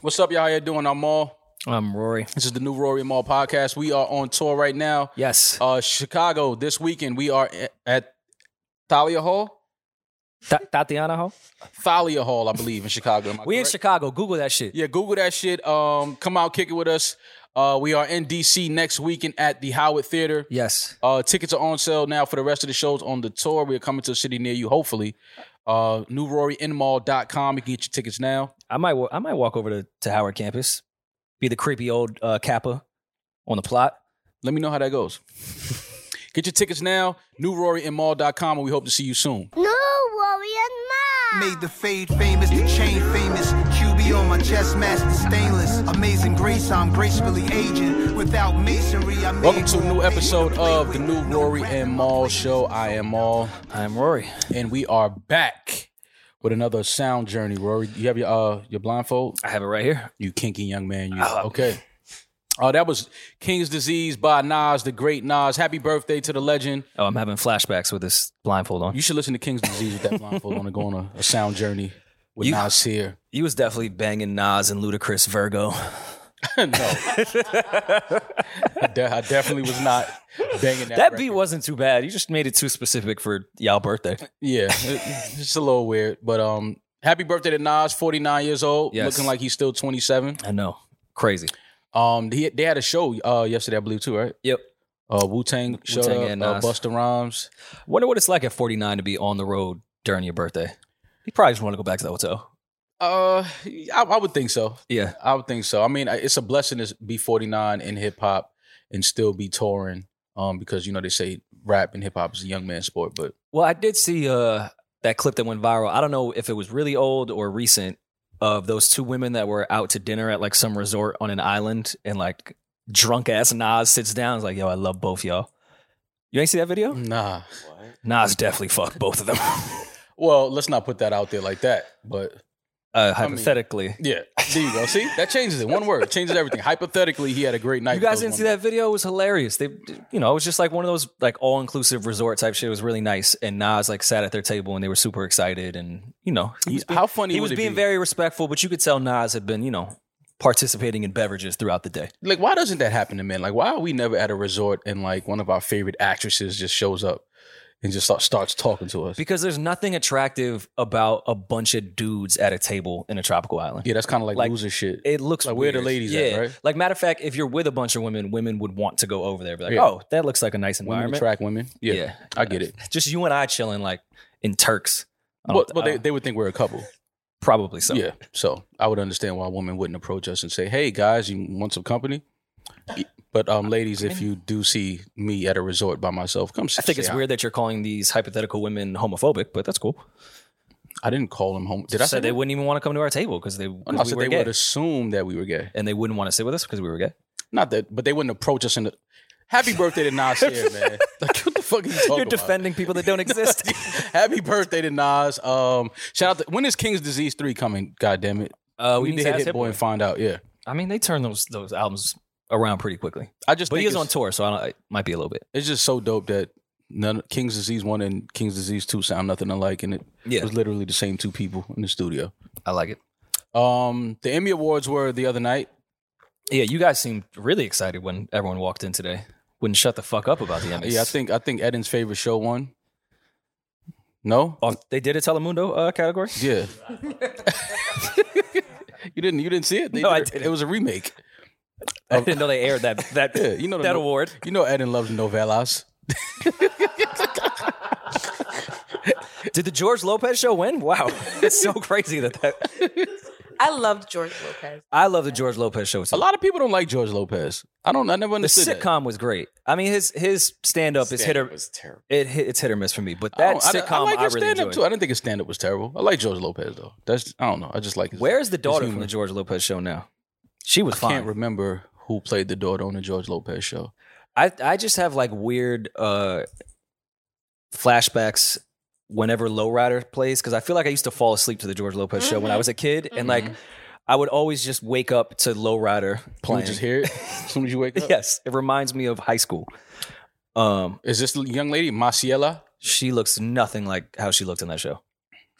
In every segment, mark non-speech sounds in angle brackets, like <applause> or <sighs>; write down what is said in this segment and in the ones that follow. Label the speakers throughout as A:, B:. A: What's up, y'all? How you doing? I'm Maul.
B: I'm Um, Rory.
A: This is the new Rory and Maul podcast. We are on tour right now.
B: Yes.
A: Uh, Chicago this weekend. We are a- at Thalia Hall.
B: Ta- Tatiana Ho?
A: Thalia Hall, I believe, in Chicago. Am I
B: <laughs> We in
A: correct?
B: Chicago. Google that shit.
A: Yeah, Google that shit. Um, come out, kick it with us. Uh, we are in DC next weekend at the Howard Theater.
B: Yes.
A: Uh, tickets are on sale now for the rest of the shows on the tour. We are coming to a city near you, hopefully. Uh, newroryinmall.com. You can get your tickets now.
B: I might wa- I might walk over to, to Howard campus, be the creepy old uh, Kappa on the plot.
A: Let me know how that goes. get your tickets now, newroryinmall.com, and we hope to see you soon.
C: No worry and mom.
D: Made the fade famous, the chain famous. QB on my chest, master stainless. Amazing grace, I'm gracefully aging. Without masonry, I made
A: Welcome to a new
D: one.
A: episode of the new Rory and Maul show. I am Maul,
B: I'm Rory.
A: and we are back with another sound journey. Rory, you have your uh your blindfold.
B: I have it right here.
A: You kinky young man. You okay? Oh, that was King's Disease by Nas, the great Nas. Happy birthday to the legend.
B: Oh, I'm having flashbacks with this blindfold on.
A: You should listen to King's Disease with that blindfold on and go on a, a sound journey with
B: You-
A: Nas here.
B: You was definitely banging Nas and Ludacris
A: <laughs>
B: Virgo.
A: no, I, de- I definitely was not banging that.
B: <laughs> That
A: record.
B: beat wasn't too bad. You just made it too specific for y'all birthday.
A: Yeah, it- it's a little weird, but um, happy birthday to Nas, forty nine years old,
B: Yes.
A: looking like he's still twenty seven.
B: I know. Crazy.
A: Um, he, they had a show uh yesterday, I believe too, right?
B: Yep.
A: Uh, Wu Tang showed
B: Wu-Tang
A: up,
B: and
A: uh,
B: Nas.
A: Busta Rhymes.
B: Wonder what it's like at 49 to be on the road during your birthday. You probably just want to go back to the hotel.
A: Uh, I, I would think so.
B: Yeah.
A: I would think so. I mean, I- it's a blessing to be forty nine in hip hop and still be touring. Um, because you know they say rap and hip hop is a young man sport, but
B: Well, I did see uh, that clip that went viral. I don't know if it was really old or recent of those two women that were out to dinner at like some resort on an island and like drunk ass Nas sits down and is like, yo, I love both y'all. You ain't see that video?
A: nah.
B: Nas definitely fucked both of them. <laughs>
A: Well, let's not put that out there like that. But
B: uh, hypothetically.
A: yeah, there you go. See, that changes it. One word changes everything. Hypothetically, he had a great night.
B: you
A: with
B: guys
A: those
B: didn't see
A: women.
B: that video? It was hilarious. They, you know, it was just like one of those like all inclusive resort type shit. It was really nice. And Nas like sat at their table and they were super excited. And you know, he was being,
A: How funny
B: he was
A: would it
B: being
A: be?
B: very respectful, but you could tell Nas had been, you know, participating in beverages throughout the day.
A: like why doesn't that happen to men? Like why are we never at a resort and like one of our favorite actresses just shows up and just start, starts talking to us?
B: Because there's nothing attractive about a bunch of dudes at a table in a tropical island.
A: Yeah, that's kind of like,
B: Like,
A: loser shit.
B: It looks
A: Like, where
B: weird.
A: the ladies
B: yeah.
A: at, right?
B: Like matter of fact, if you're with a bunch of women, women would want to go over there. and Be like,
A: Yeah.
B: oh, that looks like a nice
A: women
B: environment.
A: attract women. Yeah,
B: Yeah.
A: I get it.
B: Just you and I chilling like in Turks. I don't-
A: But, but
B: I
A: they,
B: don't-
A: they would think we're a couple.
B: probably <laughs> so.
A: Yeah, so I would understand why women wouldn't approach us and say, "Hey guys, you want some company?" But um, ladies, if you do see me at a resort by myself, come.
B: I think it's weird that you're calling these hypothetical women homophobic, but that's cool.
A: I didn't call them home. Did
B: I
A: I
B: said
A: say
B: they
A: that?
B: wouldn't even want to come to our table because they,
A: Oh, no, I
B: because
A: said
B: we were
A: they
B: gay,
A: would assume that we were gay.
B: and they wouldn't want to sit with us because we were gay.
A: Not that, but they wouldn't approach us in the. Happy birthday to Nas
B: <laughs>
A: here, man. Like, what the fuck are you talking
B: You're
A: about?
B: defending people <laughs> that don't exist.
A: Happy birthday to Nas. Um, shout out to when is King's Disease three coming? God damn it,
B: uh,
A: we, need to hit Hit Boy, and find out. Yeah,
B: I mean, they turn those those albums around pretty quickly.
A: I just
B: But he
A: think
B: is
A: it's,
B: on tour, so I don't, it might be a little bit.
A: it's just so dope that none King's Disease one and King's Disease two sound nothing alike, and it
B: Yeah.
A: was literally the same two people in the studio.
B: I like it.
A: Um, the Emmy Awards were the other night.
B: Yeah, you guys seemed really excited when everyone walked in today. Wouldn't shut the fuck up <laughs> about the Emmys.
A: Yeah, I think I think Eden's favorite show won. No,
B: Oh, they did a Telemundo uh, category.
A: yeah. <laughs> you didn't you didn't see it? They
B: No, I
A: did it-
B: didn't.
A: It was a remake.
B: <laughs> I didn't know they aired that <laughs> that
A: Yeah, you know the
B: that
A: no-
B: award.
A: You know Eden loves novellas.
B: Did the George Lopez show win? Wow, <laughs> it's so crazy that that.
E: I loved George Lopez.
B: I love the George Lopez show too.
A: A lot of people don't like George Lopez. I don't. I never
B: the
A: understood that.
B: sitcom was great. I mean, his his stand up is hit or
F: was terrible.
B: it hit, it's hit or miss for me. But
A: Oh, I
B: that
A: don't- I,
B: sitcom, I,
A: I like his
B: really
A: stand up
B: enjoyed.
A: too. I didn't think his stand up was terrible. I like George Lopez though. That's I don't know. I just like his.
B: Where's the
A: his
B: daughter from
A: humor.
B: the George Lopez show now? She was
A: I can't
B: fine.
A: remember who played the daughter on the George Lopez show.
B: I I just have like weird uh flashbacks whenever Lowrider plays because I feel like I used to fall asleep to the George Lopez show
A: Mm-hmm.
B: when I was a kid, and like I would always just wake up to Lowrider
A: Can you
B: playing.
A: just hear it <laughs> as soon as you wake up?
B: <laughs> yes, it reminds me of high school. Um,
A: Is this the young lady Maciela?
B: she looks nothing like how she looked in that show.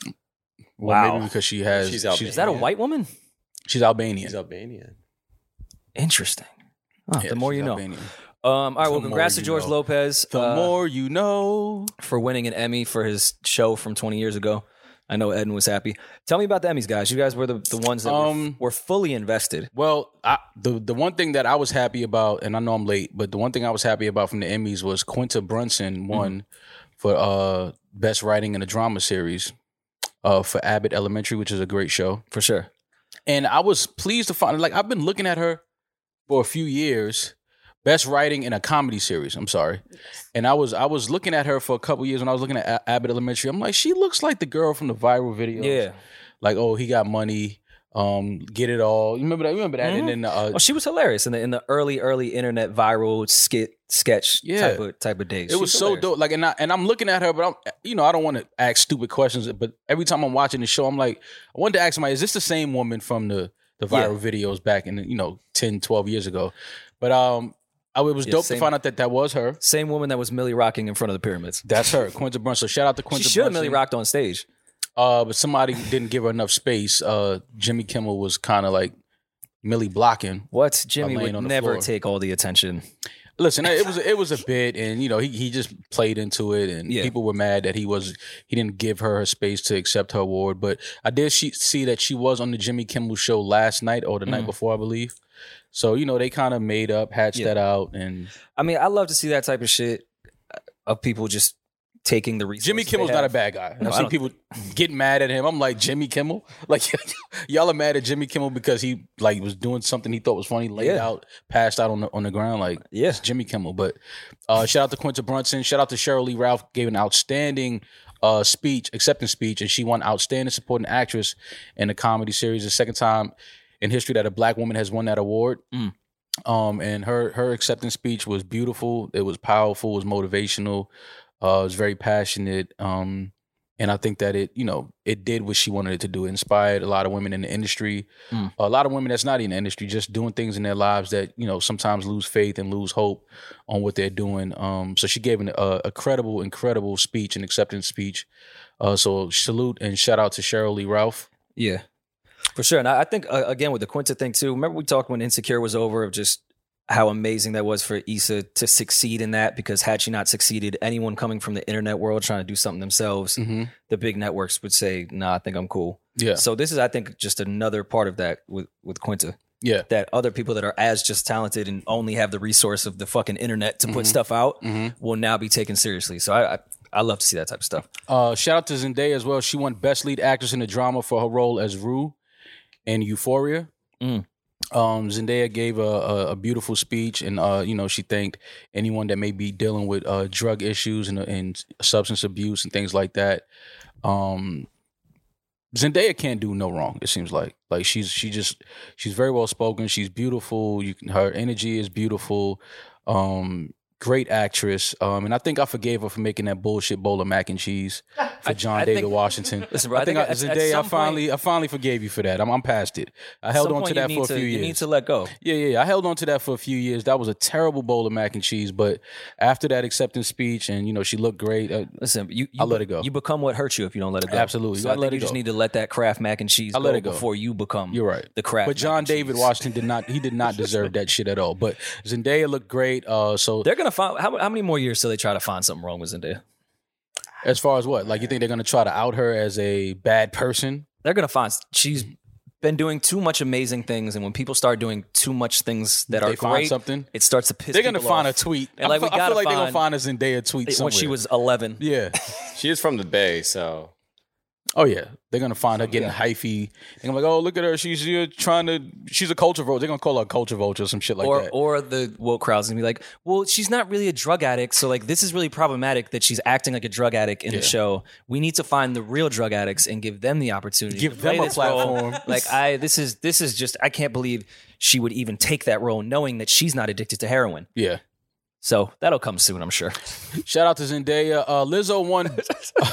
A: Well,
B: Wow.
A: maybe because she has.
F: She's out
B: Is that a
F: Yeah.
B: white woman?
A: She's Albanian.
F: He's Albanian.
B: Interesting. Huh,
A: Yeah,
B: the more
A: she's
B: you know. Um,
A: Albanian.
B: all right.
A: The
B: Well,
A: more
B: congrats to
A: you
B: George
A: know.
B: Lopez
A: The
B: uh,
A: more you know.
B: for winning an Emmy for his show from 20 years ago. I know Eden was happy. Tell me about the Emmys, guys. You guys were the, the ones that
A: Um,
B: were, were fully invested.
A: Well, I, the the one thing that I was happy about, and I know I'm late, but the one thing I was happy about from the Emmys was Quinta Brunson won for uh, best writing in a drama series uh, for Abbott Elementary, which is a great show.
B: For sure.
A: And I was pleased to find like I've been looking at her for a few years. Best writing in a comedy series. I'm sorry, and I was I was looking at her for a couple years when I was looking at A- Abbott Elementary. I'm like, she looks like the girl from the viral video.
B: Yeah.
A: like oh he got money, um, get it all. You remember that? You remember that?
B: Mhm.
A: And then uh,
B: Oh, she was hilarious in the in the early early internet viral skit sketch
A: Yeah.
B: type of type of days.
A: It was so dope. Like, and I and I'm looking at her, but I'm you know I don't want to ask stupid questions. But every time I'm watching the show, I'm like, I wanted to ask somebody, is this the same woman from the the
B: Yeah.
A: viral videos back in you know 10, 12 years ago? But um, I, it was
B: Yeah,
A: dope
B: same-
A: to find out that that was her.
B: Same woman that was Millie rocking in front of the pyramids.
A: That's her, Quinta Brunson. Shout out to
B: she
A: Quinta.
B: should have
A: Brunson.
B: Millie rocked on stage.
A: Uh, but somebody didn't give her enough space. Uh, Jimmy Kimmel was kind of like Millie blocking.
B: What Jimmy
A: laying
B: would
A: on the
B: never
A: floor.
B: take all the attention.
A: Listen, it was it was a bit, and you know he he just played into it, and
B: Yeah.
A: people were mad that he was he didn't give her her space to accept her award. But I did she, see that she was on the Jimmy Kimmel show last night or the
B: Mm-hmm.
A: night before, I believe. So you know they kind of made up, hatched
B: Yeah.
A: that out, and
B: I mean, I love to see that type of shit uh, of people just taking the resources.
A: Jimmy
B: they
A: Kimmel's not a
B: have.
A: bad guy.
B: No, I
A: I've seen
B: don't-
A: people get mad at him. I'm like Jimmy Kimmel, <laughs> like y'all are mad at Jimmy Kimmel because he like was doing something he thought was funny, laid
B: Yeah.
A: out, passed out on the on the ground, like
B: Yeah.
A: It's Jimmy Kimmel. But uh, shout out to Quinta Brunson. Shout out to Cheryl Lee Ralph. Gave an outstanding uh, speech, acceptance speech, and she won Outstanding Supporting Actress in a Comedy Series. The second time in history that a black woman has won that award.
B: Mm.
A: Um, and her her acceptance speech was beautiful. It was powerful. It was motivational. Uh, it was very passionate. Um, and I think that it, you know, it did what she wanted it to do. It inspired a lot of women in the industry,
B: Mm.
A: a lot of women that's not in the industry, just doing things in their lives that you know sometimes lose faith and lose hope on what they're doing. Um, so she gave an, a, a credible, incredible speech and acceptance speech. Uh, so salute and shout out to Cheryl Lee Ralph.
B: Yeah, for sure. And I, I think uh, again with the Quinta thing too. Remember we talked when Insecure was over of just how amazing that was for Issa to succeed in that because had she not succeeded, anyone coming from the internet world trying to do something themselves,
A: Mm-hmm.
B: the big networks would say, "Nah, I think I'm cool."
A: Yeah,
B: So this is, I think, just another part of that with with Quinta
A: yeah.
B: that other people that are as just talented and only have the resource of the fucking internet to put
A: Mhm.
B: stuff out
A: Mm-hmm.
B: will now be taken seriously. So I, I I love to see that type of stuff.
A: Uh, shout out to Zendaya as well. She won Best Lead Actress in a Drama for her role as Rue in Euphoria.
B: Mm.
A: Um, Zendaya gave a, a, a beautiful speech, and uh, you know she thanked anyone that may be dealing with uh, drug issues and, and substance abuse and things like that. Um, Zendaya can't do no wrong. It seems like like she's she just she's very well spoken. She's beautiful. You can, her energy is beautiful. Um, great actress. Um, and I think I forgave her for making that bullshit bowl of mac and
B: <laughs>
A: cheese for John
B: I
A: David
B: think-
A: Washington.
B: Listen, bro, I
A: I think,
B: think
A: I
B: at- at
A: Zendaya,
B: some
A: I finally I finally forgave you for that. I'm, I'm past it. I held
B: Some
A: on
B: point
A: to that
B: you need
A: for a
B: to-
A: few years.
B: You need to let go.
A: Yeah, yeah, yeah. I held on to that for a few years. That was a terrible bowl of mac and cheese, but after that acceptance speech, and you know, she looked great. Uh,
B: Listen, you, you
A: I'll let it go.
B: You become what hurts you if you don't let it go.
A: Absolutely. You
B: So I
A: gotta
B: think
A: let
B: you
A: it
B: just
A: go.
B: need to let that craft mac and cheese
A: I'll
B: go
A: let it go.
B: before you become
A: You're right.
B: the craft.
A: but
B: mac
A: John
B: and
A: David
B: cheese.
A: Washington did not. He did not deserve that shit at all. But Zendaya looked great. Uh, so
B: They're gonna find how, how many more years till they try to find something wrong with Zendaya?
A: as far as what, like, you think they're gonna try to out her as a bad person?
B: They're gonna find she's been doing too much amazing things, and when people start doing too much things that
A: they
B: are
A: find
B: great,
A: something.
B: it starts to piss.
A: They're gonna
B: people
A: find
B: off.
A: a tweet.
B: And,
A: I
B: like, we
A: feel, I
B: gotta
A: feel like they're gonna
B: find-
A: find a Zendaya tweet somewhere.
B: when she was 11.
A: yeah.
F: She is from the Bay, so
A: Oh yeah, they're gonna find her getting hyphy. They're gonna be like, oh look at her, she's here trying to, she's a culture vulture. They're gonna call her a culture vulture or some shit like
B: or
A: that.
B: or the woke crowd's gonna be like, well, she's not really a drug addict, so like this is really problematic that she's acting like a drug addict in the
A: Yeah.
B: show. We need to find the real drug addicts and give them the opportunity,
A: Give
B: to play
A: them a
B: this role.
A: platform.
B: <laughs> like I, this is this is just I can't believe she would even take that role, knowing that she's not addicted to heroin.
A: yeah.
B: So that'll come soon, I'm sure.
A: Shout out to Zendaya. Uh, Lizzo won. <laughs>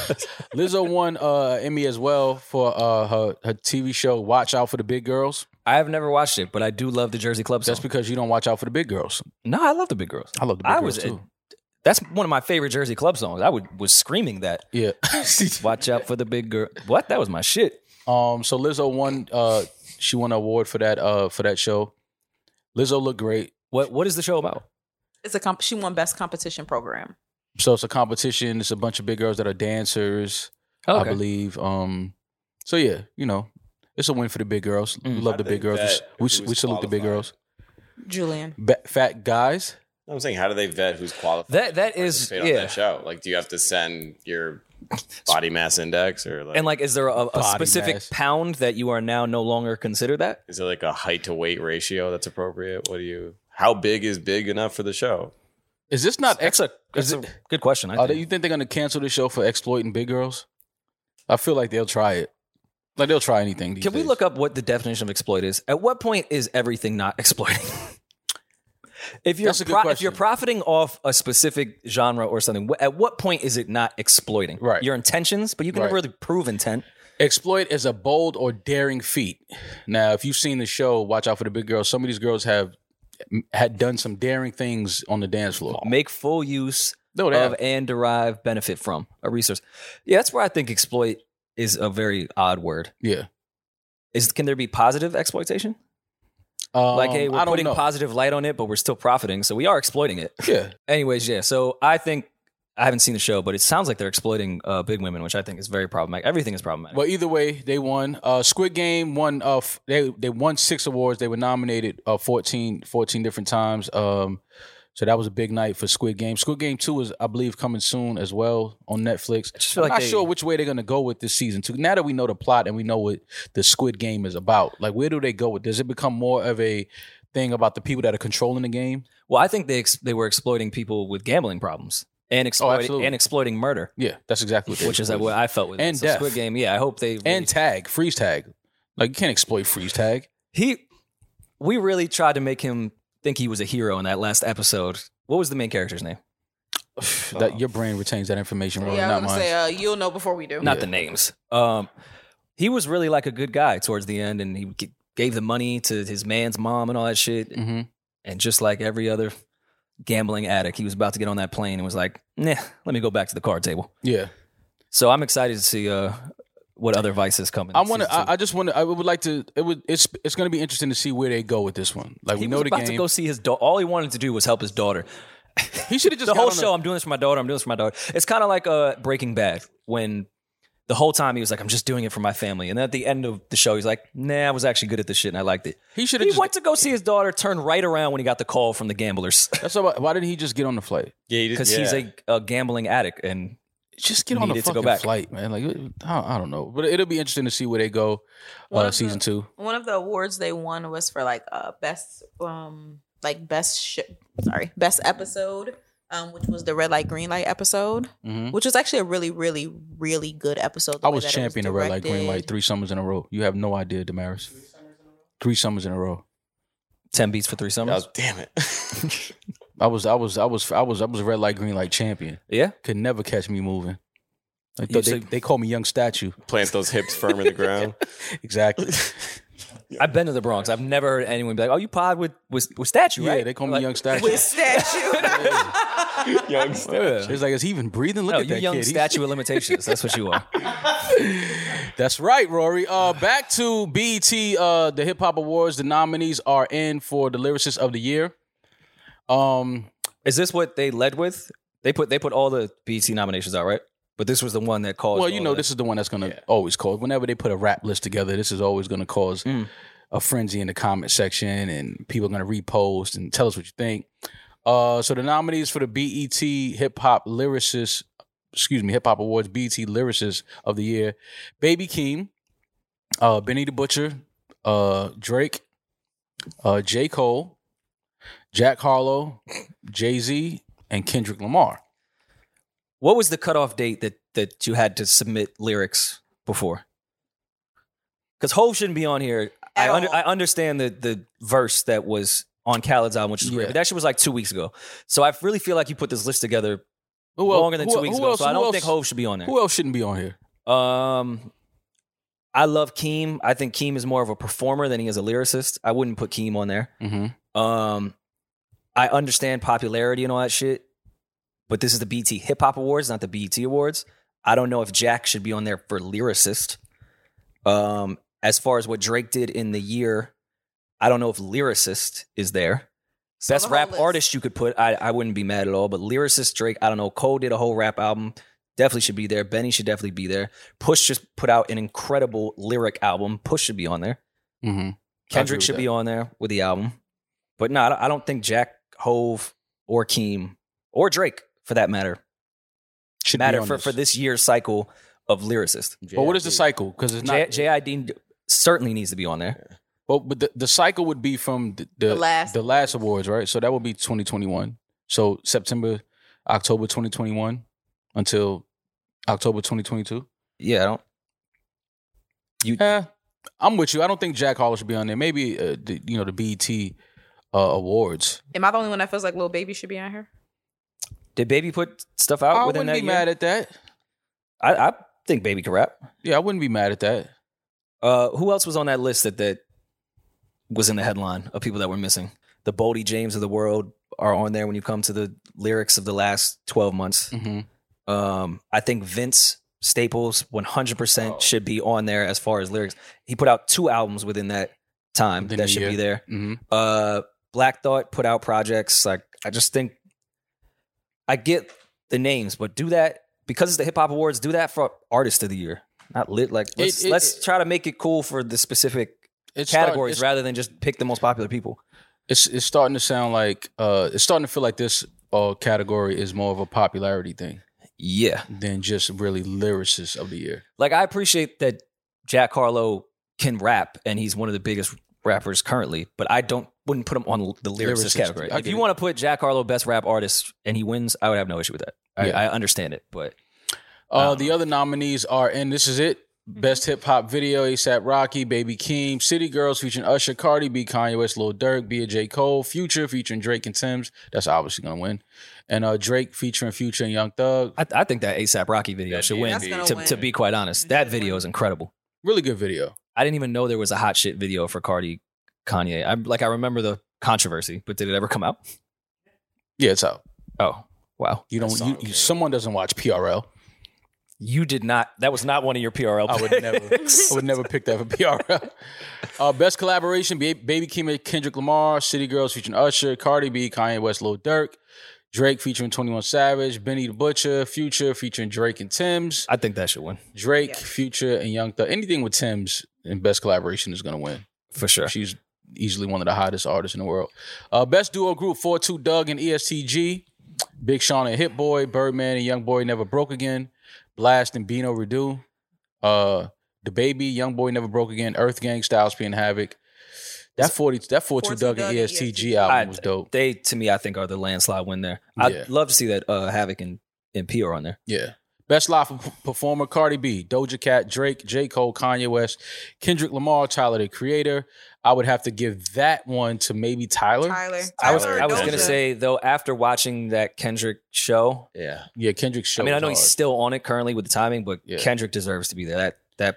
A: Lizzo won uh, Emmy as well for uh, her her TV show Watch Out for the Big Girls.
B: I have never watched it, but I do love the Jersey Club song.
A: That's because you don't watch out for the big girls.
B: no, I love the Big Girls.
A: I love the big
B: I
A: girls
B: was uh,
A: too.
B: that's one of my favorite Jersey Club songs. I would was screaming that.
A: yeah. <laughs>
B: Watch out for the big girl. What? That was my shit.
A: um. So Lizzo won uh, She won an award for that uh for that show. Lizzo looked great.
B: What What is the show about?
E: It's a comp- she won best competition program.
A: So it's a competition. It's a bunch of big girls that are dancers, I believe. Um, so yeah, you know, it's a win for the big girls. We
B: Mm.
A: love
F: I
A: the big
F: think
A: girls. We s-
F: that if
A: We,
F: he
A: s-
F: was
A: we salute the big
F: qualified.
A: girls.
E: Julian.
A: Ba- fat guys.
F: No, I'm saying, how do they vet who's qualified?
B: That that
F: to
B: is
F: participate
B: yeah.
F: on that show. Like, do you have to send
B: <laughs>
F: your body mass index or like,
B: And like, is there a, a
A: Body
B: specific
A: mass.
B: pound that you are now no longer considered that?
F: is there like a height to weight ratio that's appropriate? What do you? How big is big enough for the show?
A: Is this not
B: That's
A: ex?
B: a that's
A: is
B: a
A: it-
B: good question. I
A: Are
B: think.
A: they, you think they're gonna cancel the show for exploiting big girls? I feel like they'll try it. Like they'll try anything. these
B: Can we
A: days.
B: look up what the definition of exploit is? At what point is everything not <laughs> exploiting? if you're
A: That's a good
B: if you're
A: question.
B: profiting off a specific genre or something, wh- at what point is it not exploiting?
A: Right.
B: Your intentions, but you can never
A: Right.
B: really prove intent.
A: Exploit is a bold or daring feat. Now, if you've seen the show, watch out for the big girls. Some of these girls have had done some daring things on the dance floor.
B: Make full use
A: No, they
B: of
A: have.
B: and derive benefit from a resource. Yeah, that's where I think exploit is a very odd word.
A: Yeah.
B: Is can there be positive exploitation?
A: Um,
B: like, hey, we're
A: I don't
B: putting
A: know.
B: positive light on it, but we're still profiting, so we are exploiting it.
A: Yeah.
B: Anyways, yeah. So I think I haven't seen the show, but it sounds like they're exploiting uh, big women, which I think is very problematic. Everything is problematic.
A: Well, either way, they won. Uh, Squid Game won. Uh, f- they they won six awards. They were nominated uh, 14, 14 different times. Um, so that was a big night for Squid Game. Squid Game Two is, I believe, coming soon as well on Netflix.
B: just feel
A: I'm
B: like
A: not
B: they-
A: sure which way they're gonna go with this season two. Now that we know the plot and we know what the Squid Game is about, like where do they go with? Does it become more of a thing about the people that are controlling the game?
B: Well, I think they ex- they were exploiting people with gambling problems and exploiting
A: Oh, absolutely.
B: and exploiting murder,
A: Yeah, that's exactly what. they-
B: which is what I felt with it.
A: And
B: So
A: death.
B: Squid Game. Yeah, I hope they really-
A: and tag freeze tag. Like you can't exploit freeze
B: <sighs>
A: tag.
B: he. We really tried to make him think he was a hero in that last episode. What was the main character's name?
A: that your brain retains that information, really,
E: yeah, I
A: not
E: was
A: mine.
E: gonna say uh, you'll know before we do.
B: Not the names. Um, he was really like a good guy towards the end, and he g- gave the money to his man's mom and all that shit.
A: hmm
B: And just like every other gambling addict, he was about to get on that plane and was like, nah, let me go back to the card table.
A: Yeah,
B: So I'm excited to see uh, what other vices come in.
A: I want to.
B: season two.
A: I, I just want to. I would like to. It would. It's. It's going to be interesting to see where they go with this one. Like
B: He
A: we know
B: was
A: the
B: about
A: game.
B: to go see his daughter. All he wanted to do was help his daughter.
A: he should have just
B: The
A: got
B: whole
A: on
B: show, I'm doing this for my daughter. I'm doing this for my daughter. It's kind of like uh, Breaking Bad when the whole time he was like, I'm just doing it for my family. And then at the end of the show, he's like, nah, I was actually good at this shit and I liked it.
A: He should have
B: He
A: just.
B: went to go see his daughter, turned right around when he got the call from
A: <laughs>
B: the gamblers
A: that's why. Why didn't he just get on the flight?
F: Yeah,
B: because he's a, a gambling addict and
A: Just get on the
B: Needed to
A: fucking
B: go back.
A: flight, man. Like I, I don't know, but it'll be interesting to see where they go.
E: One
A: Uh,
E: of the-
A: season two.
E: One of the awards they won was for like uh best um like best sh- sorry best episode um which was the red light green light episode
B: Mm-hmm.
A: Mhm.
E: which was actually a really really really good episode. the
A: I
E: way
A: was
E: that it
A: champion of red light, green
E: directed.
A: light three summers in a row. You have no idea, Damaris. Three summers in a row.
B: 10 beats for three
F: I
B: summers.
F: was,
B: <laughs>
F: damn it.
A: I was. I was. I was. I was. I was a red light, green light champion.
B: Yeah.
A: Could never catch me moving. Like,
B: You
A: they, they,
B: say-
A: they call me young statue.
F: Plant those hips firm in the ground.
A: Exactly.
B: I've been to the Bronx. I've never heard anyone be like, "Oh, you pod with with, with statue,
A: yeah,
B: right?"
A: they call me
B: Like,
A: young statue.
E: with statue.
B: <laughs> <laughs>
F: Young
B: "Yeah."
A: It's like, is he even breathing? Look
B: No,
A: at
B: you
A: that
B: young
A: kid. He's-
B: statue of limitations. That's what you are.
A: That's right, Rory.
B: <sighs>
A: Uh, back to BET, uh, the Hip Hop Awards. The nominees are in for the Lyricist of the Year. Um,
B: Is this what they led with? They put they put all the BET nominations out, right? But this was the one that caused.
A: well, you
B: all
A: know,
B: the-
A: this is the one that's going to always cause. Whenever they put a rap list together, this is always going to cause
B: Mm.
A: a frenzy in the comment section, and people are going to repost and tell us what you think. Uh, so the nominees for the BET Hip Hop Lyricist, excuse me, Hip Hop Awards BET Lyricist of the Year, Baby Keem, uh, Benny the Butcher, uh, Drake, uh, J Cole, Jack Harlow, Jay Z, and Kendrick Lamar.
B: What was the cutoff date that that you had to submit lyrics before? Because Hove shouldn't be on here. I,
E: At
B: under,
E: all.
B: I understand the the verse that was on Khaled's album, which is
A: Yeah.
B: weird, but that shit was like two weeks ago. So I really feel like you put this list together
A: Who el-
B: longer than two
A: who-
B: weeks
A: who
B: ago.
A: else-
B: so I
A: who
B: don't
A: else-
B: think Hove should be on there.
A: Who else shouldn't be on here?
B: Um, I love Keem. I think Keem is more of a performer than he is a lyricist. I wouldn't put Keem on there.
A: Mm-hmm.
B: Um, I understand popularity and all that shit, but this is the BT Hip Hop Awards, not the BET Awards. I don't know if Jack should be on there for lyricist. Um, as far as what Drake did in the year, I don't know if lyricist is there.
E: So
B: Best
E: the whole
B: rap
E: list.
B: artist you could put, I, I wouldn't be mad at all. But lyricist Drake, I don't know. Cole did a whole rap album, definitely should be there. Benny should definitely be there. Push just put out an incredible lyric album. Push should be on there.
A: Mm-hmm.
B: Kendrick should be on there with the album. But no, I don't- I don't think Jack Hove or Keem or Drake, for that matter,
A: Should be
B: matter
A: on
B: for, for this year's cycle of lyricist.
A: But what is the cycle? Because it's not.
B: J- JID certainly needs to be on there.
A: but but the, the cycle would be from the, the,
E: The last.
A: the last awards, right? So that would be 2021. So September, October 2021 until October 2022.
B: Yeah, I don't. You
A: Yeah, Eh, I'm with you. I don't think Jack Harlow should be on there. Maybe uh, the, you know the BET uh, awards.
E: <laughs> Am I the only one that feels like little baby should be on here?
B: did Baby put stuff out
A: I
B: within
A: wouldn't
B: Oh, that
A: be
B: year?
A: mad at that.
B: I, I think Baby could rap.
A: Yeah, I wouldn't be mad at that.
B: Uh, who else was on that list that that was in the headline of people that were missing? The Boldy James of the world are on there when you come to the lyrics of the last twelve months.
A: Mm-hmm.
B: Um, I think Vince Staples 100%
A: Oh.
B: should be on there as far as lyrics. He put out two albums within that time
A: Within a
B: that should be
A: year.
B: there.
A: Mm-hmm.
B: Uh, Black Thought put out projects. Like, I just think I get the names, but do that because it's the Hip Hop Awards, do that for Artist of the Year. Not lit. Like, let's,
A: it-
B: let's
A: it-
B: try to make it cool for the specific
A: It's
B: categories
A: start,
B: rather than just pick the most popular people.
A: it's, it's it's starting to sound like uh, it's starting to feel like this uh, category is more of a popularity thing
B: Yeah.
A: than just really lyricist of the year.
B: like I appreciate that Jack Harlow can rap and he's one of the biggest rappers currently, but I don't wouldn't put him on the lyricist
A: Lyricist,
B: category.
A: I
B: if
A: get
B: you
A: it.
B: want to put Jack Harlow best rap artist and he wins, I would have no issue with that. I,
A: Yeah.
B: I understand it, but
A: Uh,
B: don't
A: the
B: know.
A: other nominees are, and this is it. Best hip hop video, ASAP Rocky, Baby Keem, City Girls featuring Usher, Cardi B, Kanye West, Lil Durk, Bia J. Cole, Future featuring Drake and Tim's. That's obviously gonna win. And uh Drake featuring Future and Young Thug.
B: I, I think that ASAP Rocky video
F: That
B: should
F: is
B: win.
E: That's gonna
B: To,
E: win.
B: to be quite honest, that video is incredible.
A: Really good video.
B: I didn't even know there was a hot shit video for Cardi Kanye. I like I remember the controversy, but did it ever come out?
A: Yeah, it's out.
B: Oh wow,
A: You don't.
F: song
A: You, you,
F: came.
A: someone doesn't watch PRL.
B: you did not. That was not one of your PRL.
A: I would
B: <laughs>
A: never. I would never pick that for PRL. Uh, best collaboration: Ba- Baby Keem and Kendrick Lamar, City Girls featuring Usher, Cardi B, Kanye West, Lil Durk, Drake featuring Twenty One Savage, Benny the Butcher, Future featuring Drake and Tim's,
B: I think that should win
A: Drake,
E: Yeah.
A: Future, and Young Thug. Anything with Tim's and best collaboration is gonna win.
B: for sure.
A: She's easily one of the hottest artists in the world. Uh, best duo group: Four Two Doug and E ESTG, Big Sean and Hit Boy, Birdman and Young Boy Never Broke Again, Blast and Bino Redu, uh, the Baby, Young Boy Never Broke Again, Earth Gang, Styles P and Havoc. That forty, that four two
E: 4 2
A: Doug and E
E: Doug and
A: ESTG
E: ESTG.
A: album
B: I-
A: was dope.
B: they to me I think are the landslide win there. I'd
A: Yeah.
B: love to see that uh Havoc and, and P are on there.
A: Yeah. Best live p- performer: Cardi B, Doja Cat, Drake, J. Cole, Kanye West, Kendrick Lamar, Tyler the Creator. I would have to give that one to maybe Tyler.
E: Tyler.
B: I was
E: Tyler or
B: I was
E: Doja?
B: gonna say though, after watching that Kendrick show,
F: Yeah.
A: Yeah, Kendrick's show.
B: I mean I
A: was
B: know
A: hard.
B: he's still on it currently with the timing, but
A: Yeah.
B: Kendrick deserves to be there. That that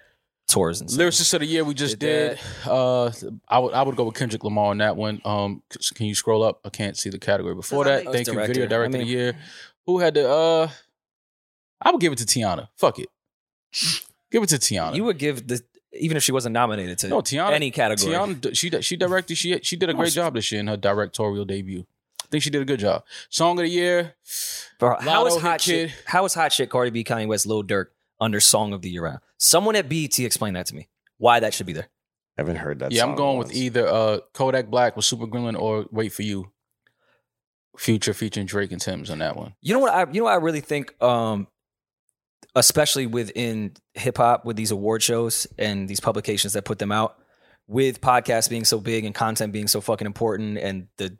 B: tour is insane.
A: Lyricist of the year we just
B: Did
A: did. Uh, I would I would go with Kendrick Lamar on that one. Um, c- can you scroll up? I can't see the category before
E: That's
A: that.
E: not
A: Thank you,
B: director.
A: video
B: I
A: director
B: mean-
A: of the year. Who had the? Uh, I would give it to Tiana. Fuck it, give it to Tiana.
B: You would give the even if she wasn't nominated to
A: no Tiana.
B: any category.
A: Tiana, d- she di- she directed. She she did a great job this year in her directorial debut. I think she did a good job. Song of the year.
B: Bro, how is
A: Lotto hit
B: hot shit?
A: kid.
B: How is hot shit? Cardi B, Kanye West, Lil Durk under Song of the Year round. Someone at BET explain that to me. Why that should be there.
F: I haven't heard that.
A: yeah, I'm
F: song
A: going
F: once.
A: with either uh, Kodak Black with Super Gremlin or Wait for You. Future featuring Drake and Tim's on that one.
B: You know what I you know what I really think um especially within hip hop with these award shows and these publications that put them out with podcasts being so big and content being so fucking important and the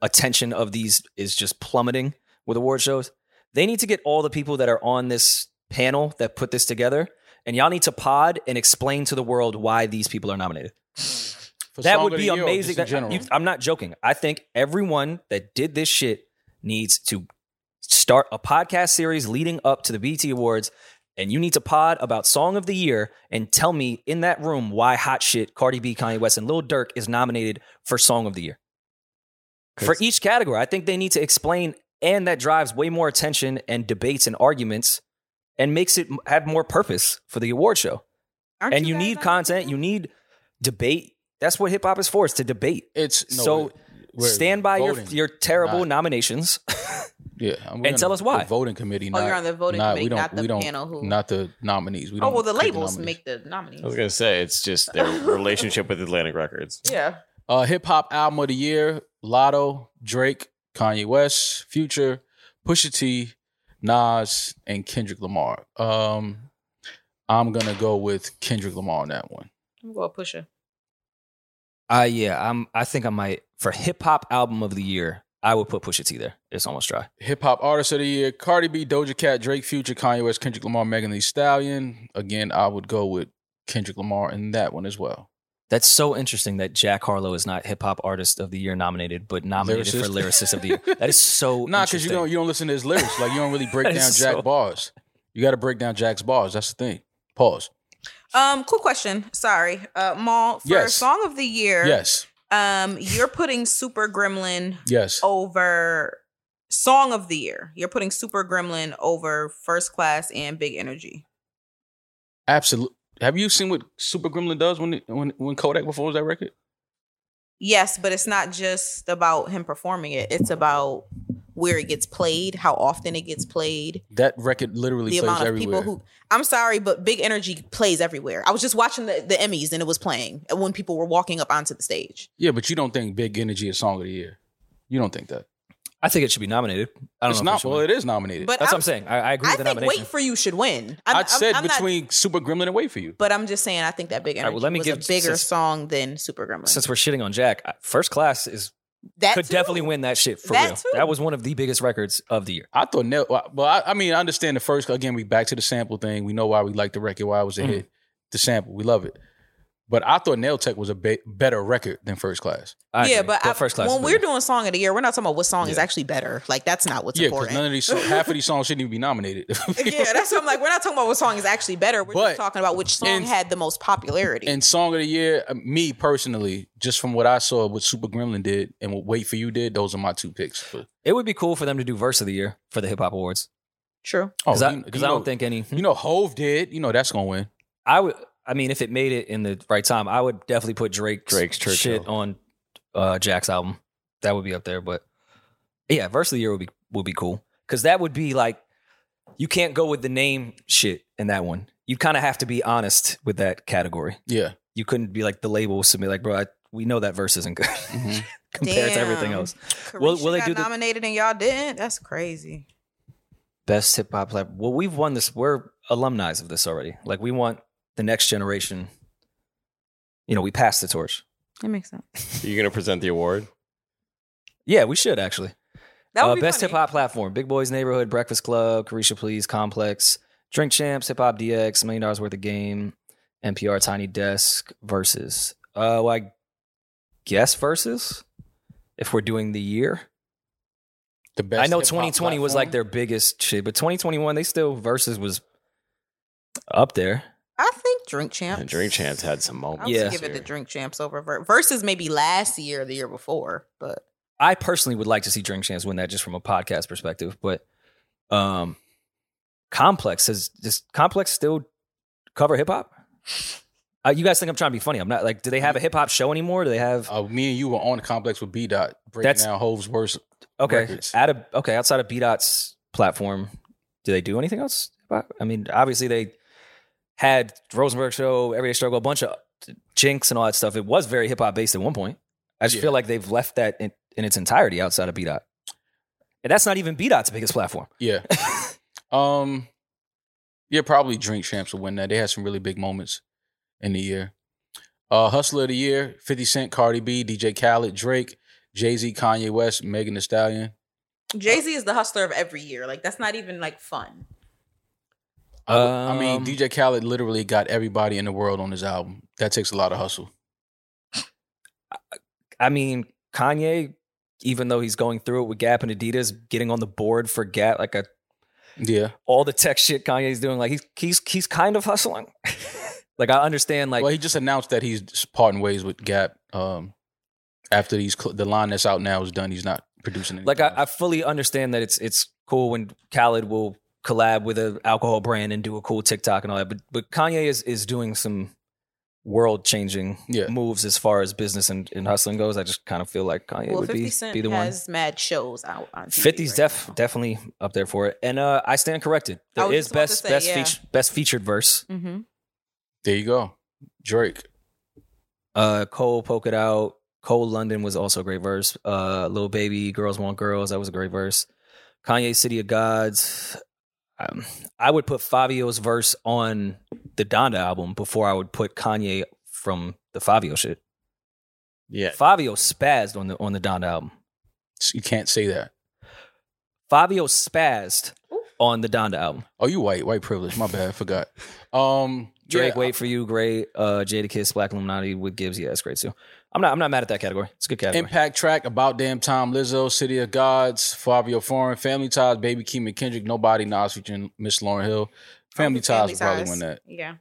B: attention of these is just plummeting with award shows. They need to get all the people that are on this panel that put this together and y'all need to pod and explain to the world why these people are nominated.
A: For
B: that
A: Song
B: would
A: of the
B: be
A: Year or
B: amazing.
A: just in
B: That- uh,
A: general?
B: you- I'm not joking. I think everyone that did this shit needs to start a podcast series leading up to the BT Awards, and you need to pod about Song of the Year and tell me in that room why Hot Shit, Cardi B, Kanye West, and Lil Durk is nominated for Song of the Year for each category. I think they need to explain, and that drives way more attention and debates and arguments, and makes it m- have more purpose for the award show.
E: Aren't
B: and you,
E: guys
B: need
E: on
B: content.
E: Instagram?
B: You need debate. That's what hip hop is for. It's to debate.
A: It's no,
B: So,
A: we're- we're
B: Stand by your,
A: voting.
B: your terrible
A: Not-
B: nominations.
A: yeah, we're on
B: tell us
A: the
B: why.
A: voting committee.
E: Oh,
A: Not,
E: you're on the voting
A: not, we
E: committee,
A: don't,
E: not the
A: we don't,
E: panel who-
A: not the nominees. We
E: Oh
A: don't
E: well, the
A: pick
E: labels
A: nominees.
E: make the
F: I was
E: nominees.
F: gonna say it's
B: <laughs>
F: just their relationship with Atlantic Records.
E: Yeah,
A: Uh, hip hop album of the year: Lotto, Drake, Kanye West, Future, Pusha T, Nas, and Kendrick Lamar. Um, I'm gonna go with Kendrick Lamar on that one.
E: I'm going Pusha.
B: Uh, yeah, I'm. I think I might for hip hop album of the year. I would put Pusha T there. It's almost dry.
A: Hip hop artist of the year: Cardi B, Doja Cat, Drake, Future, Kanye West, Kendrick Lamar, Megan Thee Stallion. Again, I would go with Kendrick Lamar in that one as well.
B: That's so interesting that Jack Harlow is not hip hop artist of the year nominated, but nominated for lyricist of the <laughs> year. That is so.
A: Nah, because you
B: interesting.
A: don't you don't listen to his lyrics. Like you don't really break
B: <laughs> That is
A: down Jack
B: so-
A: bars. You got to break down Jack's bars. That's the thing. Pause.
E: Um, cool question. Sorry, uh, Maul for
A: Yes.
E: song of the year.
A: Yes.
E: Um, you're putting Super Gremlin
A: Yes.
E: Oh. over song of the year. You're putting Super Gremlin over First Class and Big Energy.
A: Absolutely. Have you seen what Super Gremlin does when when when Kodak performs that record?
E: Yes, but it's not just about him performing it. It's about where it gets played, how often it gets played,
A: That record literally
E: the
A: plays
E: amount of
A: everywhere.
E: people who. I'm sorry, but Big Energy plays everywhere. I was just watching the, the Emmys and it was playing when people were walking up onto the stage.
A: yeah, but you don't think Big Energy is song of the year. You don't think that.
B: I think it should be nominated. I don't
A: It's
B: know.
A: not. Well,
B: Well,
A: it is nominated.
E: But
B: That's what
E: I'm-
B: I'm saying. I, I agree
E: I
B: with the
E: think
B: nomination.
E: Wait for You should win. I'm,
A: I said
E: I'm- I'm not-
A: between Super Gremlin and Wait for You.
E: but I'm just saying, I think that Big Energy
B: right, well, let me
E: was
B: give-
E: a bigger
B: since-
E: song than Super Gremlin.
B: Since we're shitting on Jack, I- First Class is
E: that
B: could
E: too.
B: definitely win that shit for
E: That
B: real.
E: too.
B: That was one of the biggest records of the year.
A: I thought Nell. Well, I, I mean, I understand the first. Again, we back to the sample thing. We know why we like the record. Why it was a
B: Mhm.
A: hit. The sample, we love it. But I thought Nail Tech was a ba- better record than First Class.
B: I
E: yeah,
B: agree,
E: but, I,
B: First Class. is
E: when
B: better.
E: we're doing song of the year, we're not talking about what song is
A: Yeah.
E: actually better. Like that's not what's
A: yeah, because
E: important.
A: none of these half of
B: <laughs>
A: these songs shouldn't even be nominated. <laughs>
E: <laughs> yeah, that's what I'm like. We're not talking about what song is actually better. We're
A: But-
E: just talking about which song
A: and-
E: had the most popularity.
A: And song of the year, uh, me personally, just from what I saw, what Super Gremlin did and what Wait for You did, those are my two picks. For,
B: it would be cool for them to do verse of the year for the hip hop awards
E: True.
B: because I,
A: Oh, you-
B: 'cause
A: you
B: I
A: know-
B: don't think any.
A: you know Hove did. You know that's gonna win.
B: I would. I mean, if it made it in the right time, I would definitely put Drake's,
F: Drake's
B: shit
F: Churchill.
B: on uh, Jack's album. That would be up there, but yeah, verse of the year would be would be cool because that would be like you can't go with the name shit in that one. You kind of have to be honest with that category.
A: Yeah,
B: You couldn't be like the label submit like, bro, I, we know that verse isn't good
A: Mhm.
B: <laughs> compared to everything
E: Damn.
B: else.
E: Carisha
B: Will- will they
E: got
B: do the-
E: nominated and y'all didn't? That's crazy.
B: Best hip hop lab. Well, we've won this. We're alumni of this already. Like we want the next generation. You know, we passed the torch.
E: That makes sense.
F: You gonna present the award?
B: Yeah, we should actually.
E: That would
B: uh,
E: be
B: best
E: funny.
B: hip hop platform: Big Boys Neighborhood, Breakfast Club, Carisha Please, Complex, Drink Champs, Hip Hop DX, Million Dollars Worth of Game, NPR, Tiny Desk, Versus. Uh, well, I guess Versus. If we're doing the year,
A: the best.
B: I know
A: hip-hop
B: 2020 was
A: platform.
B: like their biggest shit, but 2021 they still Versus was up there.
E: I think Drink Champs.
F: Drink Champs had some
E: I
F: moments.
E: would
B: Yeah.
E: give it to Drink Champs over Ver- versus maybe last year, or the year before, but
B: I personally would like to see Drink Champs win that just from a podcast perspective, but um Complex has does Complex still cover hip hop? Uh, you guys think I'm trying to be funny? I'm not like do they have a hip hop show anymore? Do they have
A: Uh, me and you were on the complex with B Dot breaking
B: That's-
A: down Hove's worst.
B: Okay.
A: records.
B: Out of okay, outside of B Dot's platform, do they do anything else? I mean, obviously they had Rosenberg show, Everyday Struggle, a bunch of Jinx and all that stuff. It was very hip hop based at one point. I just
A: Yeah.
B: feel like they've left that in, in its entirety outside of B Dot. And that's not even B Dot's biggest platform.
A: Yeah. um. Yeah, probably Drink Champs will win that. They had some really big moments in the year. Uh, Hustler of the Year: Fifty Cent, Cardi B, DJ Khaled, Drake, Jay Z, Kanye West, Megan Thee Stallion.
E: Jay Z is the hustler of every year. Like that's not even like fun.
A: I mean,
B: Um,
A: DJ Khaled literally got everybody in the world on his album. That takes a lot of hustle.
B: I mean, Kanye, even though he's going through it with Gap and Adidas, getting on the board for Gap, like a,
A: Yeah.
B: all the tech shit Kanye's doing, like he's he's he's kind of hustling. <laughs> like I understand, like
A: well, he just announced that he's parting ways with Gap. Um, after these, cl- the line that's out now is done. He's not producing. Anything
B: like I, I
A: else.
B: fully understand that it's it's cool when Khaled will collab with an alcohol brand and do a cool TikTok and all that. But but Kanye is is doing some world changing
A: Yeah.
B: moves as far as business and, and hustling goes. I just kind of feel like Kanye
E: well,
B: would
E: Fifty
B: be,
E: Cent
B: be the one.
E: has mad shows out on TV
B: 50's
E: right
B: def
E: now.
B: definitely up there for it. And uh I stand corrected.
E: I
B: There
E: was
B: is
E: just about to
B: best
E: say,
B: best
E: yeah.
B: featured best featured verse.
E: Mhm.
A: There you go. Drake.
B: Uh Cole Polka It Out. Cole London was also a great verse. Uh Little Baby, Girls Want Girls, that was a great verse. Kanye City of Gods. Um, I would put Fabio's verse on the Donda album before I would put Kanye from the Fabio shit.
F: Yeah.
B: Fabio spazzed on the on the Donda album.
A: You can't say that.
B: Fabio spazzed on the Donda album.
A: Oh, you white, white privilege. My bad, I forgot. Um,
B: Drake,
A: yeah,
B: Wait for You, great. Uh, Jada Kiss, Black Illuminati with Gibbs, yeah, that's great too. I'm not, I'm not mad at that category. It's a good category.
A: Impact track, About Damn Time, Lizzo, City of Gods, Fabio Foreign, Family Ties, Baby Keem and Kendrick, Nobody, Nas featuring Miss Lauren Hill. Oh, Family Ties would probably win that.
E: Yeah.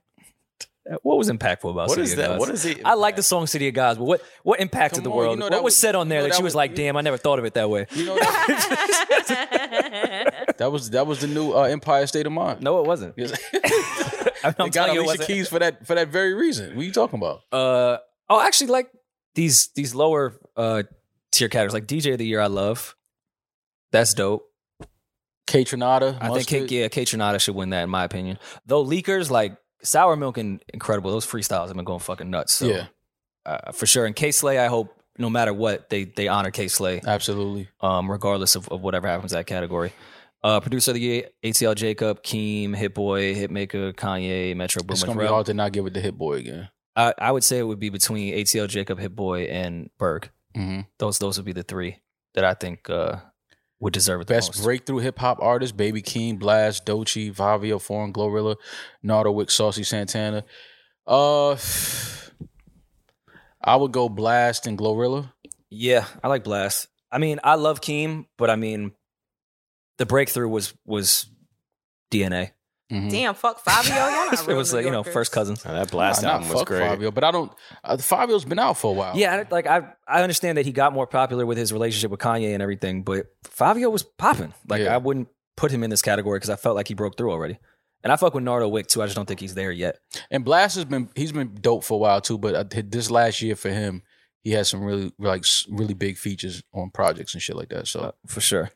B: what was impactful about
F: What
B: City
F: is
B: of
F: that?
B: Gods?
F: What is it?
B: I like the song City of Gods, but what what impacted
A: Come
B: the
A: on,
B: world?
A: you know
B: what
A: that
B: was,
A: was-
B: said on
A: you
B: there
A: know
B: that
A: that
B: she was
A: was-
B: like, "Damn, I never thought of it that way."
A: You know that,
B: <laughs>
E: <laughs>
A: that was that was the new uh, Empire State of Mind.
B: No, it wasn't.
A: <laughs>
B: <laughs>
A: Yes.
B: I'm
A: they got
B: telling you, it
A: Alicia
B: wasn't.
A: Keys for that for that very reason. What are you talking about?
B: Uh, oh, I actually like these these lower uh tier categories like DJ of the Year. I love. That's dope.
A: Kate Trinata.
B: I think
A: Mustard.
B: Kate, yeah, Kate Trinata should win that in my opinion. Though leakers like sour milk and incredible. Those freestyles have been going fucking nuts. So.
A: yeah,
B: uh, for sure. And K Slay, I hope no matter what they they honor K Slay,
A: absolutely.
B: um, regardless of, of whatever happens in that category. Uh, producer of the year, ATL Jacob, Keem, Hit Boy, Hitmaker, Kanye, Metro
A: It's
B: Boomin.
A: gonna be hard to not give it to Hit Boy again.
B: I, I would say it would be between ATL Jacob, Hit Boy, and Berg.
A: Mm-hmm.
B: Those those would be the three that I think uh, would deserve it the
A: Best
B: most.
A: breakthrough hip hop artist: Baby Keem, Blast, Dochi, Vavio, Foreign, Glorilla, Nardowick, Saucy Santana. Uh, <sighs> I would go Blast and Glorilla.
B: Yeah, I like Blast. I mean, I love Keem, but I mean, the breakthrough was was DNA.
A: Mhm.
E: Damn, fuck Fabio. Y'all not
B: Mm. <laughs> it
E: real
B: was
E: New
B: like you know
E: Yorkers.
B: first cousins.
F: Now, that blast
A: Nah, not
F: album was
A: fuck
F: great. <laughs>
A: Fabio, but I don't. Uh, Fabio's been out for a while.
B: Yeah, I- like I, I understand that he got more popular with his relationship with Kanye and everything, but Fabio was popping. Like
A: Yeah.
B: I wouldn't put him in this category because I felt like he broke through already. And I fuck with Nardo Wick too. I just don't think he's there yet.
A: and Blast has been he's been dope for a while too. But uh, this last year for him, he had some really like s- really big features on projects and shit like that. So
B: uh, for sure.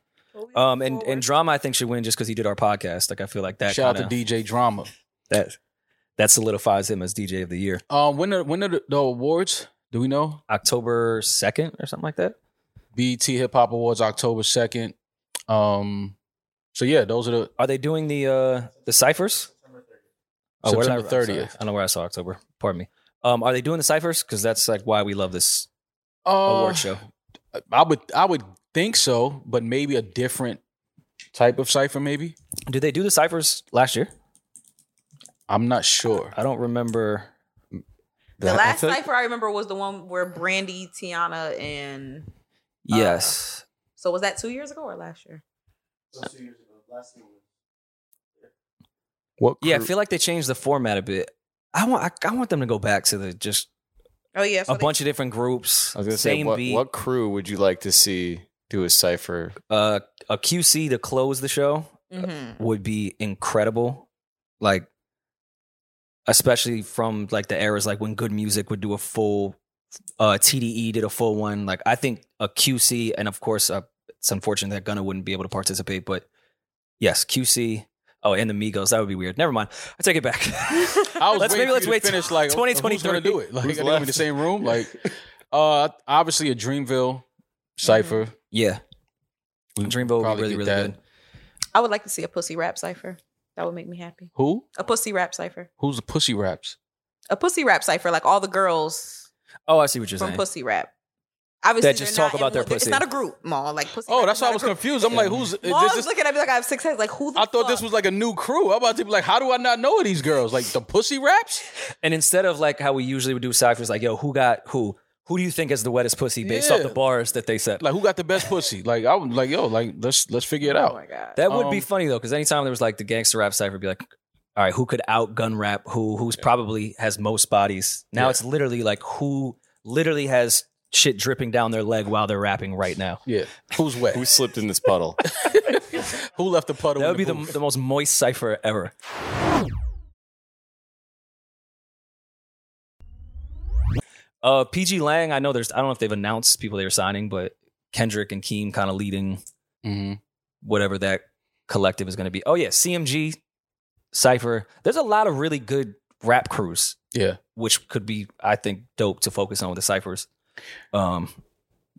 B: Um, and and drama I think should win just because he did our podcast. Like I feel like that
A: shout
B: kinda,
A: out to DJ Drama.
B: that that solidifies him as DJ of the year.
A: Um, when are when are the, the awards? Do we know?
B: October second or something like that.
A: BET Hip Hop Awards October second. Um, so yeah, those are the
B: Are they doing the uh the ciphers? Oh, where did I-
A: September
B: I'm sorry.
A: 30th.
B: I don't know where I saw October. Pardon me. Um, are they doing the ciphers? Because that's like why we love this
A: uh,
B: award show.
A: I would I would think so, but maybe a different type of cipher. Maybe
B: Did they do the ciphers last year?
A: I'm not sure.
B: I don't remember.
E: the last cipher I remember was the one where Brandy, Tiana, and
B: Uh, Yes.
E: so was that two years ago or last year?
F: What
B: yeah, I
F: crew-
B: feel like they changed the format a bit. I want I, I want them to go back to the just
E: Oh yeah, so
B: a
E: they-
B: bunch of different groups.
F: I was gonna
B: same
F: say, what,
B: beat.
F: what crew would you like to see do a cipher?
B: Uh, a QC to close the show
E: Mhm.
B: would be incredible. Like, especially from like the eras like when Good Music would do a full, uh, TDE did a full one. Like, I think a QC and of course uh, it's unfortunate that Gunna wouldn't be able to participate, but yes, QC. Oh, and the Migos. That would be weird. Never mind. I take
A: <laughs>
B: it back.
A: I was
B: let's
A: waiting
B: maybe
A: for
B: let's
A: you to
B: wait till
A: finish like uh,
B: 2023.
A: Who's gonna do it? Like are
F: Who's
A: they gonna be in
F: left?
A: the same room?
B: <laughs>
A: Like uh, obviously a Dreamville cipher.
B: Yeah.
A: We
B: Dreamville would be
A: probably
B: really,
A: get
B: really
A: that.
B: good.
E: I would like to see a pussy rap cipher. That would make me happy.
A: Who?
E: A pussy rap cipher.
A: Who's the Pussy Raps?
E: A pussy rap cipher, like all the girls
B: Oh, I see what you're
E: from
B: saying.
E: Pussy Rap. Obviously,
B: That just
E: they're
B: talk
E: not
B: about
E: in
B: their
E: one- they're-
B: pussy.
E: It's not a group, Maul. Like pussy.
A: Oh,
E: Rap
A: that's
E: is
A: why I
E: not
A: was
E: a group.
A: confused. I'm like, who's is
E: Maul
A: this?
E: was
A: Is,
E: looking at me like I have six heads. Like who? The
A: I thought this
E: fuck?
A: was like a new crew. I'm about to be like, how do I not know of these girls? Like the Pussy Raps?
B: And instead of like how we usually would do ciphers, like, yo, who got who? Who do you think is the wettest pussy based off
A: Yeah.
B: the bars that they set?
A: Like who got the best pussy? Like I was like, yo, like let's let's figure it
E: Oh
A: out.
E: my god.
B: that would be
A: um,
B: funny though, because anytime there was like the gangster rap cipher, it'd be like, all right, who could out gun rap? Who who's probably has most bodies? Now
A: Yeah.
B: it's literally like who literally has shit dripping down their leg while they're rapping right now.
A: Yeah. Who's wet?
F: Who slipped in
A: <laughs>
F: this puddle?
A: Who left the puddle?
B: That
A: in
B: would be the,
A: booth?
B: the most moist cipher ever. Uh, PG Lang, I know there's, I don't know if they've announced people they were signing, but Kendrick and Keem kind of leading
A: Mhm.
B: whatever that collective is going to be. Oh, yeah, CMG, Cypher. There's a lot of really good rap crews,
A: Yeah.
B: which could be, I think, dope to focus on with the Cyphers. Um,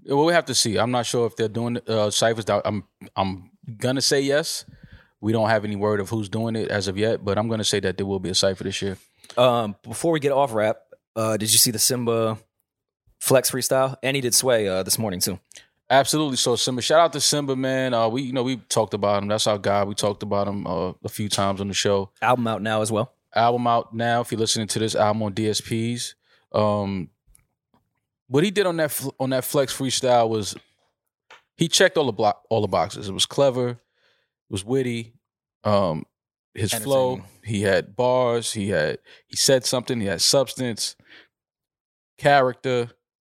A: Well, we have to see. I'm not sure if they're doing uh, ciphers. Down. I'm I'm gonna say yes. We don't have any word of who's doing it as of yet, but I'm gonna say that there will be a cipher this year.
B: Um, before we get off rap, uh, did you see the Simba flex freestyle? And he did sway uh, this morning too.
A: Absolutely. So Simba, shout out to Simba, man. Uh, we you know we talked about him. That's our guy. We talked about him uh, a few times on the show.
B: Album out now as well.
A: Album out now. If you're listening to this album on DSPs, um, what he did on that fl- on that flex freestyle was he checked all the block all the boxes. It was clever. It was witty. Um, his flow.
B: Entertaining.
A: He had bars. He had he said something. He had substance. Character.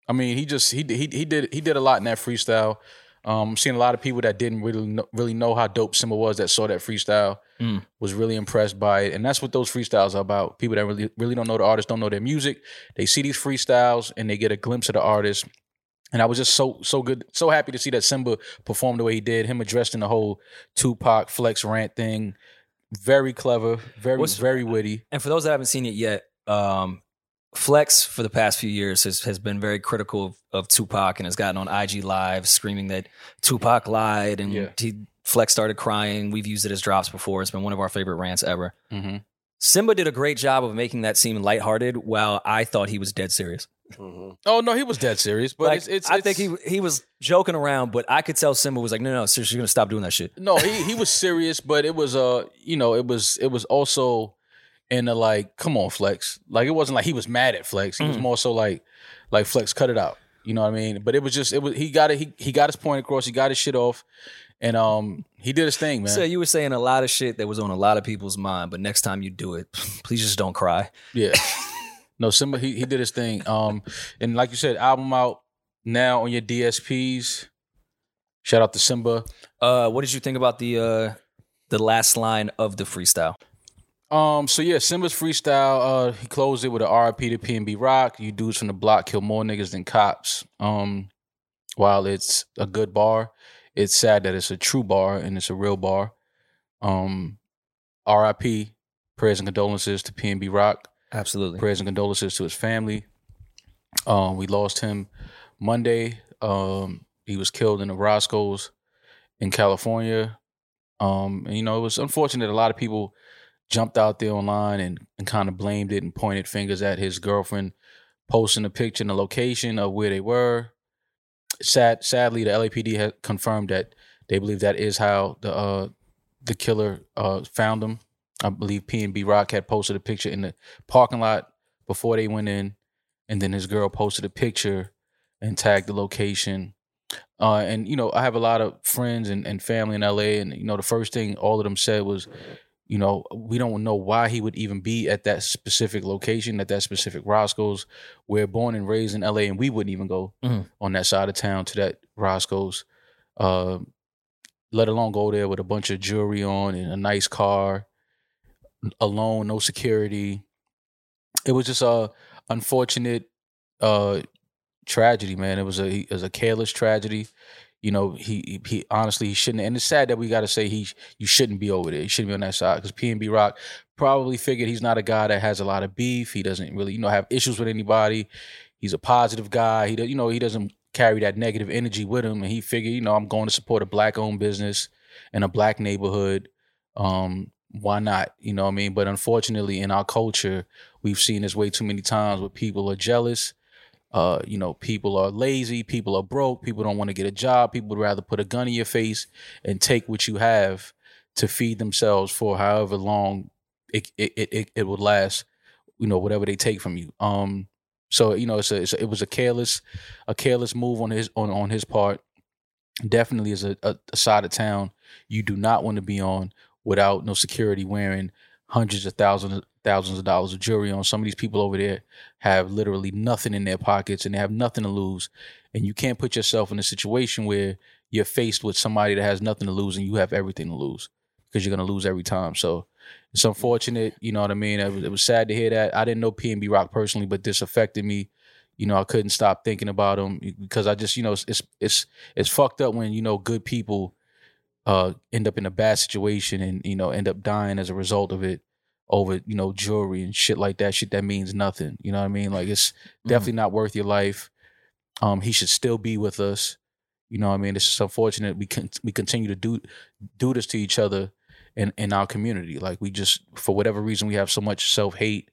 A: I mean, he just he did- he he did he did a lot in that freestyle. Um, I'm seeing a lot of people that didn't really know, really know how dope Simba was that saw that freestyle
B: Mm.
A: was really impressed by it, and that's what those freestyles are about. People that really really don't know the artist, don't know their music. They see these freestyles and they get a glimpse of the artist. And I was just so so good, so happy to see that Simba performed the way he did. Him addressing the whole Tupac flex rant thing, very clever, very
B: What's-
A: very witty.
B: And for those that haven't seen it yet, um, Flex for the past few years has, has been very critical of, of Tupac and has gotten on IG Live screaming that Tupac lied and
A: Yeah.
B: he, Flex started crying. We've used it as drops before. It's been one of our favorite rants ever.
A: Mm-hmm.
B: Simba did a great job of making that seem lighthearted while I thought he was dead serious.
A: Oh no, he was dead serious, but
B: Like,
A: it's, it's
B: I
A: it's-
B: think he he was joking around, but I could tell Simba was like, no, no, seriously, you're gonna stop doing that shit.
A: No, he, he was serious, but it was uh you know it was it was also in the like come on Flex like it wasn't like he was mad at Flex he was
B: Mm.
A: more so like like Flex cut it out you know what I mean but it was just it was he got it he, he got his point across he got his shit off and um he did his thing man
B: So you were saying a lot of shit that was on a lot of people's mind, but next time you do it, <laughs> please just don't cry.
A: yeah no Simba he he did his thing um and like you said album out now on your DSPs shout out to Simba
B: Uh, what did you think about the uh, the last line of the freestyle?
A: Um. So yeah, Simba's freestyle. Uh, he closed it with an RIP to PNB Rock. You dudes from the block kill more niggas than cops. Um, while it's a good bar, it's sad that it's a true bar and it's a real bar. Um, RIP. Prayers and condolences to PNB Rock.
B: Absolutely.
A: Prayers and condolences to his family. Um, we lost him Monday. Um, he was killed in the Roscoe's in California. Um, and you know, it was unfortunate. A lot of people jumped out there online and, and kind of blamed it and pointed fingers at his girlfriend posting a picture and the location of where they were. Sad, sadly, the LAPD had confirmed that they believe that is how the uh, the killer uh, found them. I believe P and B Rock had posted a picture in the parking lot before they went in, and then his girl posted a picture and tagged the location. Uh, and you know, I have a lot of friends and, and family in LA, and you know, the first thing all of them said was, you know, we don't know why he would even be at that specific location, at that specific Roscoe's. We're born and raised in LA, and we wouldn't even go
B: Mhm.
A: on that side of town to that Roscoe's, uh, let alone go there with a bunch of jewelry on and a nice car, alone, no security it was just a unfortunate uh tragedy man it was a it was a careless tragedy you know he he he- honestly he shouldn't and it's sad that we got to say he you shouldn't be over there you shouldn't be on that side because pnb rock probably figured he's not a guy that has a lot of beef he doesn't really you know have issues with anybody he's a positive guy he do- you know he doesn't carry that negative energy with him and he figured you know i'm going to support a black owned business in a black neighborhood um why not you know what i mean but unfortunately in our culture We've seen this way too many times where people are jealous. Uh, you know, people are lazy, people are broke, people don't want to get a job, people would rather put a gun in your face and take what you have to feed themselves for however long it it it, it, it would last, you know, whatever they take from you. Um so, you know, it's a, it's a it was a careless a careless move on his on, on his part. Definitely is a, a, a side of town you do not want to be on without no security wearing hundreds of thousands thousands of dollars of jewelry on. Some of these people over there have literally nothing in their pockets and they have nothing to lose. And you can't put yourself in a situation where you're faced with somebody that has nothing to lose and you have everything to lose because you're going to lose every time. So it's unfortunate. You know what I mean? It was, it was sad to hear that. I didn't know PNB Rock personally, but this affected me. You know, I couldn't stop thinking about him because I just, you know, it's it's it's, it's fucked up when you know good people uh, end up in a bad situation and you know end up dying as a result of it over you know jewelry and shit like that shit that means nothing you know what i mean like it's definitely not worth your life um he should still be with us you know what i mean it's just unfortunate we can we continue to do do this to each other in in our community like we just for whatever reason we have so much self-hate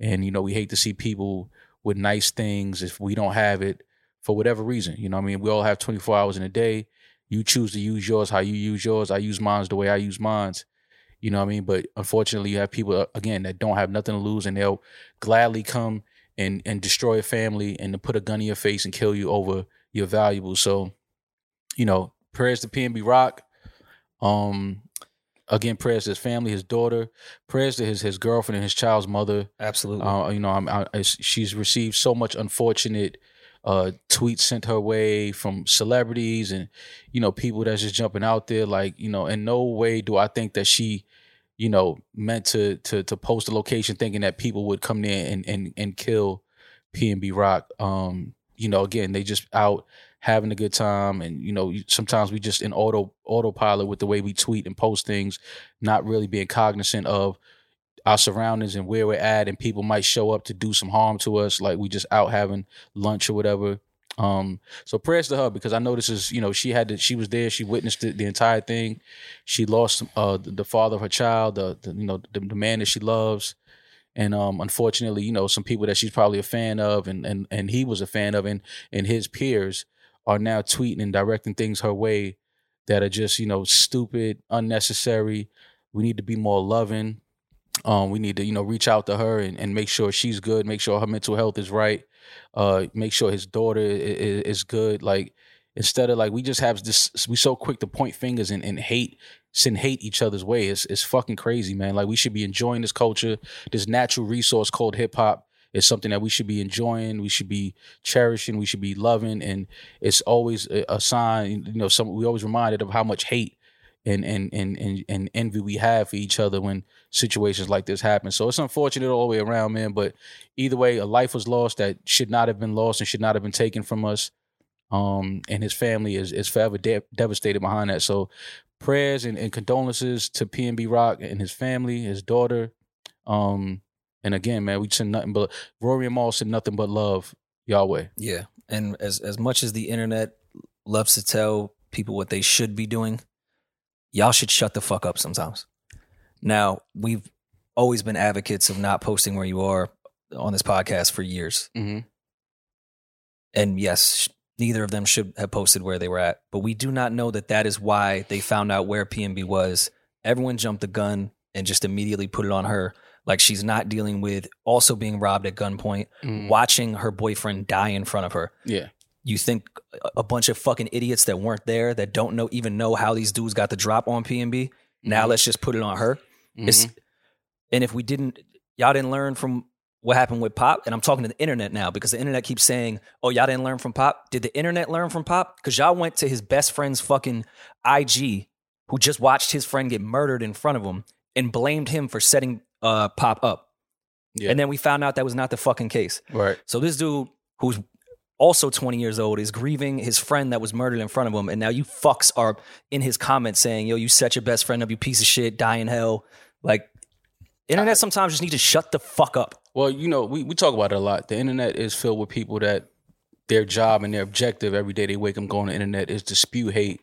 A: and you know we hate to see people with nice things if we don't have it for whatever reason you know what i mean we all have 24 hours in a day you choose to use yours how you use yours i use mine's the way i use mine's you know what i mean but unfortunately you have people uh, again that don't have nothing to lose and they'll gladly come and and destroy a family and to put a gun in your face and kill you over your valuables so you know prayers to pnb rock um again prayers to his family his daughter prayers to his his girlfriend and his child's mother
B: Absolutely.
A: uh, you know, I'm, I, I- she's received so much unfortunate uh, tweets sent her way from celebrities and you know people that's just jumping out there. Like you know, in no way do I think that she, you know, meant to to to post a location thinking that people would come there and and and kill PNB Rock. Um, you know, again, they just out having a good time and you know you- sometimes we just in auto autopilot with the way we tweet and post things not really being cognizant of our surroundings and where we're at and people might show up to do some harm to us like we just out having lunch or whatever um so prayers to her because i know this is you know she had to she was there she witnessed the, the entire thing she lost uh the, the father of her child the, the you know the, the man that she loves and um unfortunately you know some people that she's probably a fan of and and and he was a fan of and and his peers are now tweeting and directing things her way that are just you know stupid unnecessary we need to be more loving um, we need to, you know, reach out to her and, and make sure she's good, make sure her mental health is right, uh, make sure his daughter is, is good. Like instead of like we just have this, we so quick to point fingers and, and hate, send hate each other's way. It's it's fucking crazy, man. Like we should be enjoying this culture, this natural resource called hip hop. is something that we should be enjoying. We should be cherishing. We should be loving, and it's always a, a sign. You know, some we always reminded of how much hate and and and and, and envy we have for each other when situations like this happen. So it's unfortunate all the way around, man. But either way, a life was lost that should not have been lost and should not have been taken from us. Um, and his family is is forever de- devastated behind that. So prayers and, and condolences to PNB Rock and his family, his daughter. Um, and again, man, we send nothing but Rory and Maul send nothing but love, Yahweh.
B: Yeah, and as as much as the internet loves to tell people what they should be doing, y'all should shut the fuck up sometimes. Now, we've always been advocates of not posting where you are on this podcast for years.
A: Mm-hmm.
B: And yes, sh- neither of them should have posted where they were at, but we do not know that that is why they found out where PNB was. Everyone jumped the gun and just immediately put it on her like she's not dealing with also being robbed at gunpoint, watching her boyfriend die in front of her
A: Yeah,
B: you think a- a bunch of fucking idiots that weren't there that don't know even know how these dudes got the drop on PNB. B. Now let's just put it on her.
A: Mm-hmm.
B: It's and if we didn't y'all didn't learn from what happened with Pop, and I'm talking to the internet now because the internet keeps saying, "Oh, y'all didn't learn from Pop." Did the internet learn from Pop? Because y'all went to his best friend's fucking IG, who just watched his friend get murdered in front of him, and blamed him for setting uh, Pop up.
A: Yeah.
B: And then we found out that was not the fucking case.
A: right.
B: So this dude who's also 20 years old is grieving his friend that was murdered in front of him, and now you fucks are in his comments saying, "Yo, you set your best friend up, you piece of shit, die in hell." Like, internet sometimes just need to shut the fuck up.
A: Well, you know, we, we talk about it a lot. The internet is filled with people that their job and their objective every day they wake up going on the internet is to spew hate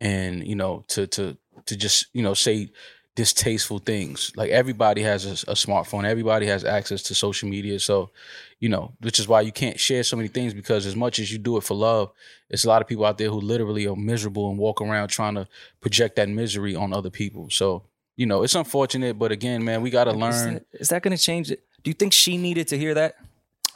A: and, you know, to to to just, you know, say distasteful things. Like everybody has a, a smartphone, everybody has access to social media. So, you know, which is why you can't share so many things because as much as you do it for love, it's a lot of people out there who literally are miserable and walk around trying to project that misery on other people. So, you know, it's unfortunate, but again, man, we gotta
B: Is
A: learn.
B: that, is that going to change it? Do you think she needed to hear that?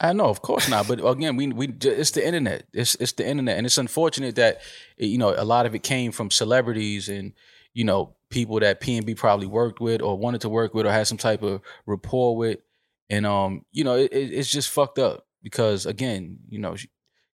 A: I know, of course not. But again, we we it's the internet. It's it's the internet, and it's unfortunate that you know a lot of it came from celebrities and you know people that PNB probably worked with or wanted to work with or had some type of rapport with, and um, you know, it, it, it's just fucked up because again, you know, she,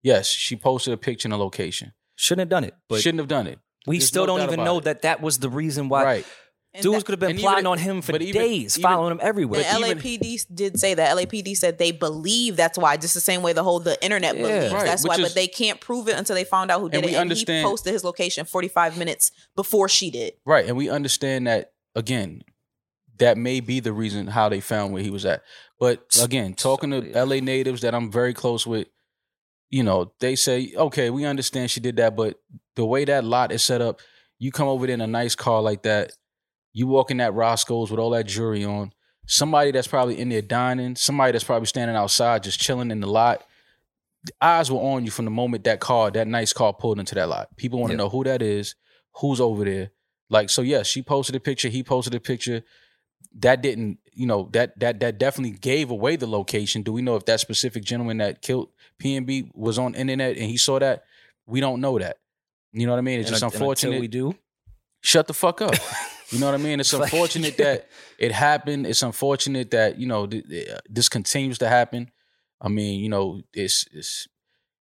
A: yes, she posted a picture and a location,
B: Shouldn't have done it, but
A: shouldn't have done it.
B: we
A: there's
B: still
A: no
B: don't
A: doubt
B: even
A: about
B: know
A: it.
B: that that was the reason why.
A: right?
E: And
B: Dudes
E: that-
B: could have been
A: and even
B: plotting
A: if-
B: on him for
A: but even-
B: days,
A: even-
B: following him everywhere.
A: but
E: and
A: even-
E: LAPD did say that LAPD said they believe that's why, just the same way the whole the internet
B: Yeah.
E: believes
A: Right,
E: that's
A: which
E: why,
A: is-
E: but they can't prove it until they found out who did
A: And
E: it.
A: we
E: and
A: understand-
E: he posted his location 45 minutes before she did.
A: Right. And we understand that again, that may be the reason how they found where he was at. But again, talking to
B: yeah.
A: LA natives that I'm very close with, you know, they say, okay, we understand she did that, but the way that lot is set up, you come over there in a nice car like that, you walk in that Roscoe's with all that jewelry on, somebody that's probably in there dining, somebody that's probably standing outside just chilling in the lot. The eyes were on you from the moment that car, that nice car pulled into that lot. People want to
B: Yeah.
A: know who that is, who's over there. Like, so yes, she posted a picture, he posted a picture. That didn't, you know, that that that definitely gave away the location. Do we know if that specific gentleman that killed PNB was on internet and he saw that? We don't know that. You know what I mean? It's
B: And
A: just
B: un- and until
A: unfortunate
B: we do.
A: shut the fuck up. You know what I mean? It's
B: Like-
A: unfortunate that it happened. It's unfortunate that you know th- th- this continues to happen. I mean, you know, it's it's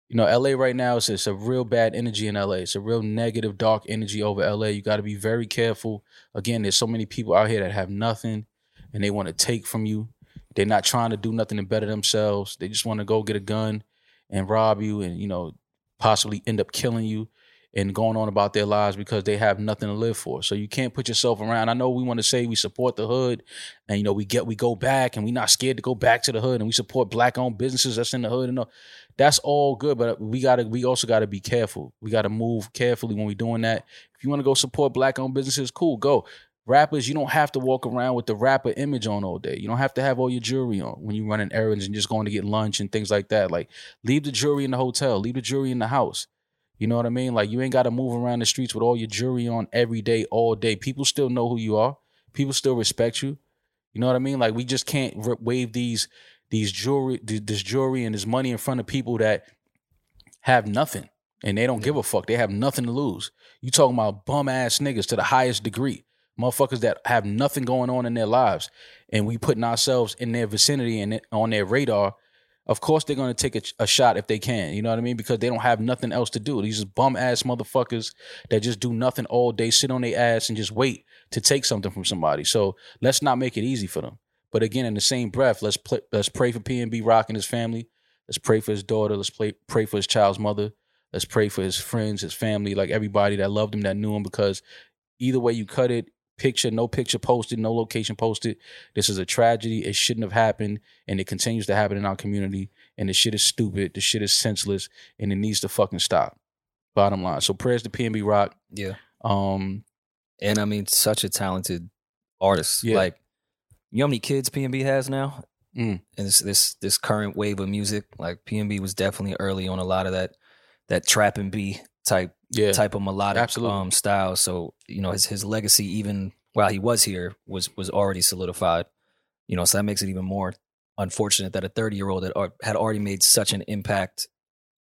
A: you know, LA right now is it's a real bad energy in LA. It's a real negative, dark energy over LA. You got to be very careful. Again, there's so many people out here that have nothing and they want to take from you. They're not trying to do nothing to better themselves. They just want to go get a gun and rob you and you know possibly end up killing you and going on about their lives because they have nothing to live for. So you can't put yourself around. I know we want to say we support the hood and you know we get we go back and we're not scared to go back to the hood and we support black owned businesses that's in the hood and all. That's all good, but we got to we also got to be careful. We got to move carefully when we're doing that. If you want to go support black owned businesses, cool, go. Rappers, you don't have to walk around with the rapper image on all day. You don't have to have all your jewelry on when you're running errands and just going to get lunch and things like that. Like, leave the jewelry in the hotel, leave the jewelry in the house. You know what I mean? Like you ain't got to move around the streets with all your jewelry on every day, all day. People still know who you are. People still respect you. You know what I mean? Like we just can't r- wave these these jewelry th- this jewelry and this money in front of people that have nothing and they don't give a fuck. They have nothing to lose. You talking about bum ass niggas to the highest degree. Motherfuckers that have nothing going on in their lives and we putting ourselves in their vicinity and on their radar of course they're going to take a, a shot if they can. You know what I mean? Because they don't have nothing else to do. These just bum ass motherfuckers that just do nothing all day, sit on their ass and just wait to take something from somebody. So let's not make it easy for them. But again, in the same breath, let's pl- let's pray for PNB Rock and his family. Let's pray for his daughter. Let's play, pray for his child's mother. Let's pray for his friends, his family, like everybody that loved him, that knew him. Because either way you cut it, picture, no picture posted, no location posted. This is a tragedy. It shouldn't have happened, and it continues to happen in our community and this shit is stupid. This shit is senseless, and it needs to fucking stop. Bottom line. So prayers to PNB Rock.
B: Yeah.
A: Um,
B: And I mean, such a talented artist.
A: Yeah.
B: Like, you know how many kids PNB has now?
A: Mm.
B: And this, this this current wave of music, like PNB was definitely early on a lot of that that trap and B type
A: yeah,
B: type of melodic
A: Absolutely.
B: um style. So you know his his legacy, even while he was here, was was already solidified. You know, so that makes it even more unfortunate that a thirty year old that ar- had already made such an impact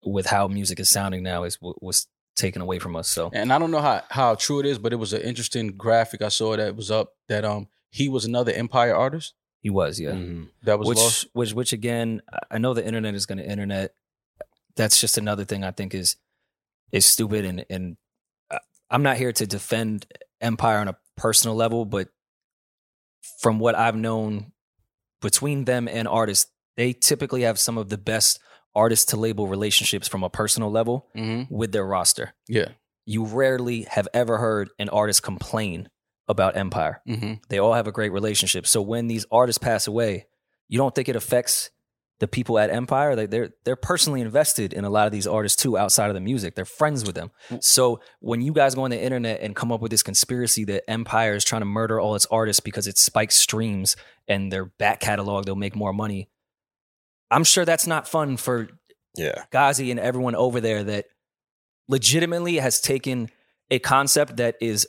B: with how music is sounding now is wa- was taken away from us. So
A: and I don't know how how true it is, but it was an interesting graphic I saw that was up that um he was another Empire artist
B: he was, yeah.
A: that was
B: which,
A: lost.
B: Which, which again, I- I know the internet is going to internet. That's just another thing I think is is stupid, and and I- I'm not here to defend Empire on a personal level, but from what I've known between them and artists, they typically have some of the best artist to label relationships from a personal level
A: Mm-hmm.
B: with their roster.
A: Yeah.
B: You rarely have ever heard an artist complain about Empire
A: Mm-hmm.
B: they all have a great relationship. So when these artists pass away, you don't think it affects the people at Empire? Like they're they're personally invested in a lot of these artists too, outside of the music. They're friends with them. So when you guys go on the internet and come up with this conspiracy that Empire is trying to murder all its artists because it spikes streams and their back catalog, they'll make more money. I'm sure that's not fun for
F: Yeah.
B: Ghazi and everyone over there that legitimately has taken a concept that is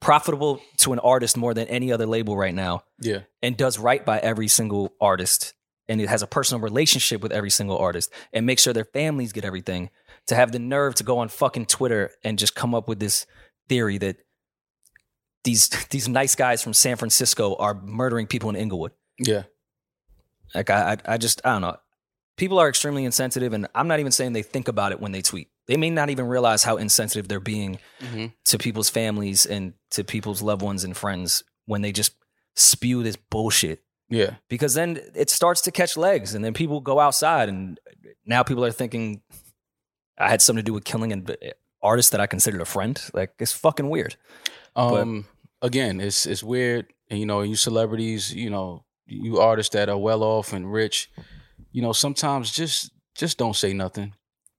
B: profitable to an artist more than any other label right now
A: Yeah.
B: and does right by every single artist and it has a personal relationship with every single artist and make sure their families get everything to have the nerve to go on fucking Twitter and just come up with this theory that these <laughs> these nice guys from San Francisco are murdering people in Inglewood.
A: Yeah.
B: Like I, I I just I don't know. People are extremely insensitive, and I'm not even saying they think about it when they tweet. They may not even realize how insensitive they're being
A: Mhm.
B: to people's families and to people's loved ones and friends when they just spew this bullshit
A: Yeah.
B: because then it starts to catch legs and then people go outside and now people are thinking i had something to do with killing an eh, artist that i considered a friend like it's fucking weird
A: Um, again, it's it's weird, and you know, you celebrities, you know, you artists that are well off and rich, you know, sometimes just just don't say nothing.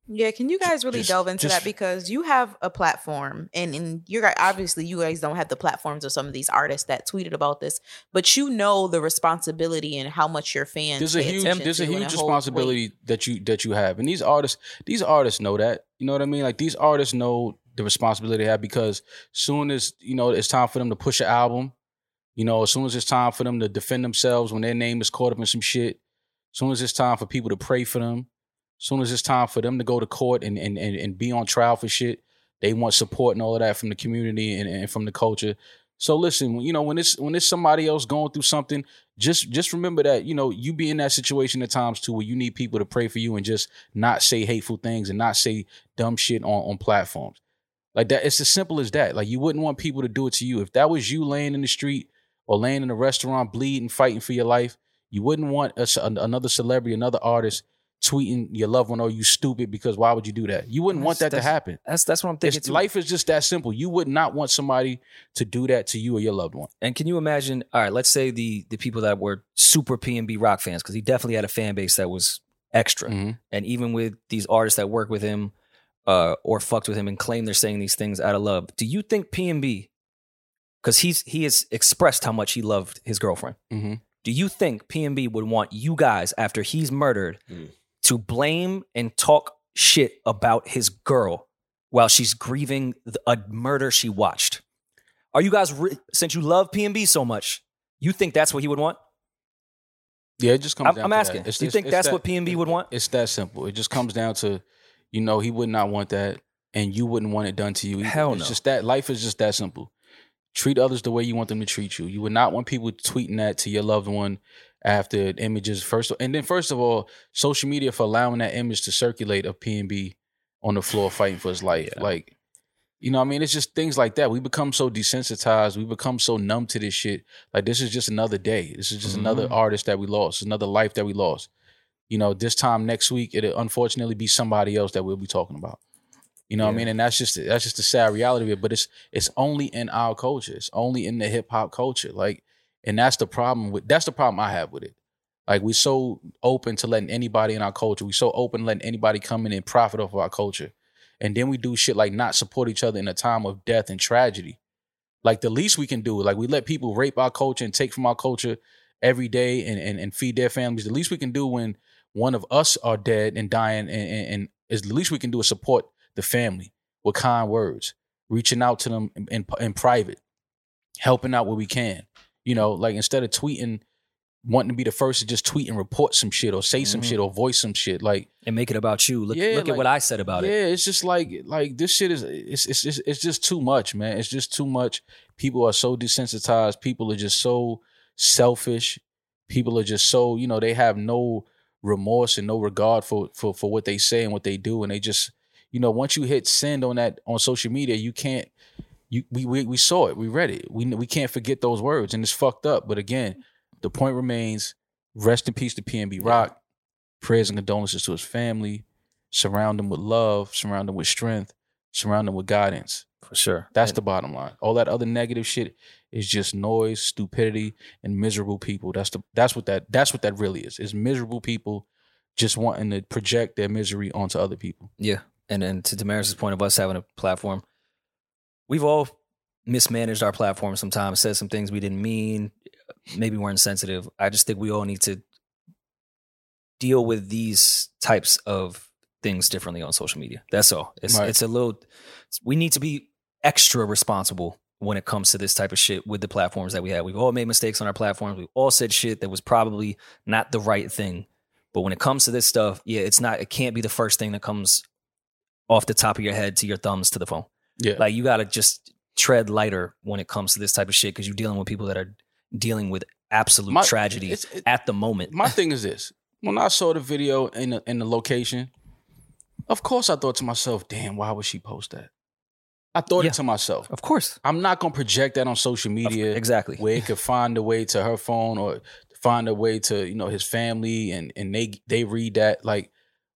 E: Yeah, can you guys really
A: just-
E: delve into
A: just-
E: that because you have a platform, and and you're guy- obviously you guys don't have the platforms of some of these artists that tweeted about this, but you know the responsibility and how much your fans.
A: There's a
E: pay
A: huge
E: attention
A: there's a
E: to and
A: huge
E: hold weight.
A: responsibility that you that you have, and these artists these artists know that. You know what I mean? Like these artists know the responsibility they have because soon as you know it's time for them to push an album, you know, as soon as it's time for them to defend themselves when their name is caught up in some shit, as soon as it's time for people to pray for them, as soon as it's time for them to go to court and and and, and be on trial for shit, they want support and all of that from the community and, and from the culture. So listen, you know, when it's when it's somebody else going through something, just just remember that, you know, you be in that situation at times too where you need people to pray for you and just not say hateful things and not say dumb shit on, on platforms. Like that, it's as simple as that. Like you wouldn't want people to do it to you. If that was you laying in the street or laying in a restaurant, bleeding, fighting for your life, you wouldn't want us another celebrity, another artist tweeting your loved one, "Oh, you stupid," because why would you do that? You wouldn't want that
B: That's-
A: to
B: that's-
A: happen.
B: that's that's what i'm thinking
A: It's,
B: too.
A: life is just that simple. You would not want somebody to do that to you or your loved one.
B: and can you imagine all right let's say the the people that were super p&b rock fans because he definitely had a fan base that was extra and even with these artists that work with him uh, or fucked with him and claim they're saying these things out of love do you think p&b because he's he has expressed how much he loved his girlfriend
A: Mhm.
B: do you think p&b would want you guys after he's murdered
F: Mm.
B: to blame and talk shit about his girl while she's grieving th- a murder she watched are you guys re- since you love p&b so much you think that's what he would want
A: Yeah, it just comes.
B: I'm-
A: down
B: I'm
A: to that.
B: asking. Do you think that's what PNB would want?
A: It's that simple. It just comes down to, you know, he would not want that, and you wouldn't want it done to you. either.
B: Hell
A: It's
B: no.
A: just that life is just that simple. Treat others the way you want them to treat you. You would not want people tweeting that to your loved one after images first, and then first of all, social media for allowing that image to circulate of PNB on the floor fighting for his life, like. You know, what I mean, it's just things like that. We become so desensitized. We become so numb to this shit. Like this is just another day. This is just another artist that we lost. Another life that we lost. You know, this time next week, it'll unfortunately be somebody else that we'll be talking about. You know what I mean? And that's just that's just the sad reality of it. But it's it's only in our culture. It's only in the hip hop culture. Like, and that's the problem with that's the problem I have with it. Like we're so open to letting anybody in our culture. We're so open letting anybody come in and profit off of our culture. And then we do shit like not support each other in a time of death and tragedy. Like the least we can do, like we let people rape our culture and take from our culture every day and and, and feed their families. The least we can do when one of us are dead and dying and, and, and is the least we can do is support the family with kind words, reaching out to them in, in, in private, helping out where we can. You know, like instead of tweeting, wanting to be the first to just tweet and report some shit or say some
B: Mhm.
A: shit or voice some shit. Like
B: and make it about you look,
A: Yeah,
B: look
A: like-
B: at what i said about
A: yeah,
B: it
A: it's just like like this shit is it's, it's it's it's just too much, man. It's just too much. People are so desensitized. People are just so selfish. People are just so you know they have no remorse and no regard for for for what they say and what they do, and they just you know once you hit send on that on social media, you can't. You we we, we saw it. We read it. We we can't forget those words, and it's fucked up. But again, the point remains. Rest in peace to PNB Rock. Prayers and condolences to his family surround them with love, surround them with strength, surround them with guidance.
B: for sure
A: That's the bottom line. All that other negative shit is just noise, stupidity, and miserable people. That's the that's what that that's what that really is. Is miserable people just wanting to project their misery onto other people.
B: Yeah. And and to Damaris's point of us having a platform, we've all mismanaged our platform sometimes, said some things we didn't mean, maybe we're insensitive. I just think we all need to deal with these types of things differently on social media. That's all. It's
A: Right.
B: it's a little we need to be extra responsible when it comes to this type of shit with the platforms that we have. We've all made mistakes on our platforms. We've all said shit that was probably not the right thing. But when it comes to this stuff, yeah, it's not it can't be the first thing that comes off the top of your head to your thumbs to the phone.
A: Yeah.
B: Like you gotta just tread lighter when it comes to this type of shit because you're dealing with people that are dealing with absolute
A: My-
B: tragedy
A: it's- it-
B: at the moment.
A: My thing is this: when I saw the video in the, in the location, of course I thought to myself, "Damn, why would she post that?" I thought
B: Yeah.
A: it to myself.
B: of course,
A: I'm not gonna project that on social
B: Of-
A: media,
B: exactly.
A: where it could find a way to her phone or find a way to you know his family, and and they they read that like,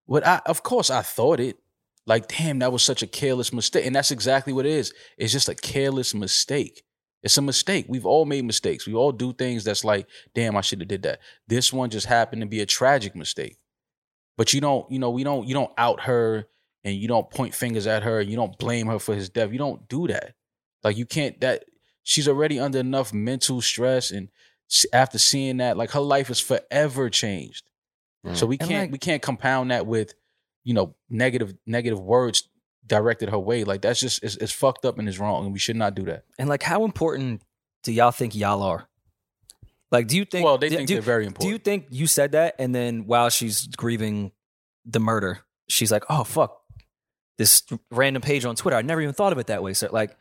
A: what I of course I thought it. Like, damn, that was such a careless mistake. And that's exactly what it is. It's just a careless mistake. It's a mistake. We've all made mistakes. We all do things that's like, damn, I should have did that. This one just happened to be a tragic mistake. But you don't, you know, we don't, you don't out her and you don't point fingers at her. You don't blame her for his death. You don't do that. Like you can't. That she's already under enough mental stress, and s- after seeing that, like her life is forever changed.
F: Mm.
A: So we
B: And,
A: can't,
B: like-
A: we can't compound that with, you know, negative negative words directed her way. Like that's just it's, it's fucked up and it's wrong, and we should not do that.
B: And like, how important do y'all think y'all are? Like, do you think?
A: well, they
B: do,
A: think
B: do-
A: they're very
B: Do you
A: important.
B: think you said that, and then while she's grieving the murder, she's like, "Oh fuck, this random page on Twitter. I never even thought of it that way." So, like,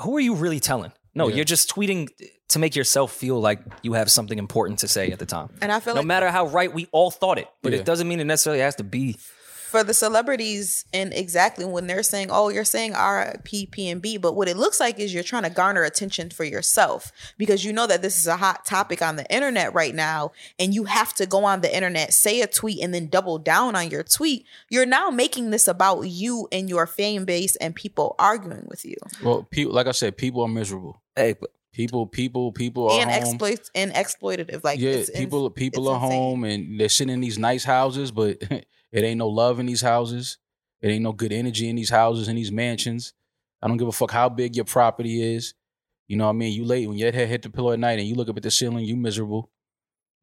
B: who are you really telling? No,
A: Yeah.
B: you're just tweeting to make yourself feel like you have something important to say at the time.
E: And I feel
B: no
E: like
B: matter how right we all thought it, but
A: Yeah.
B: it doesn't mean it necessarily has to be.
E: for the celebrities and exactly when they're saying, "Oh, you're saying R.I.P. P.M.B.," but what it looks like is you're trying to garner attention for yourself because you know that this is a hot topic on the internet right now, and you have to go on the internet, say a tweet, and then double down on your tweet. You're now making this about you and your fan base and people arguing with you
A: well, people, like I said, people are miserable.
B: Hey,
A: People, people, people are
E: and
A: home.
E: exploit and exploitative. Like
A: um, yeah,
E: it's- it's-
A: people people
E: it's
A: are
E: insane.
A: home and they're sitting in these nice houses, but <laughs> it ain't no love in these houses. It ain't no good energy in these houses in these mansions. I don't give a fuck how big your property is. You know what I mean? You late when your head hit the pillow at night and you look up at the ceiling, you miserable.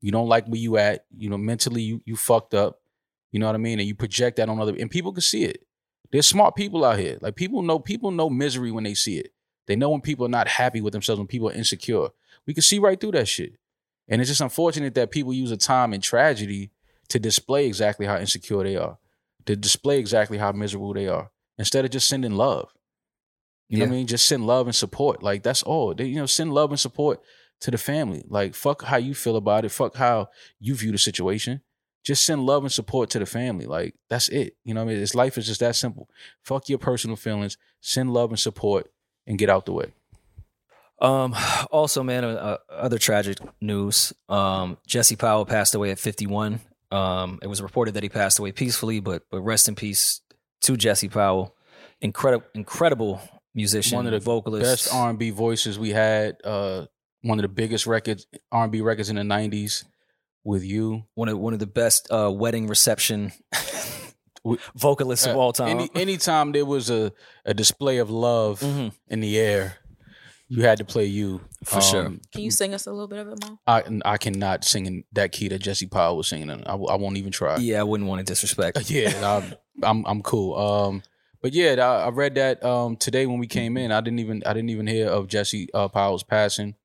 A: You don't like where you at. You know, mentally you you fucked up. You know what I mean? And you project that on other and people can see it. There's smart people out here. Like people know people know misery when they see it. They know when people are not happy with themselves, when people are insecure. We can see right through that shit. And it's just unfortunate that people use a time in tragedy to display exactly how insecure they are, to display exactly how miserable they are, instead of just sending love. You know what I mean? Just send love and support. Like that's all. They, you know, send love and support to the family. Like fuck how you feel about it. Fuck how you view the situation. Just send love and support to the family. Like that's it. You know what I mean? It's life is just that simple. Fuck your personal feelings. Send love and support and get out the way.
B: Um, also, man, uh, uh, other tragic news. Um, Jesse Powell passed away at 51. Um, it was reported that he passed away peacefully, but but rest in peace to Jesse Powell, incredible, incredible musician,
A: One of the
B: vocalists.
A: Best R&B voices we had. Uh, one of the biggest records, R&B records in the '90s, with you.
B: one of one of the best uh, wedding reception
A: We-
B: <laughs> vocalists of
A: Uh,
B: all time. <laughs>
A: Any anytime there was a a display of love
B: Mhm.
A: in the air, you had to play you Um,
B: For sure.
E: Can you sing us a little bit of it, Mom?
A: I I cannot sing in that key that Jesse Powell was singing. In. I w- I won't even try.
B: Yeah, I wouldn't want to
A: Uh, <laughs>
B: disrespect.
A: yeah, I'm, I'm I'm cool. Um, but yeah, I, I read that um today when we came in. I didn't even I didn't even hear of Jesse uh, Powell's passing.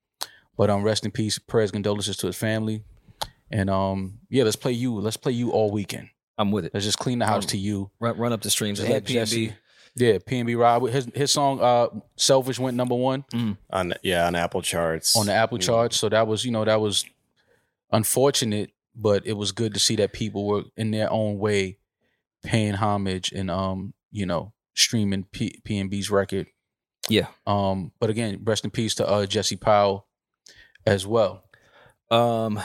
A: But um, rest in peace. Prayers, condolences to his family. And um, yeah, let's play you. Let's play you all weekend.
B: I'm with it.
A: Let's just clean the house
B: Um,
A: to you.
B: Run, run up the streams.
A: Just
B: Just let
A: let uh,
B: PNB.
A: Jesse. Yeah, PNB Rob. His his song uh, "Selfish" went number one
F: on yeah on Apple charts
A: on the Apple
F: Mm.
A: charts. So that was you know that was unfortunate, but it was good to see that people were in their own way paying homage and um you know streaming P- PNB's record.
B: Yeah.
A: Um. But again, rest in peace to uh, Jesse Powell as well.
B: Um,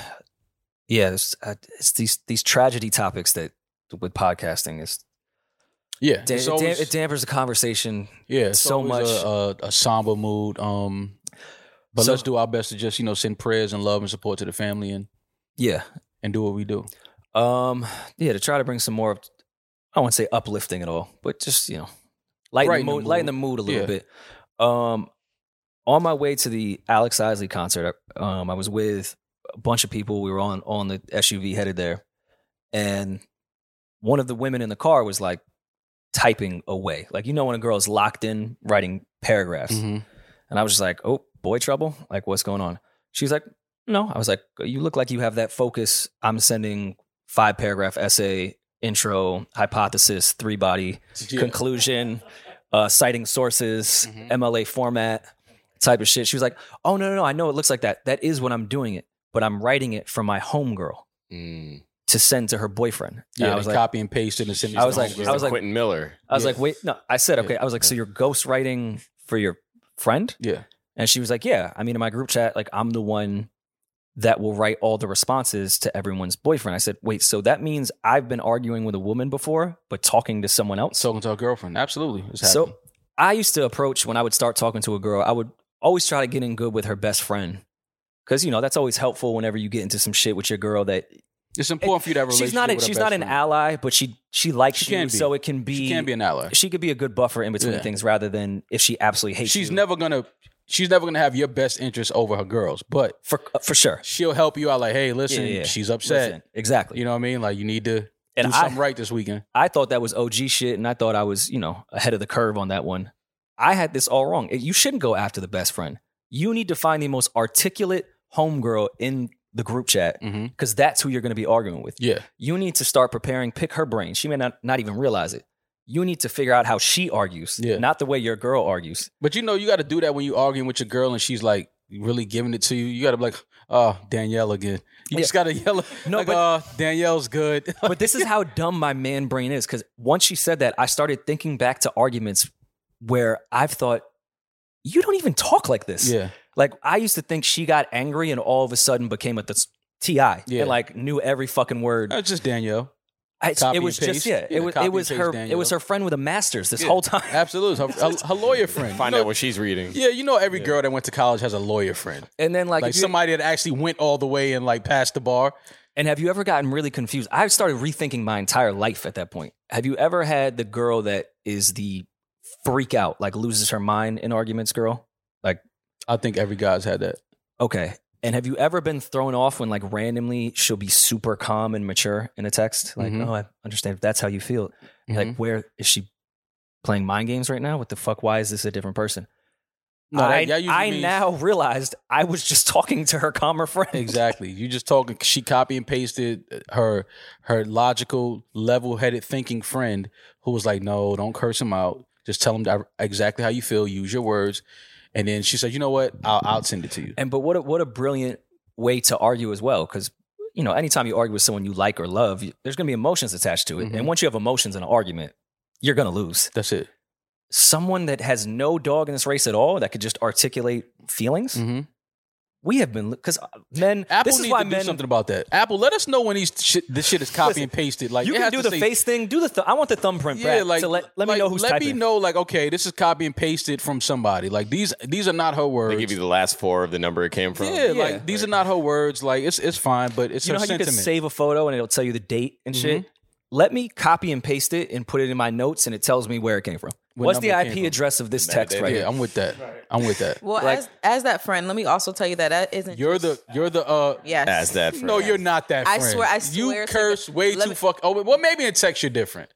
B: yeah, it's, uh, it's these these tragedy topics that with podcasting is
A: Yeah.
B: Da-
A: it's
B: it, dam-
A: always-
B: it dampers the conversation.
A: yeah. it's
B: so
A: always
B: much-
A: a, a, a somber mood. Um. But
B: So-
A: let's do our best to just you know send prayers and love and support to the family and
B: Yeah.
A: and do what we do.
B: Um, yeah, to try to bring some more, of- I won't say uplifting at all, but just, you know, lighten,
A: Brighten
B: the,
A: the
B: mood, lighten the
A: mood.
B: mood a little
A: Yeah.
B: bit. Um, on my way to the Alex Isley concert, I- um, I was with a bunch of people. We were on, on the SUV headed there. And one of the women in the car was like typing away. Like, you know, when a girl's locked in writing paragraphs.
A: Mm-hmm.
B: And I was just like, oh, boy trouble? Like, what's going on? She's like, no. I was like, you look like you have that focus. I'm sending five paragraph essay, intro, hypothesis, three body,
A: Yeah.
B: conclusion, uh, citing sources,
A: Mhm.
B: MLA format type of shit. She was like, "Oh no, no, no! I know it looks like that. That is what I'm doing it, but I'm writing it for my homegirl
F: Mm.
B: to send to her boyfriend." And
A: Yeah,
B: I was
A: they
B: like,
A: copy and paste it and send it
B: I
A: to
B: was like-
A: homegirl.
B: I was like-
F: Quentin Miller.
B: I was
A: Yeah.
B: like, wait, no, I said, okay. I was like, so you're ghostwriting for your friend?
A: yeah,
B: And she was like, yeah. I mean, in my group chat, like, I'm the one that will write all the responses to everyone's boyfriend. I said, wait, so that means I've been arguing with a woman before, but talking to someone else?
A: talking to her girlfriend. Absolutely, it's happening.
B: So I used to approach when I would start talking to a girl, I would always try to get in good with her best friend. Cause you know, that's always helpful whenever you get into some shit with your girl that
A: it's important for you to have a relationship.
B: she's not a,
A: with her
B: she's
A: best
B: not an
A: friend.
B: ally, but she she likes
A: She
B: you.
A: can be.
B: So it can be
A: She can be an ally.
B: she could be a good buffer in between
A: Yeah.
B: things rather than if she absolutely hates
A: She's
B: you.
A: never gonna. She's never gonna have your best interest over her girls, but
B: for uh, for sure.
A: she'll help you out. Like, hey, listen,
B: Yeah, yeah, yeah.
A: she's upset.
B: Listen, exactly.
A: You know what I mean? Like, you need to
B: and
A: do
B: I
A: something right this weekend.
B: I thought that was OG shit, and I thought I was you know ahead of the curve on that one. I had this all wrong. You shouldn't go after the best friend. You need to find the most articulate homegirl in the group chat
A: Mhm.
B: because that's who you're going to be arguing with.
A: Yeah,
B: You need to start preparing. Pick her brain. She may not not even realize it. You need to figure out how she argues,
A: Yeah.
B: not the way your girl argues.
A: but you know, you got to do that when you arguing with your girl and she's like really giving it to you. You got to be like, oh, Danielle again. You
B: Yeah.
A: just got to yell.
B: No,
A: No, like,
B: but-
A: oh, Danielle's good.
B: but this is how dumb my man brain is because once she said that i started thinking back to arguments where i've thought you don't even talk like this
A: yeah,
B: like i used to think she got angry and all of a sudden became a th- ti
A: Yeah.
B: and like knew every fucking word
A: that's Uh, just Danielle.
B: I-
A: copy
B: it was
A: and paste.
B: just yeah,
A: Yeah,
B: it was
A: copy
B: it
A: and
B: was
A: paste,
B: her it
A: Danielle.
B: was her friend with a master's this
A: Yeah.
B: whole time
A: Absolutely, her, her, her lawyer friend.
F: Find
A: you know,
F: out what she's reading.
A: Yeah, you know, every girl that went to college has a lawyer friend,
B: and then like,
A: like
B: if you-
A: somebody that actually went all the way and like passed the bar.
B: And have you ever gotten really confused? I started rethinking my entire life at that point. Have you ever had the girl that is the freak out, like loses her mind in arguments, girl?
A: I think every guy's had that.
B: Okay. And have you ever been thrown off when, like, randomly she'll be super calm and mature in a text? Like,
A: Mhm.
B: oh, I understand if that's how you feel. You're
A: Mm-hmm.
B: Like, where is she playing mind games right now? What the fuck? Why is this a different person?
A: No, that-
B: I,
A: that usually
B: I
A: means-
B: <laughs> now realized I was just <laughs> talking to her calmer friend.
A: Exactly. You just talking. She copy and pasted her her logical, level headed thinking friend who was like, "No, don't curse him out. Just tell him that- exactly how you feel. Use your words." And then she said, "You know what? I'll, I'll send it to you."
B: And but what a, what a brilliant way to argue as well, because you know anytime you argue with someone you like or love, you- there's going to be emotions attached to it,
A: Mhm.
B: and once you have emotions in an argument, you're going to lose.
A: That's it.
B: Someone that has no dog in this race at all that could just articulate feelings,
A: Mm-hmm.
B: we have been because uh, men.
A: Apple
B: this is
A: needs
B: why
A: to
B: men.
A: do something about that. Apple, let us know when these shit, this shit is copy
B: Listen,
A: and pasted. Like
B: you
A: it
B: can
A: has
B: do
A: to
B: the
A: say-
B: face thing. Do the th- I want the thumbprint
A: Yeah,
B: back.
A: like
B: to let, let
A: like,
B: me know who's
A: Let
B: typing.
A: me know, like, okay, this is copy and pasted from somebody. Like these these are not her words.
F: They give you the last four of the number it came from.
A: yeah,
B: Yeah.
A: like these are not her words. Like it's it's fine, but it's
B: you know
A: her
B: how
A: sentiment. Mm-hmm.
B: you can save a photo and it'll tell you the date and shit. Let me copy and paste it and put it in my notes, and it tells me where it came from.
A: What
B: What's the
A: number it
B: IP
A: came from.
B: address of this text
F: Metadata.
B: right here?
A: yeah, I'm with that. I'm with that.
E: Well,
B: Like-
E: as as that friend, let me also tell you that that isn't.
A: You're the
E: just-
A: you're the uh
E: yes.
F: As that friend.
A: no, you're not that
E: I
A: friend.
E: swear- I
A: you
E: swear to
A: curse
E: God.
A: way
E: Let
A: too
E: me-
A: fuck. Oh, well, maybe in text you're different.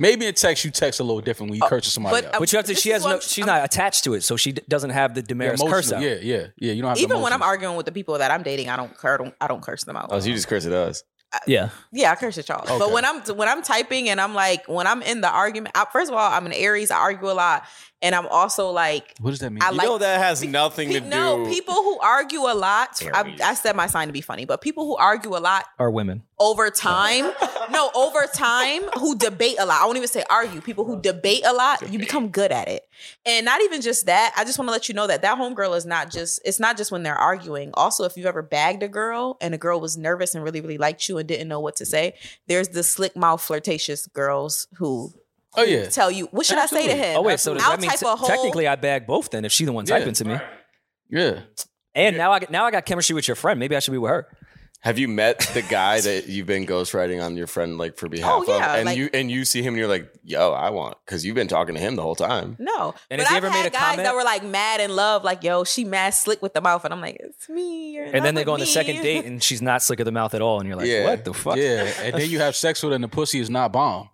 A: Maybe in text you text a little different when you curse somebody
E: but
A: out.
E: I-
B: But you have to.
E: This
B: She
E: is
B: has
E: what
B: no.
E: I'm-
B: She's
E: I'm-
B: not attached to it, so she d- doesn't have the Damaris curse
A: Emotional-
B: out.
A: Yeah, yeah, yeah. You don't have the
E: Even when I'm
A: emotions.
E: arguing with the people that I'm dating, I don't cur- I don't curse them out.
F: Oh, so you just curse at us.
B: Uh, Yeah.
E: Yeah, I curse at y'all. But
A: Okay.
E: when I'm when I'm typing and I'm like when I'm in the argument, I, first of all, I'm an Aries. I argue a lot, and I'm also like
A: What does that mean?
E: I
F: You
E: like.
F: know that has nothing to
E: pe-
F: do.
E: no, people who argue a lot. I,
F: Aries.
E: I said my sign to be funny, but people who argue a lot
B: Or women.
E: over time, no, over time, who debate a lot. I won't even say argue. People who debate a lot, you become good at it. And not even just that. I just want to let you know that that homegirl is not just. It's not just when they're arguing. Also, if you've ever bagged a girl and a girl was nervous and really, really liked you and didn't know what to say, there's the slick mouth, flirtatious girls who
A: oh yeah.
E: tell you, "What should I say
A: Absolutely.
E: to him?"
B: Oh wait, so does
E: I'll
B: that mean
E: type
B: te-
E: a whole-
B: technically I bag both then if she the one
A: Yeah.
B: typing to me?
A: Yeah.
B: And now I get, now I got chemistry with your friend. Maybe I should be with her.
F: Have you met the guy that you've been ghostwriting on your friend like for behalf
E: Oh, yeah,
F: of, and
E: like-
F: you and you see him and you're like, yo, I want because you've been talking to him the whole time.
E: No,
B: And
E: but
B: has he
E: I've
B: ever
E: had
B: made a
E: guys
B: comment?
E: that were like mad in love, like "Yo, she mad slick with the mouth," and I'm like, "It's me." you're in
B: And then
E: love
B: they go on
E: with
B: the
E: me." <laughs>
B: second date and she's not slick of the mouth at all, and you're like,
F: Yeah.
B: what the fuck?
A: Yeah. And then you have sex with her and the pussy is not bomb.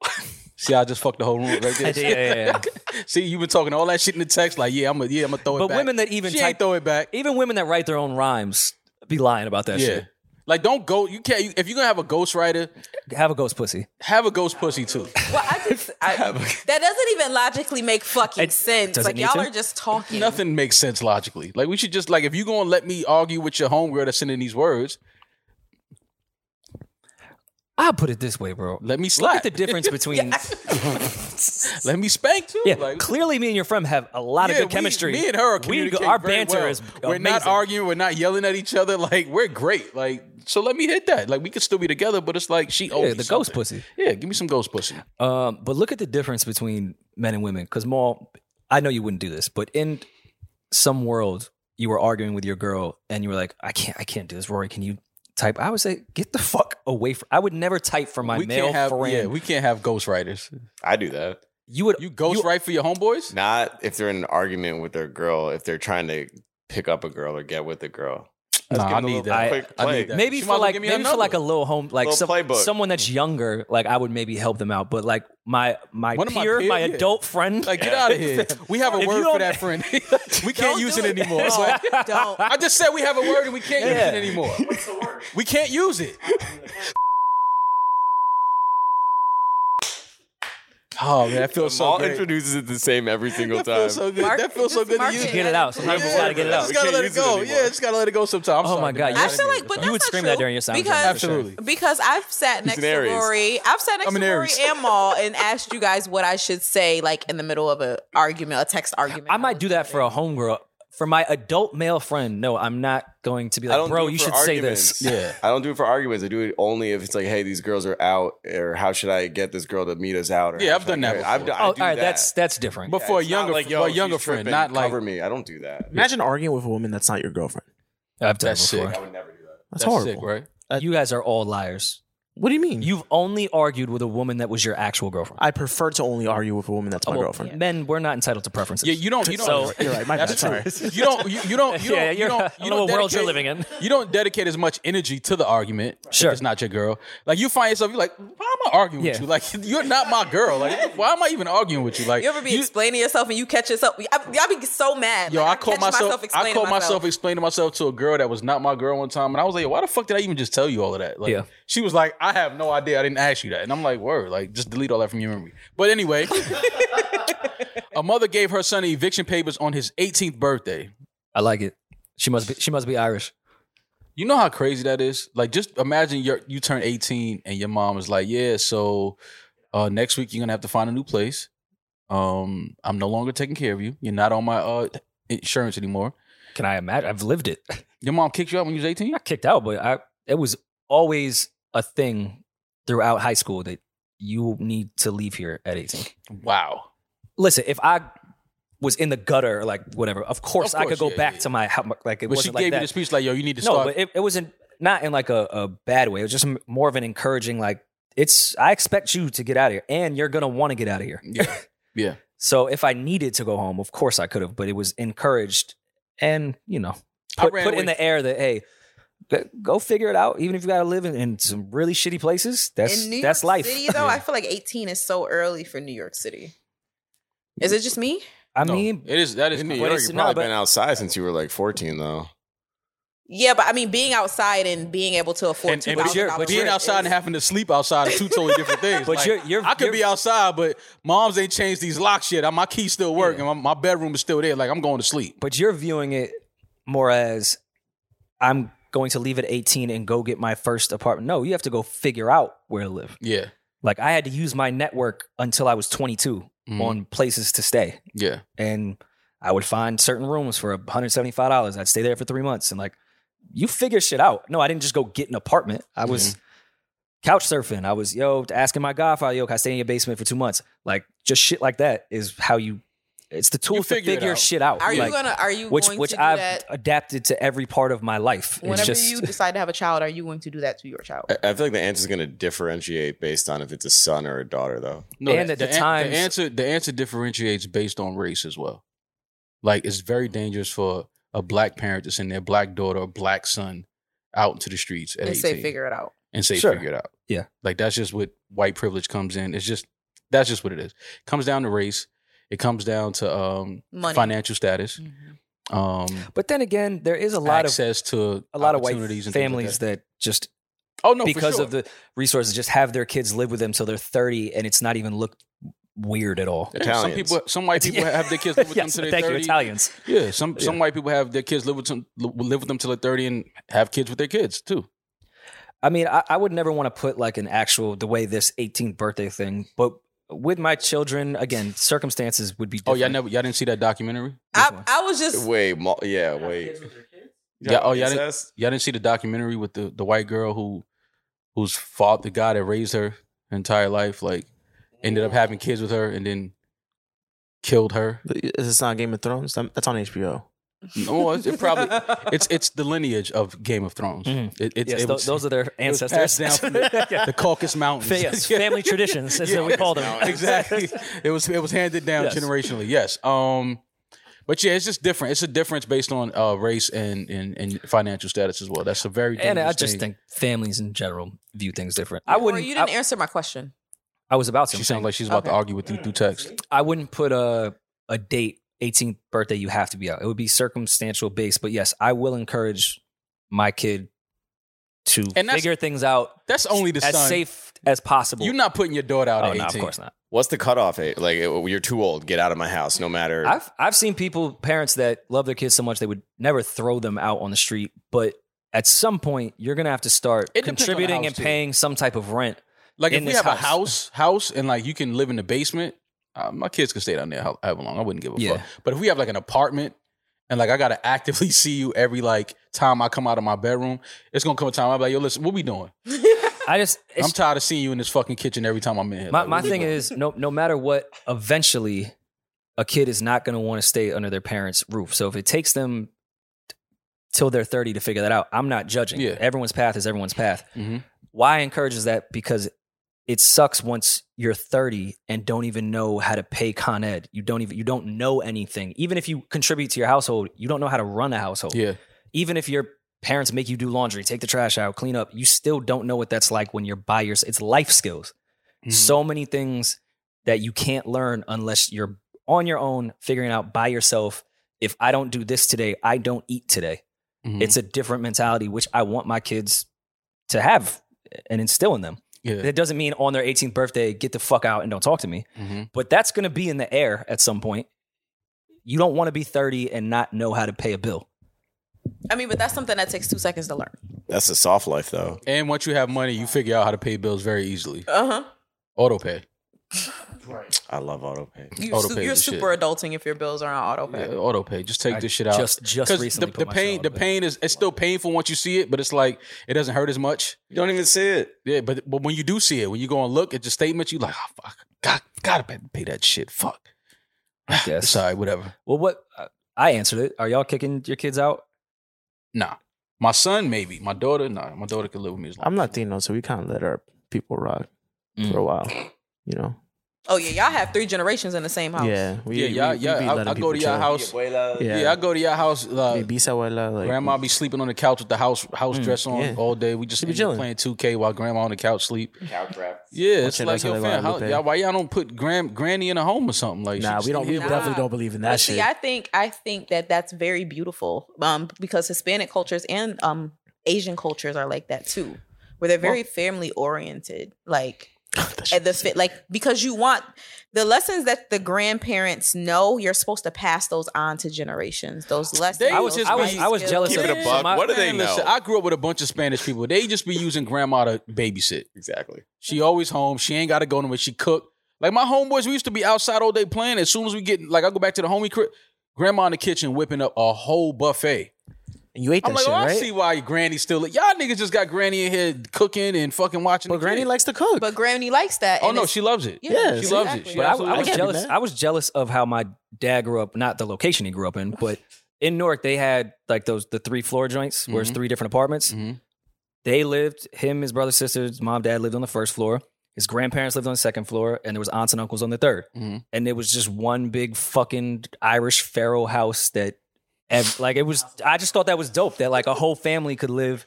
A: <laughs> See, I just fucked the whole room right
B: <laughs> Yeah, <laughs>
A: there.
B: yeah, yeah, yeah.
A: See, you've been talking all that shit in the text, like, yeah, I'm gonna, yeah, I'm gonna throw it
B: But
A: back.
B: women that even
A: she
B: type-
A: ain't throw it back.
B: Even women that write their own rhymes be lying about that
A: yeah,
B: shit.
A: Like, don't go. You can't. You, if you're gonna have a ghostwriter,
B: Have a ghost pussy.
A: have a ghost pussy
B: <laughs>
A: too.
E: Well, I
A: <laughs>
E: just I, that doesn't even logically make fucking
B: It-
E: sense.
B: does it
E: Like
B: need
E: y'all
B: to?
E: are just talking. <laughs>
A: Nothing makes sense logically. Like, we should just like if you're gonna let me argue with your homegirl that's sending these words,
B: I'll put it this way, bro.
A: let me
B: Look
A: slap.
B: at the
A: <laughs>
B: difference between. yeah,
A: let me spank too. Like,
B: clearly, me and your friend have a lot of
A: yeah,
B: good
A: we-
B: chemistry.
A: me and her are
B: we go,
A: communicating
B: Our
A: very
B: banter
A: well.
B: is
A: We're not
B: amazing.
A: arguing. We're not yelling at each other. <laughs> Like, we're great. Like, so let me hit that. Like, we could still be together, but it's like she owes
B: Yeah,
A: me
B: the
A: something.
B: ghost pussy.
A: Yeah, give me some ghost pussy.
B: Um, but look at the difference between men and women. Because Maul, I know you wouldn't do this, but in some world, you were arguing with your girl, and you were like, "I can't, I can't do this." Rory, can you type? I would say, "Get the fuck away from." I would never type for my
A: we
B: male
A: can't have
B: friend.
A: yeah, we can't have ghostwriters.
F: I do that.
B: you would
A: You ghost write for your homeboys?
F: Not if they're in an argument with their girl, if they're trying to pick up a girl or get with a girl.
A: Nah,
F: give
A: I
F: him a
A: need
F: little
A: that.
F: quick
A: I need
F: play.
A: that.
B: maybe
A: She might as
B: for
A: well
B: like
A: give me
B: maybe for
A: another.
B: like a little home like
F: Little
B: some,
F: playbook.
B: someone that's younger like I would maybe help them out but like my my
A: One of my
B: peer my,
A: peer- yeah.
B: adult friend
A: <laughs>
B: <laughs>
A: Like, get out of here. We have a
B: If you
A: word
B: don't-
A: for that friend. we can't
E: Don't
A: use
E: do
A: it,
E: it.
A: anymore. It's like-
E: Don't.
A: I just said we have a word and we can't
B: Yeah.
A: use it anymore. We can't use it. Oh man, that feels so
F: Maul
A: great.
F: introduces it the same every single
A: that
F: time.
A: feels so good.
E: Mark-
A: that feels so
E: just
A: good to
E: mark
A: use.
E: it.
B: get it out sometimes you just gotta get it
A: I
B: out
A: just gotta
F: We
A: let
F: can't
A: it
F: use it
A: go.
F: anymore.
A: yeah, just gotta let it go sometimes.
B: Oh, my God,
E: I
B: yes.
E: feel like, but
B: You
E: that's
B: would
E: not
B: scream
E: true
B: that during your sound
E: because
B: check,
A: for sure. Absolutely.
E: because I've sat next
F: an
E: to
F: Aries.
E: Rory, I've sat next
A: I'm an
E: to Rory
A: Aries.
E: and Maul and asked you guys what I should say like in the middle of a argument, a text argument.
B: I might do that for a homegirl for my adult male friend no I'm not going to be
F: I
B: like
F: don't
B: bro
F: do it
B: you
F: for
B: should
F: arguments.
B: say this
A: Yeah.
F: I don't do it for arguments. I do it only if it's like, hey, these girls are out, or how should I get this girl to meet us out? Or
A: Yeah,
F: how
A: I've
F: should
A: done
F: I
A: that
F: get her- I've
A: before.
F: done-
B: oh
F: I
B: all
F: do
B: right
F: that.
B: that's that's different
A: But
F: Yeah,
A: for a
F: it's not
A: younger,
F: like, yo,
A: for a
F: she's
A: younger friend,
F: tripping,
A: not like
F: cover me. I don't do that.
G: Imagine arguing with a woman that's not your girlfriend.
B: I've done it
A: That's
B: before
A: sick.
F: I would never do that.
A: that's
G: That's, horrible.
A: sick, right?
B: you guys are all liars
G: What do you mean?
B: you've only argued with a woman that was your actual girlfriend
G: Mm. I prefer to only argue with a woman that's my
B: Well,
G: girlfriend.
B: men we're not entitled to preferences
A: Oh, Yeah, you don't. You don't.
B: So-
G: You're right. My bad.
A: <laughs> that's
G: Sorry.
A: true. You don't. You, you
B: <laughs>
A: don't. You don't.
B: Yeah,
A: you
B: you're-
A: don't.
B: I
A: You
B: don't know what world you're
A: dedicate-
B: living in.
A: You don't dedicate as much energy to the argument.
B: Sure.
A: if it's not your girl. Like you find yourself, you're like, why am I arguing
B: Yeah.
A: with you? Like you're not my girl. Like why am I even arguing with you? Like
E: You ever be explaining yourself and you catch yourself? I, y'all be so mad.
A: Yo,
E: Like,
A: I caught
E: catch
A: myself. I
E: explaining
A: caught myself explaining myself to a girl that was not my girl one time, and I was like, "Why the fuck did I even just tell you all of that?" Like,
B: Yeah.
A: she was like, "I have no idea. I didn't ask you that," and I'm like, "Word, like just delete all that from your memory." But
B: <laughs>
A: anyway, a mother gave her son eviction papers on his 18th birthday.
B: I like it she must be she must be Irish
A: You know how crazy that is? Like, just imagine you you turn 18 and your mom is like, yeah, so uh, next week you're gonna have to find a new place. Um, I'm no longer taking care of you. You're not on my uh, insurance anymore.
B: can I imagine I've lived it <laughs>
A: Your mom kicked you out when you was 18.
B: not kicked out, but I it was always a thing throughout high school that you need to leave here at 18.
A: Wow.
B: Listen, if I was in the gutter, or like whatever, of course,
A: Of
B: I could
A: course,
B: go
A: yeah,
B: back
A: yeah.
B: to my house. Like it
A: But she
B: wasn't
A: gave
B: like
A: you
B: that.
A: the speech like, yo, you need to
B: no,
A: start.
B: but it, it wasn't not in like a, a bad way. It was just more of an encouraging. Like it's I expect you to get out of here, and you're gonna want to get out of here. <laughs>
A: yeah. Yeah.
B: So if I needed to go home, of course I could have, but it was encouraged, and you know,
A: I
B: put,
A: ran
B: put in
A: away-
B: the air that hey, go- go figure it out. Even if you got to live in, in some really shitty places, that's
E: in New
B: that's
E: York
B: life.
E: City though, I feel like 18 is so early for New York City. Is it just me?
B: I
A: No,
B: mean,
A: it is that is
F: In New
A: but
F: York,
A: it's-
B: it's
F: you've
B: not,
F: probably
B: but-
F: been outside since you were like 14, though.
E: Yeah, but I mean, being outside and being able to afford
A: And,
E: two
A: and
B: but
E: thousand
B: you're-
E: dollars
B: but
A: being
B: you're-
A: outside and having to sleep outside are two totally different things.
B: But
A: Like,
B: you're- you're-
A: I could
B: you're-
A: be outside, but moms ain't changed these locks yet. My keys still work, and my, my bedroom is still there. Like I'm going to sleep.
B: but you're viewing it more as I'm going to leave at 18 and go get my first apartment. No, you have to go figure out where to live.
A: Yeah,
B: Like I had to use my network until I was 22
A: Mhm.
B: on places to stay,
A: yeah.
B: and I would find certain rooms for 175 dollars. I'd stay there for three months, and like you figure shit out. No, I didn't just go get an apartment. I was couch surfing. I was yo asking my godfather, yo, can I stay in your basement for two months? Like just shit like that is how you. It's the tool to
A: figure
B: figure
A: it out.
B: shit out.
E: Are you
B: Like,
E: gonna? Are you
B: which
E: going
B: which
E: to do
B: I've
E: that?
B: adapted to every part of my life.
E: Whenever
B: it's just
E: you decide to have a child, are you going to do that to your child?
F: I- I feel like the answer is going to differentiate based on if it's a son or a daughter, though.
A: No,
B: And at the
A: an-
B: times-
A: the answer the answer differentiates based on race as well. Like it's very dangerous for a black parent to send their black daughter or black son out into the streets at
E: And
A: 18
E: say, figure it out.
A: and say
B: Sure.
A: figure it out.
B: Yeah.
A: Like that's just what white privilege comes in. It's just that's just what it is. comes down to race. It comes down to um
E: Money. Mm-hmm.
A: financial status. um,
B: <laughs> But then again, there is a lot of
A: access to
B: a lot of white
A: opportunities and things like
B: families
A: that.
B: that just
A: Oh no, for
B: because
A: sure.
B: of the resources just have their kids live with them till they're 30 and it's not even looked weird at all.
A: Yeah,
F: Italians.
A: Some people, some white
B: <laughs>
A: people have their kids live with
B: Yes,
A: them to their
B: thank you,
A: thirty.
B: Italians.
A: Yeah, some some white people have their kids live with them, live with them till they're thirty and have kids with their kids too.
B: I mean, I, I would never want to put like an actual the way this 18th birthday thing, but with my children, again, circumstances would be
A: Oh
B: different.
A: y'all never y'all didn't see that documentary?
E: I, I was just
F: Way, mo- yeah, way.
A: Yeah, oh, yeah, I didn't-
F: Incest?
A: Y'all didn't see the documentary with the the white girl who whose fault the guy that raised her her entire life like ended
B: Mm-hmm.
A: up having kids with her and then killed her.
G: Is this not Game of Thrones? That- That's on HBO.
A: No, it, it probably it's it's the lineage of Game of Thrones.
B: Mhm.
A: It, it's
B: yes,
A: it
B: tho-
A: was-
B: those are their
A: it was passed
B: ancestors.
A: down from
B: <laughs>
A: the, the Caucasus Mountains.
B: Fa-
A: <laughs>
B: yes, family traditions is
A: Yeah.
B: what we call them.
A: exactly. It was it was handed down
B: Yes.
A: generationally. Yes. Um, but yeah, it's just different. It's a difference based on uh, race and, and and financial status as well. That's a very
B: And I
A: dangerous
B: just
A: thing.
B: think families in general view things different. I
E: I
B: wouldn't. e-
E: wouldn't. you
A: e-
E: didn't
B: I,
E: answer my question. <laughs>
B: I was about to.
A: she
B: I'm
A: sounds like she's about to
E: Okay.
A: argue with you through text.
B: I wouldn't put a a date 18th birthday you have to be out. It would be circumstantial based, but yes, I will encourage my kid to
A: And that's-
B: figure things out
A: That's only the
B: as
A: son.
B: safe as possible.
A: You're not putting your daughter out
B: oh,
A: at 18.
B: no, of course not.
F: What's the cutoff? Age? Like, you're too old. Get out of my house. No matter.
B: I've I've seen people parents that love their kids so much they would never throw them out on the street, but at some point you're going to have to start
A: It depends on the
B: contributing
A: house,
B: and
A: too.
B: paying some type of rent.
A: Like
B: in
A: if we
B: this
A: have a house, house, and like you can live in the basement, uh, my kids can stay down there how- however long. I wouldn't give a
B: Yeah.
A: fuck. But if we have like an apartment, and like I gotta actively <laughs> see you every like time I come out of my bedroom, it's gonna come a time I'm like, yo, listen, what we doing?
B: I just it's
A: I'm tired of seeing you in this fucking kitchen every time I'm in here.
B: My,
A: Like,
B: my
A: what we
B: thing
A: doing?
B: is no no matter what, eventually a kid is not going to want to stay under their parents' roof. So if it takes them t- till they're 30 to figure that out, I'm not judging.
A: Yeah.
B: Everyone's path is everyone's path.
A: Mhm.
B: Why I encourage is that because it sucks once you're 30 and don't even know how to pay Con Ed. You don't even you don't know anything. Even if you contribute to your household, you don't know how to run a household.
A: yeah.
B: Even if your parents make you do laundry, take the trash out, clean up, you still don't know what that's like when you're by yourself. It's life skills
G: Mm-hmm.
A: Mm-hmm.
B: so many things that you can't learn unless you're on your own figuring out by yourself if i don't do this today i don't eat today
G: Mm-hmm.
A: Mhm.
B: it's a different mentality which i want my kids to have and instill in them
A: yeah.
B: that doesn't mean on their 18th birthday get the fuck out and don't talk to me
G: Mm-hmm.
A: Mhm.
B: but that's going to be in the air at some point you don't want to be 30 and not know how to pay a bill
E: I mean, but that's something that takes two seconds to learn.
F: That's a soft life, though.
A: And once you have money, you figure out how to pay bills very easily.
E: Uh huh.
A: Auto pay.
F: I love auto pay.
E: You,
A: Auto
E: su-
A: pay
E: you're
A: is the
E: super adulting if your bills are on auto pay.
A: auto pay. Just take
B: I
A: this shit out.
B: just- just
A: 'Cause
B: recently
A: the, the
B: put myself
A: pain,
B: on
A: the
B: it.
A: pain is it's still painful once you see it, but it's like it doesn't hurt as much.
F: You don't even see it.
A: Yeah, but but when you do see it, when you go and look at your statements, you like, oh fuck, God, gotta pay, pay that shit. Fuck. <sighs>
B: guess.
A: Sorry, whatever.
B: well what uh, i answered it are y'all kicking your kids out
A: Nah. My son, maybe. My daughter, nah. My daughter could live with me as long.
G: I'm Latino, so we kind of let our people rock
B: Mm.
G: for a while. You know?
E: Oh yeah, y'all have three generations in the same house.
G: Yeah. We,
A: yeah, yeah, yeah.
G: be
A: I,
G: letting
A: I go to
G: people
A: your
G: chill.
A: house. Yeah,
G: Yeah.
A: I go to your house. Uh,
G: Hey, Bisa Abuela, like, Hmm,
A: grandma be sleeping on the couch with the house house
B: Mm,
A: dress on
G: yeah.
A: all day. We just
G: She be
A: in there
G: chilling.
A: playing 2K while grandma on the couch sleep.
F: Couch rap.
A: Yeah, it's
G: Watching
A: like
G: Elsa
A: yo,
G: de
A: fam, how,
G: Guadalupe.
A: y'all, why y'all don't put grand, granny in a home or something like? "Ah."
G: Nah,
A: she's
G: we don't. We
A: here.
E: Nah.
G: definitely don't believe in that
E: But
G: shit.
E: see, I think I think that that's very beautiful um, because Hispanic cultures and um, Asian cultures are like that too, where they're very family oriented.
G: <laughs>
E: Like at the fit, like because you want the lessons that the grandparents know, you're supposed to pass those on to generations. Those lessons.
A: I was
E: those
A: just- I was-
E: life
B: I was
E: skills.
B: jealous
F: Keep
B: of
F: it a
B: So
F: buck.
B: my-
F: what do they
A: Man,
F: know?
A: listen, I grew up with a bunch of Spanish people. They just be using grandma to babysit.
F: exactly.
A: She always home. She ain't got to go nowhere. She cook. Like my homeboys, we used to be outside all day playing. As soon as we get, like, I go back to the homie crib. Grandma in the kitchen whipping up a whole buffet.
G: And you ate
A: I'm like,
G: that shit,
A: oh,
G: right?
A: I see why granny still. Y'all niggas just got granny in here cooking and fucking watching.
G: but
A: the
G: Granny
A: kids.
G: likes to cook.
E: But Granny likes that.
A: Oh
E: and
A: no,
E: it's-
A: she loves it.
G: Yeah,
A: she
G: see,
A: loves
E: exactly.
A: it. She
B: But I,
A: absolutely
B: I was
A: loves it.
G: can't be
B: jealous.
G: mad.
B: I was jealous of how my dad grew up. Not the location he grew up in, but in Newark they had like those the three floor joints, where it's
A: Mhm.
B: three different apartments.
A: Mhm.
B: They lived. Him, his brother, sisters, mom, dad lived on the first floor. His grandparents lived on the second floor, and there was aunts and uncles on the 3rd
A: Mhm.
B: And it was just one big fucking Irish feral house that, ev- like, it was. I just thought that was dope that like a whole family could live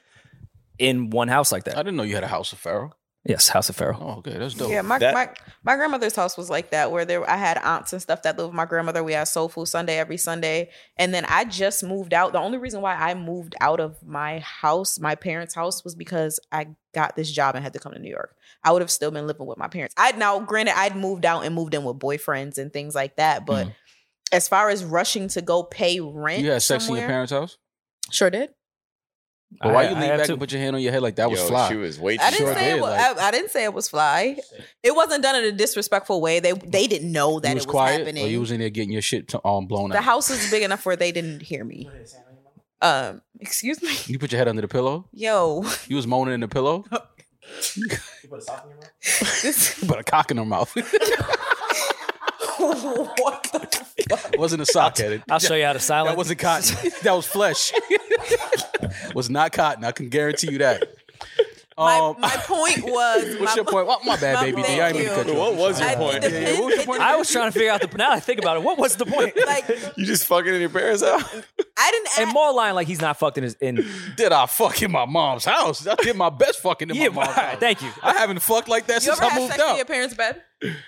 B: in one house like
A: I
B: that.
A: didn't know you had a house of Pharaoh.
B: Yes, House of Pharaoh.
A: Oh, okay, that's dope.
E: Yeah, my,
F: That-
E: my my grandmother's house was like that, where there I had aunts and stuff that lived with my grandmother. We had soul food Sunday every Sunday, and then I just moved out. The only reason why I moved out of my house, my parents' house, was because I got this job and had to come to New York. I would have still been living with my parents. I now, granted, I'd moved out and moved in with boyfriends and things like that, but.
A: Mhm.
E: As far as rushing to go pay rent,
A: You had sex in your
E: somewhere-
A: parents' house?
E: Sure did.
A: But why
B: I-
A: you
B: I
A: lean
B: have
A: back
B: to-
A: and put your hand on your head like that was
F: Yo,
A: fly?
F: She was way too
E: I didn't
A: sure
F: short.
E: say
A: did,
E: it was.
A: like-
E: I, I didn't say it was fly. It wasn't done in a disrespectful way. They they didn't know that
A: you was,
E: it was
A: quiet,
E: happening.
A: or you was in there getting your shit t- um, blown
E: the
A: out.
E: house is big enough where they didn't hear me. Um, excuse me, <laughs>
A: you put your head under the pillow.
E: yo.
A: You was moaning in the
E: <laughs>
A: pillow.
E: This,
A: You put a cock in her mouth.
E: <laughs>
A: <laughs>
E: what the fuck?
A: It wasn't a sock at it.
B: I'll show you how to silence.
A: That wasn't cotton.
E: <laughs>
A: <laughs> that was flesh. was not cotton. I can guarantee you that.
E: My,
A: Um,
E: my point was.
A: <laughs> what's
E: my
A: your point? What my bad,
E: my-
A: baby. D. I
E: thank
A: ain't mean to cut
E: you.
A: you. off.
F: What was your
E: I-
F: point?
E: the
A: Yeah, yeah, what was your point?
B: I was trying to figure out the. Now that I think about it, what was
A: <laughs>
B: the point?
E: <laughs> Like
F: You just fucking in your parents' house?
E: I didn't.
B: and
E: ask-
B: more lying like he's not fucked in his
A: <laughs>
B: in.
A: Did I fuck in my mom's house? I did my best fucking in
B: Yeah,
A: my mom's house.
B: thank you.
A: I haven't fucked like that
E: you
A: since
E: ever
A: I
E: had
A: moved
E: sex in
A: out.
E: your parents' bed?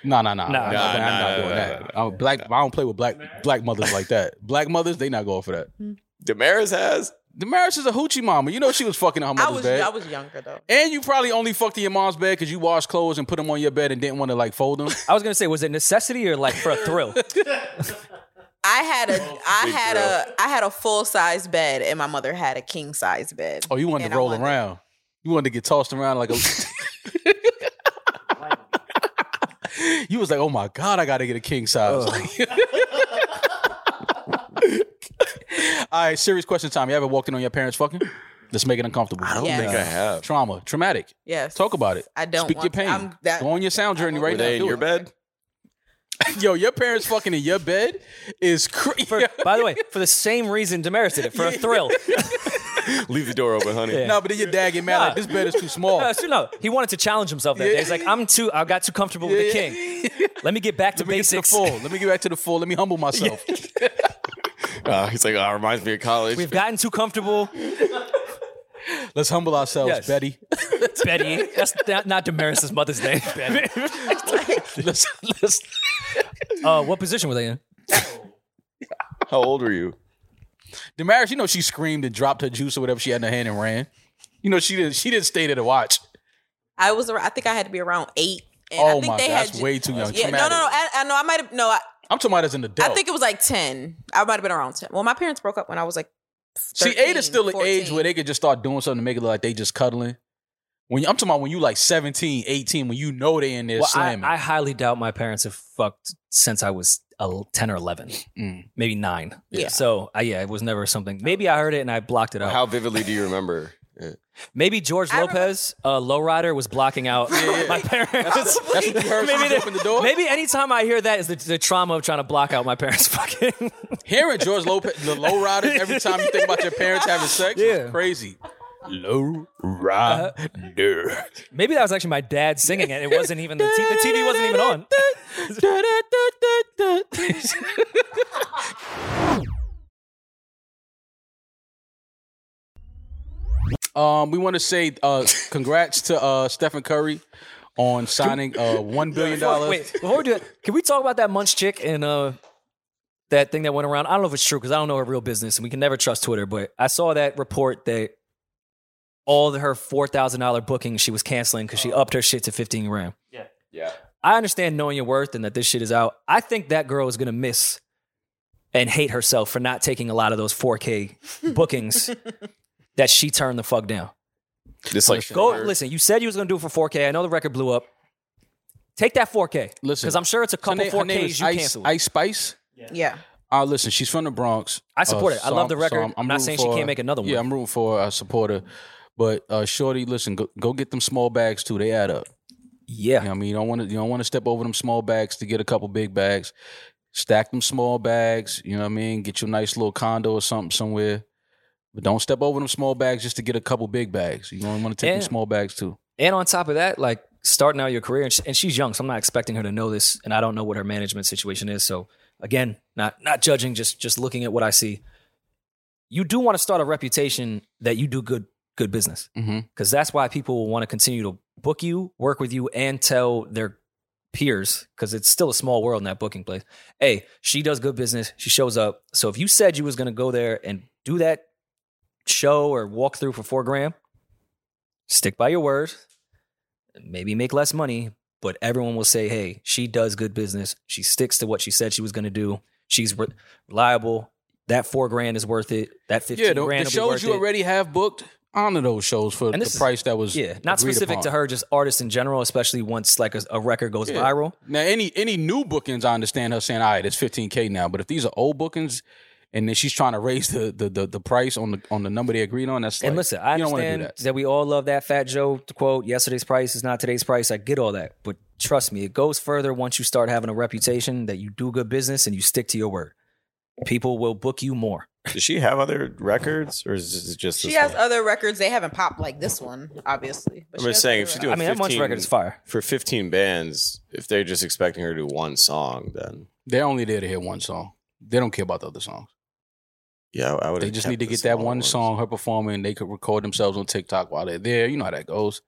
A: No, no, no, no,
B: Nah,
A: I'm not
B: nah,
F: nah,
A: doing
F: nah,
A: that.
F: nah,
A: I'm black, I don't play with black black mothers like that. Black mothers, they not going for that.
F: Damaris has?
A: Damaris is a hoochie mama. You know she was fucking in her
E: I
A: mother's
E: was
A: bed.
E: I was younger though.
A: and you probably only fucked in your mom's bed because you washed clothes and put them on your bed and didn't want to like fold them.
B: I was gonna say, was it necessity or like for a thrill?
E: I had a I
F: big
E: had a I had a full size bed and my mother had a king size bed.
A: Oh, you wanted
E: And
A: to
E: I
A: roll
E: wanted-
A: around. You wanted to get tossed around like a. you was like, oh my god, I gotta get a king size. <laughs> All right, serious question time. You ever walked in on your parents fucking? Let's make it uncomfortable. I
E: don't Yes. think
F: I have.
A: Trauma, traumatic.
E: Yes.
A: Talk about it.
E: I don't
A: Speak your
E: want to-
A: pain.
E: I'm- that-
A: Go on your sound journey
E: don't
A: right
F: Were
A: now.
F: they in
A: Do
F: your
A: it.
F: bed?
A: <laughs> Yo, your parents fucking in your bed is
B: For,
A: <laughs> crazy.
B: by the way, for the same reason Damaris did it for a thrill.
F: Leave the door
B: <laughs>
F: open, honey.
A: no, but then your dad get mad like
B: Nah.
A: this bed is too small.
B: No, so no, he wanted to challenge himself that day. He's like, I'm too, I got too comfortable with the king. Let me get back to
A: Let me get to the
B: basics.
A: full. Let me get back to the full. Let me humble myself.
F: Uh, he's like, oh, it reminds me of college.
B: We've gotten too comfortable,
A: Let's humble ourselves,
B: Yes.
A: Betty.
B: Betty. That's not, not Damaris's mother's name.
A: <laughs>
B: Betty. <laughs>
A: let's let's
B: Uh, what position were they in?
F: How old were you?
A: Damaris, you know she screamed and dropped her juice or whatever she had in her hand and ran. You know she didn't she didn't stay there to watch.
E: I was ar- I think I had to be around eight. And I
A: oh
E: think
A: my
E: they
A: god,
E: had
A: that's
E: ju-
A: way too young.
E: Yeah,
A: Traumatic.
E: no, no, no. I, I know. I might have. No, I,
A: I'm talking about as an adult.
E: I think it was like ten. I might have been around ten. Well, my parents broke up when I was like. 13,
A: See, eight is still
E: 14.
A: an age where they could just start doing something to make it look like they just cuddling. When I'm talking about when you like 17, 18, when you know they in there
B: Well, I,
A: slamming.
B: I highly doubt my parents have fucked since I was el- 10 or 11,
A: Mm.
B: maybe nine.
E: Yeah.
B: So, I, yeah, it was never something. Maybe I heard it and I blocked it out.
F: How vividly do you remember? Yeah.
B: Maybe George
E: I remember-
B: Lopez, uh, Lowrider, was blocking
E: <laughs>
B: out my parents.
A: That's
B: <laughs>
A: what you heard when you
B: they-
A: opened the door.
B: Maybe anytime I hear that is the, the trauma of trying to block out my parents <laughs> fucking.
A: Hearing George Lopez, the low rider, every time you think about your parents having sex
B: Yeah.
A: is crazy. Low Uh-huh. rider.
B: <laughs> Maybe that was actually my dad singing it. It wasn't even the, t- the TV wasn't even on.
A: Um, we want to say uh, congrats to uh, Stephen Curry on signing uh, one billion dollars.
B: Wait, before we do that, can we talk about that munch chick and uh, that thing that went around? I don't know if it's true because I don't know her real business and we can never trust Twitter, but I saw that report that all her $4,000 bookings she was canceling because she upped her shit to 15 grand.
F: Yeah.
B: I understand knowing your worth and that this shit is out. I think that girl is gonna miss and hate herself for not taking a lot of those 4K bookings that she turned the fuck down.
F: This like
B: Go
F: weird-
B: listen. You said you was gonna do it for 4K. I know the record blew up. Take that 4K.
A: Listen,
B: because I'm sure it's a couple
A: Her name- her
B: 4Ks
A: name is
B: you
A: Ice,
B: canceled. I,
A: Ice Spice.
E: Yeah.
A: Uh, listen, she's from the Bronx.
B: support
A: Uh,
B: it. I love
A: so
B: the
A: I'm-
B: record.
A: so
B: I'm, not
A: rooting
B: saying she
A: for-
B: can't make another one.
A: Yeah, I'm rooting for a supporter. But uh, Shorty, listen, go, go get them small bags too. They add up. You
B: yeah.
A: know what I mean, you don't want to you don't want to step over them small bags to get a couple big bags. Stack them small bags. You know what I mean. Get you a nice little condo or something somewhere. But don't step over them small bags just to get a couple big bags. You only want to take
B: Yeah.
A: them small bags too.
B: And on top of that, like starting out your career, and, sh and she's young, so I'm not expecting her to know this, and I don't know what her management situation is. So again, not not judging, just just looking at what I see. You do want to start a reputation that you do good good business
A: hmm
B: because that's why people will want to continue to book you, work with you, and tell their peers because it's still a small world in that booking place. Hey, she does good business. She shows up. So if you said you was going to go there and do that show or walk through for four grand, stick by your word. Maybe make less money, but everyone will say, "Hey, she does good business. She sticks to what she said she was going to do. She's re- reliable." That four grand is worth it. That fifteen
A: Yeah, the,
B: grand
A: the
B: will be worth
A: shows you
B: it.
A: already have booked, honor those shows for
B: And
A: the
B: this is-
A: price that was
B: Yeah, not
A: agreed
B: specific to
A: upon.
B: her, just artists in general, especially once like a, a record goes
A: Yeah.
B: viral.
A: Now, any any new bookings, I understand her saying, "All right, it's 15k now." But if these are old bookings, and then she's trying to raise the the the, the price on the on the number they agreed on, that's
B: and
A: like,
B: listen, I
A: you don't wanna do
B: understand that.
A: that.
B: we all love that Fat Joe quote. Yesterday's price is not today's price. I get all that, but trust me, it goes further once you start having a reputation that you do good business and you stick to your word. People will book you more.
H: Does she have other records, or is it just?
E: She
H: this
E: has
H: one?
E: other records. They haven't popped like this one, obviously. But
H: I'm
E: she
H: just
E: has
H: saying,
E: other
H: if she's
E: records.
H: doing
B: I mean, that one's
H: 15
B: record is fire.
H: for 15 bands, if they're just expecting her to do one song, then
A: they're only there to hear one song. They don't care about the other songs.
H: yeah, I would.
A: They just need to get that one song her performing. They could record themselves on TikTok while they're there. You know how that goes.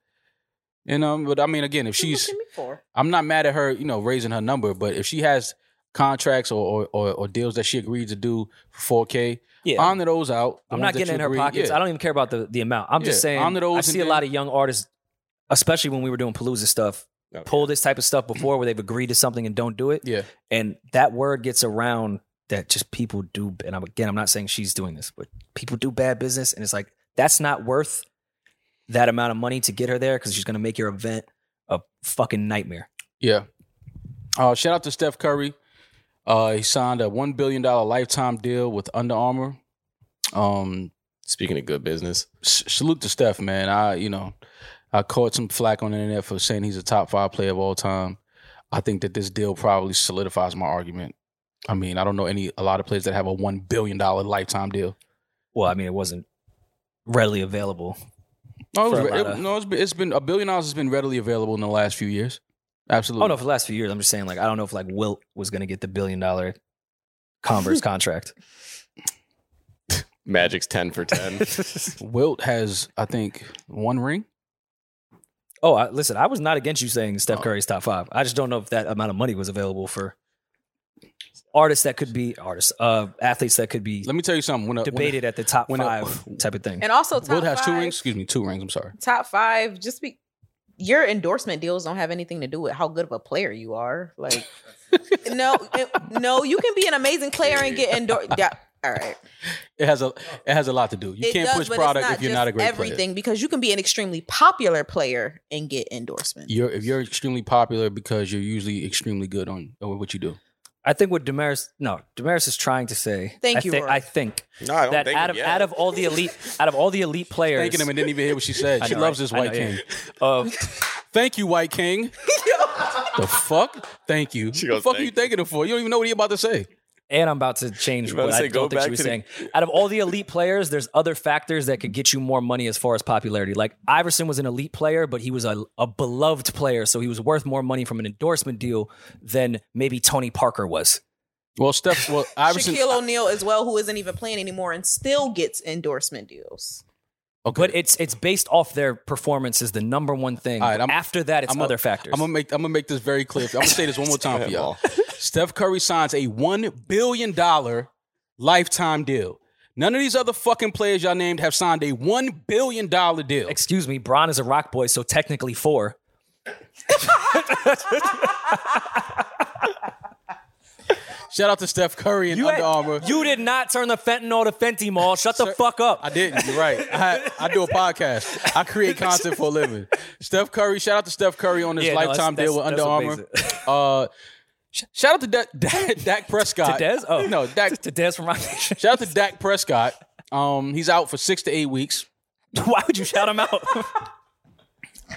A: And um, but I mean, again, if
E: What you
A: she's
E: looking at me for?
A: I'm not mad at her, you know, raising her number, but if she has contracts or or, or, or deals that she agreed to do for 4K,
B: Yeah.
A: honor those out. The
B: I'm
A: ones
B: not
A: that
B: getting
A: you
B: in her
A: agree-
B: pockets.
A: yeah.
B: I don't even care about the, the amount. I'm just
A: Yeah,
B: saying,
A: honor those
B: I
A: and
B: see a
A: then-
B: lot of young artists, especially when we were doing Palooza stuff,
H: Okay.
B: pull this type
A: <clears throat>
B: of stuff before where they've agreed to something and don't do it.
A: Oh, Yeah.
B: and that word gets around that just people do and I'm, again i'm not saying she's doing this but people do bad business and it's like that's not worth that amount of money to get her there because she's going to make your event a fucking nightmare
A: Yeah. Uh, shout out to Steph Curry. Uh, he signed a one billion dollar lifetime deal with Under Armour. Um,
H: Speaking of good business,
A: s- salute to Steph, man. I you know, I caught some flack on the internet for saying he's a top five player of all time. I think that this deal probably solidifies my argument. I mean, I don't know any a lot of players that have a one billion dollar lifetime deal.
B: well i mean it wasn't readily available
A: No, it
B: For
A: was,
B: a
A: re-
B: lot
A: it-
B: of-
A: no, it's been, it's been a billion dollars has been readily available in the last few years. Absolutely.
B: oh no for the last few years i'm just saying like i don't know if like wilt was going to get the billion dollar
A: <laughs>
B: converse contract
H: Magic's 10 for
B: <laughs>
H: 10.
A: Wilt has, I think, one ring.
B: oh I, listen i was not against you saying steph curry's top five i just don't know if that amount of money was available for artists that could be artists uh athletes that could be
A: Let me tell you something. When a, when a-
B: debated at the top
A: when uh, a- <laughs>
B: five type of thing.
E: And also, top
A: Wilt has
E: five,
A: two rings. Excuse me, two rings. I'm sorry.
E: Top five. Just be. Your endorsement deals don't have anything to do with how good of a player you are.
A: <laughs>
E: Like, no, it- no, you can be an amazing player and get endorsed. Yeah, all right.
A: It has a it has a lot to do. You
E: It
A: can't
E: does,
A: push
E: but it's
A: product if you're
E: just
A: not a great player.
E: everything because you can be an extremely popular player and get endorsement.
A: You're if you're extremely popular because you're usually extremely good on on what you do.
B: I think what Damaris, no, Damaris is trying to say.
E: Thank
B: I
E: you,
B: thi-
E: Rory.
B: I think
H: no, I don't
B: that
H: think
B: out of out of all the elite, out of all
A: <laughs>
B: the elite players,
A: Thanking him and didn't even hear what
B: <laughs>
A: she said.
B: I
A: She
B: know,
A: loves
B: right?
A: this
B: I know,
A: white king.
B: yeah. of
A: Thank you, white
B: <laughs>
A: king. the fuck? Thank you.
H: She
A: the
H: goes,
A: fuck are
H: "Thank
A: you thanking him for? You don't even know what he about to say.
B: and I'm about to change
H: You about
B: what
H: to say
B: I
H: go
B: don't think
H: back
B: she was
H: to the-
B: saying. Out of all the elite players, there's other factors that could get you more money as far as popularity. Like Iverson was an elite player, but he was a, a beloved player, so he was worth more money from an endorsement deal than maybe Tony Parker was.
A: Well, Steph. Well, Iverson.
E: <laughs> Shaquille O'Neal as well, who isn't even playing anymore and still gets endorsement deals.
A: Okay.
B: But it's it's based off their performance is the number one thing.
A: All right, I'm-
B: After that, it's
A: I'm a-
B: other factors.
A: I'm gonna make I'm gonna make this very clear. I'm gonna say this one
B: <laughs>
A: more time for y'all. Steph Curry signs a one billion dollar lifetime deal. None of these other fucking players y'all named have signed a one billion dollar deal.
B: excuse me, Bron is a rock boy, so technically four.
A: Shout out to Steph Curry and Under Armour.
B: You did not turn the fentanyl to Fenty Mall. Shut the fuck up.
A: I didn't. You're right. I, I do a podcast. I
B: <laughs>
A: create content for a living. Steph Curry. Shout out to Steph Curry on his
B: Yeah, no, that's-
A: lifetime deal with
B: that's-
A: Under Armour.
B: that's
A: Uh, sh- shout out to da- Da- <laughs> Dak Prescott.
B: To Dez? Oh.
A: no, Dak.
B: <laughs> To
A: <laughs>
B: Des from Rock Nation.
A: Shout out to Dak Prescott. Um, he's out for six to eight weeks.
B: Why would you shout him out?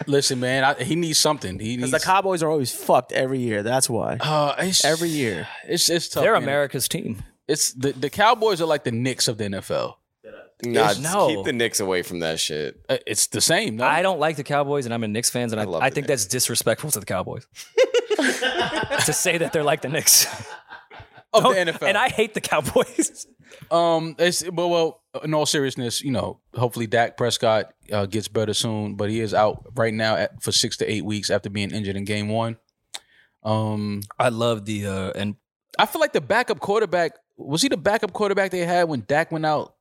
A: Listen, man, I, he needs something. He needs
G: Because the Cowboys are always fucked every year. That's why.
A: Uh, it's,
G: Every year.
A: it's it's tough.
B: They're
A: man.
B: America's team.
A: It's the, the Cowboys are like the Knicks of the NFL.
H: Nah, just
B: no.
H: keep the Knicks away from that shit.
A: Uh, It's the same. No,
B: I don't like the Cowboys, and I'm a Knicks fans, and I,
H: love
B: I,
H: the
B: think that's disrespectful to
A: <laughs>
B: the Cowboys <laughs> to say that they're like the Knicks
A: of the
B: <laughs> Don't-
A: NFL.
B: And I hate the Cowboys.
A: um, it's well, well, in all seriousness, you know, hopefully Dak Prescott uh, gets better soon, but he is out right now at, for six to eight weeks after being injured in game one. Um,
B: <laughs> I love the uh, and
A: I feel like the backup quarterback was he the backup quarterback they had when Dak went out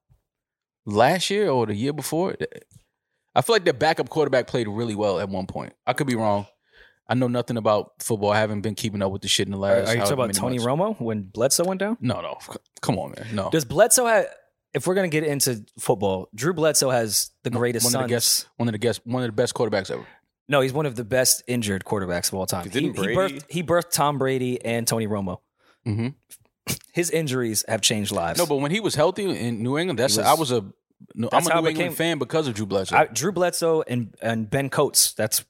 A: last year or the year before. I feel like their backup quarterback played really well at one point. I could be wrong. I know nothing about football. I haven't been keeping up with the shit in the
B: are,
A: last.
B: are you
A: however
B: talking about
A: many
B: Tony
A: months. Oh.
B: Romo when Bledsoe went down?
A: No, no. C- Come on, man. No.
B: Does Bledsoe have? If we're gonna get into football, Drew Bledsoe has the greatest
A: one of the
B: sons.
A: guests- one of the guests, one of the best quarterbacks ever.
B: No, he's one of the best injured quarterbacks of all time.
H: Didn't Brady-
B: he, he birthed he birthed Tom Brady and Tony Romo.
A: Mhm.
B: His injuries have changed lives.
A: No, but when he was healthy in New England, that's
B: He was-
A: I was a no, I'm
B: that's
A: a
B: how
A: New
B: I
A: England
B: became-
A: fan because of Drew Bledsoe.
B: I, Drew Bledsoe and and Ben Coates. That's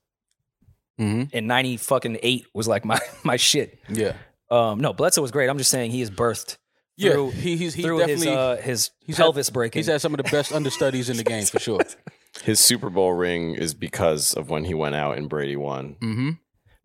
A: hmm
B: in ninety fucking eight was like my <laughs> my shit.
A: Yeah,
B: Um, no, Bledsoe was great. I'm just saying he is birthed
A: yeah.
B: Through-
A: he, he's he's
B: through
A: definitely
B: his uh, his
A: he's had-
B: pelvis breaking.
A: he's had some of the best understudies in the game for
B: <laughs>
A: sure.
H: His Super Bowl ring is because of when he went out and Brady won.
A: hmm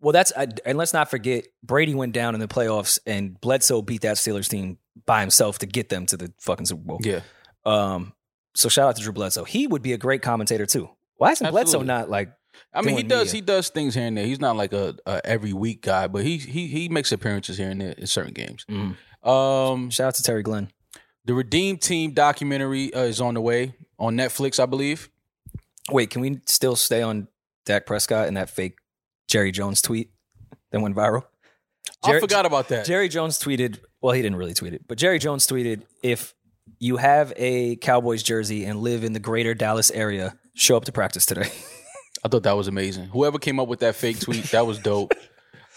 B: well, that's I, and let's not forget Brady went down in the playoffs and Bledsoe beat that Steelers team by himself to get them to the fucking Super Bowl.
A: Yeah,
B: Um, so shout out to Drew Bledsoe. He would be a great commentator too. Why isn't Bledsoe
A: Absolutely.
B: not like
A: I mean he
B: Doing
A: does
B: media.
A: he does things here and there. He's not like a, a every week guy, but he he he makes appearances here and there in certain games.
B: Mhm.
A: Um,
B: shout out to Terry Glenn?
A: the Redeem Team documentary uh, is on the way on Netflix, I believe.
B: Wait, can we still stay on Dak Prescott and that fake Jerry Jones tweet that went viral?
A: I
B: Jer-
A: forgot about that.
B: Jerry Jones tweeted, well, he didn't really tweet it, but Jerry Jones tweeted, if you have a Cowboys jersey and live in the greater Dallas area, show up to practice today. <laughs>
A: I thought that was amazing. Whoever came up with that fake tweet, that was dope.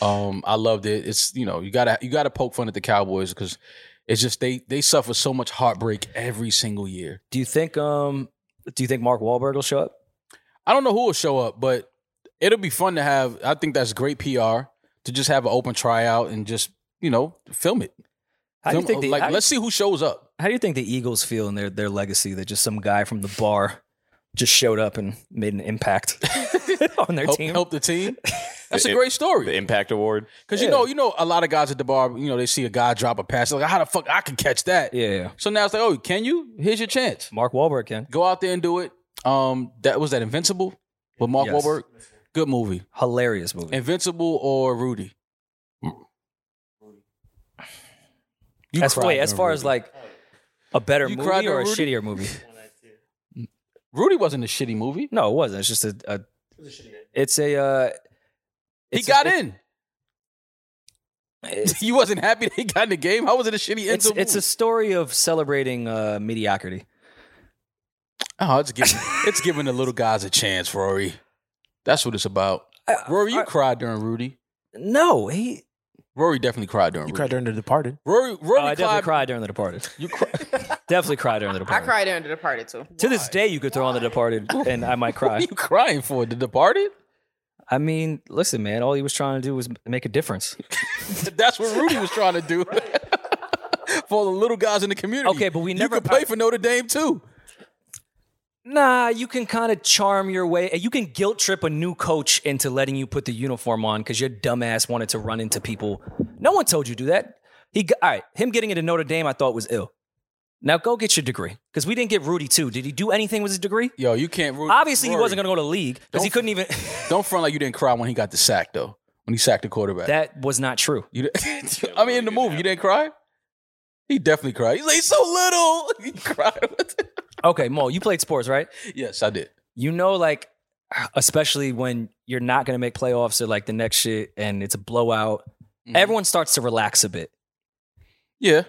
A: Um, I loved it. It's you know you gotta you gotta poke fun at the Cowboys because it's just they they suffer so much heartbreak every single year.
B: do you think um do you think Mark Wahlberg will show up?
A: I don't know who will show up, but it'll be fun to have. I think that's great PR to just have an open tryout and just you know film it.
B: How do you
A: Film-
B: think the,
A: like
B: how do you-
A: let's see who shows up.
B: How do you think the Eagles feel in their their legacy that just some guy from the bar just showed up and made
A: <laughs>
B: an impact <laughs> on their
A: Help,
B: team?
A: help the
B: <laughs>
A: team. That's
H: The-
A: a great
H: The
A: story
H: Impact Award.
A: because you know you know a lot of guys at the bar. You know they see a guy drop a pass like how the fuck I can catch that.
B: Yeah, yeah.
A: So now it's like oh can you? Here's your chance.
B: Mark Wahlberg can.
A: Go out there and do it. Um, that was that Invincible with Mark
B: Yes.
A: Wahlberg. Good movie.
B: Hilarious movie.
A: Invincible or Rudy? You
B: as,
A: cried
B: wait, as
A: during
B: far
A: Rudy.
B: as like a better
A: You cried
B: movie or a
A: during Rudy?
B: shittier movie? <laughs>
A: Rudy wasn't a shitty movie.
B: No, it wasn't. It's just a, a it's a uh
A: He
B: it's a-
A: got
B: it-
A: in.
B: It's,
A: You wasn't happy that <laughs> he got in the game. How was it a shitty
B: it's,
A: Invincible?
B: it's a story of celebrating uh mediocrity.
A: oh, it's giving it's giving the little guys a chance, Rory. That's what it's about.
B: I-
A: Rory, you
B: I-
A: cried during Rudy.
B: No, he
A: Rory definitely cried during
G: You
A: Rudy.
G: cried during The Departed.
A: Rory,
B: Oh,
A: Rory
B: I definitely
A: cried.
B: cried during The Departed.
A: You cried.
B: <laughs> Definitely cried during The
E: I
B: Departed.
E: cried under the party too.
B: To this day, you could throw on The Departed, and I might
A: what are <laughs>
B: cry.
A: you crying for? The Departed?
B: I mean, listen, man. All he was trying to do was make a difference.
A: That's what Rudy was trying to
B: <laughs>
A: do <laughs> for the little guys in the community.
B: Okay, but we never-
A: You could play for Notre Dame too.
B: Nah, you can kind of charm your way. You can guilt trip a new coach into letting you put the uniform on because your dumbass wanted to run into people. No one told you to do that. He got, all right. Him getting into Notre Dame, I thought was ill. Now go get your degree because we didn't get Rudy too. Did he do anything with his degree?
A: Yo, you can't. Ru-
B: Obviously,
A: Rory,
B: he wasn't going to go to the league because he couldn't <laughs> even.
A: Don't front like you didn't cry when he got the sack though. When he sacked the quarterback.
B: that was not true.
A: You didn't, <laughs> I mean, in the movie, you didn't cry. He definitely cried. He's like, "He's so little. <laughs> He cried.
B: Okay, Mo, you played sports, right?
A: <laughs> yes, I did.
B: you know, like especially when you're not going to make playoffs or like the next shit and it's a blowout,
A: Mhm.
B: everyone starts to relax a bit.
A: Yeah,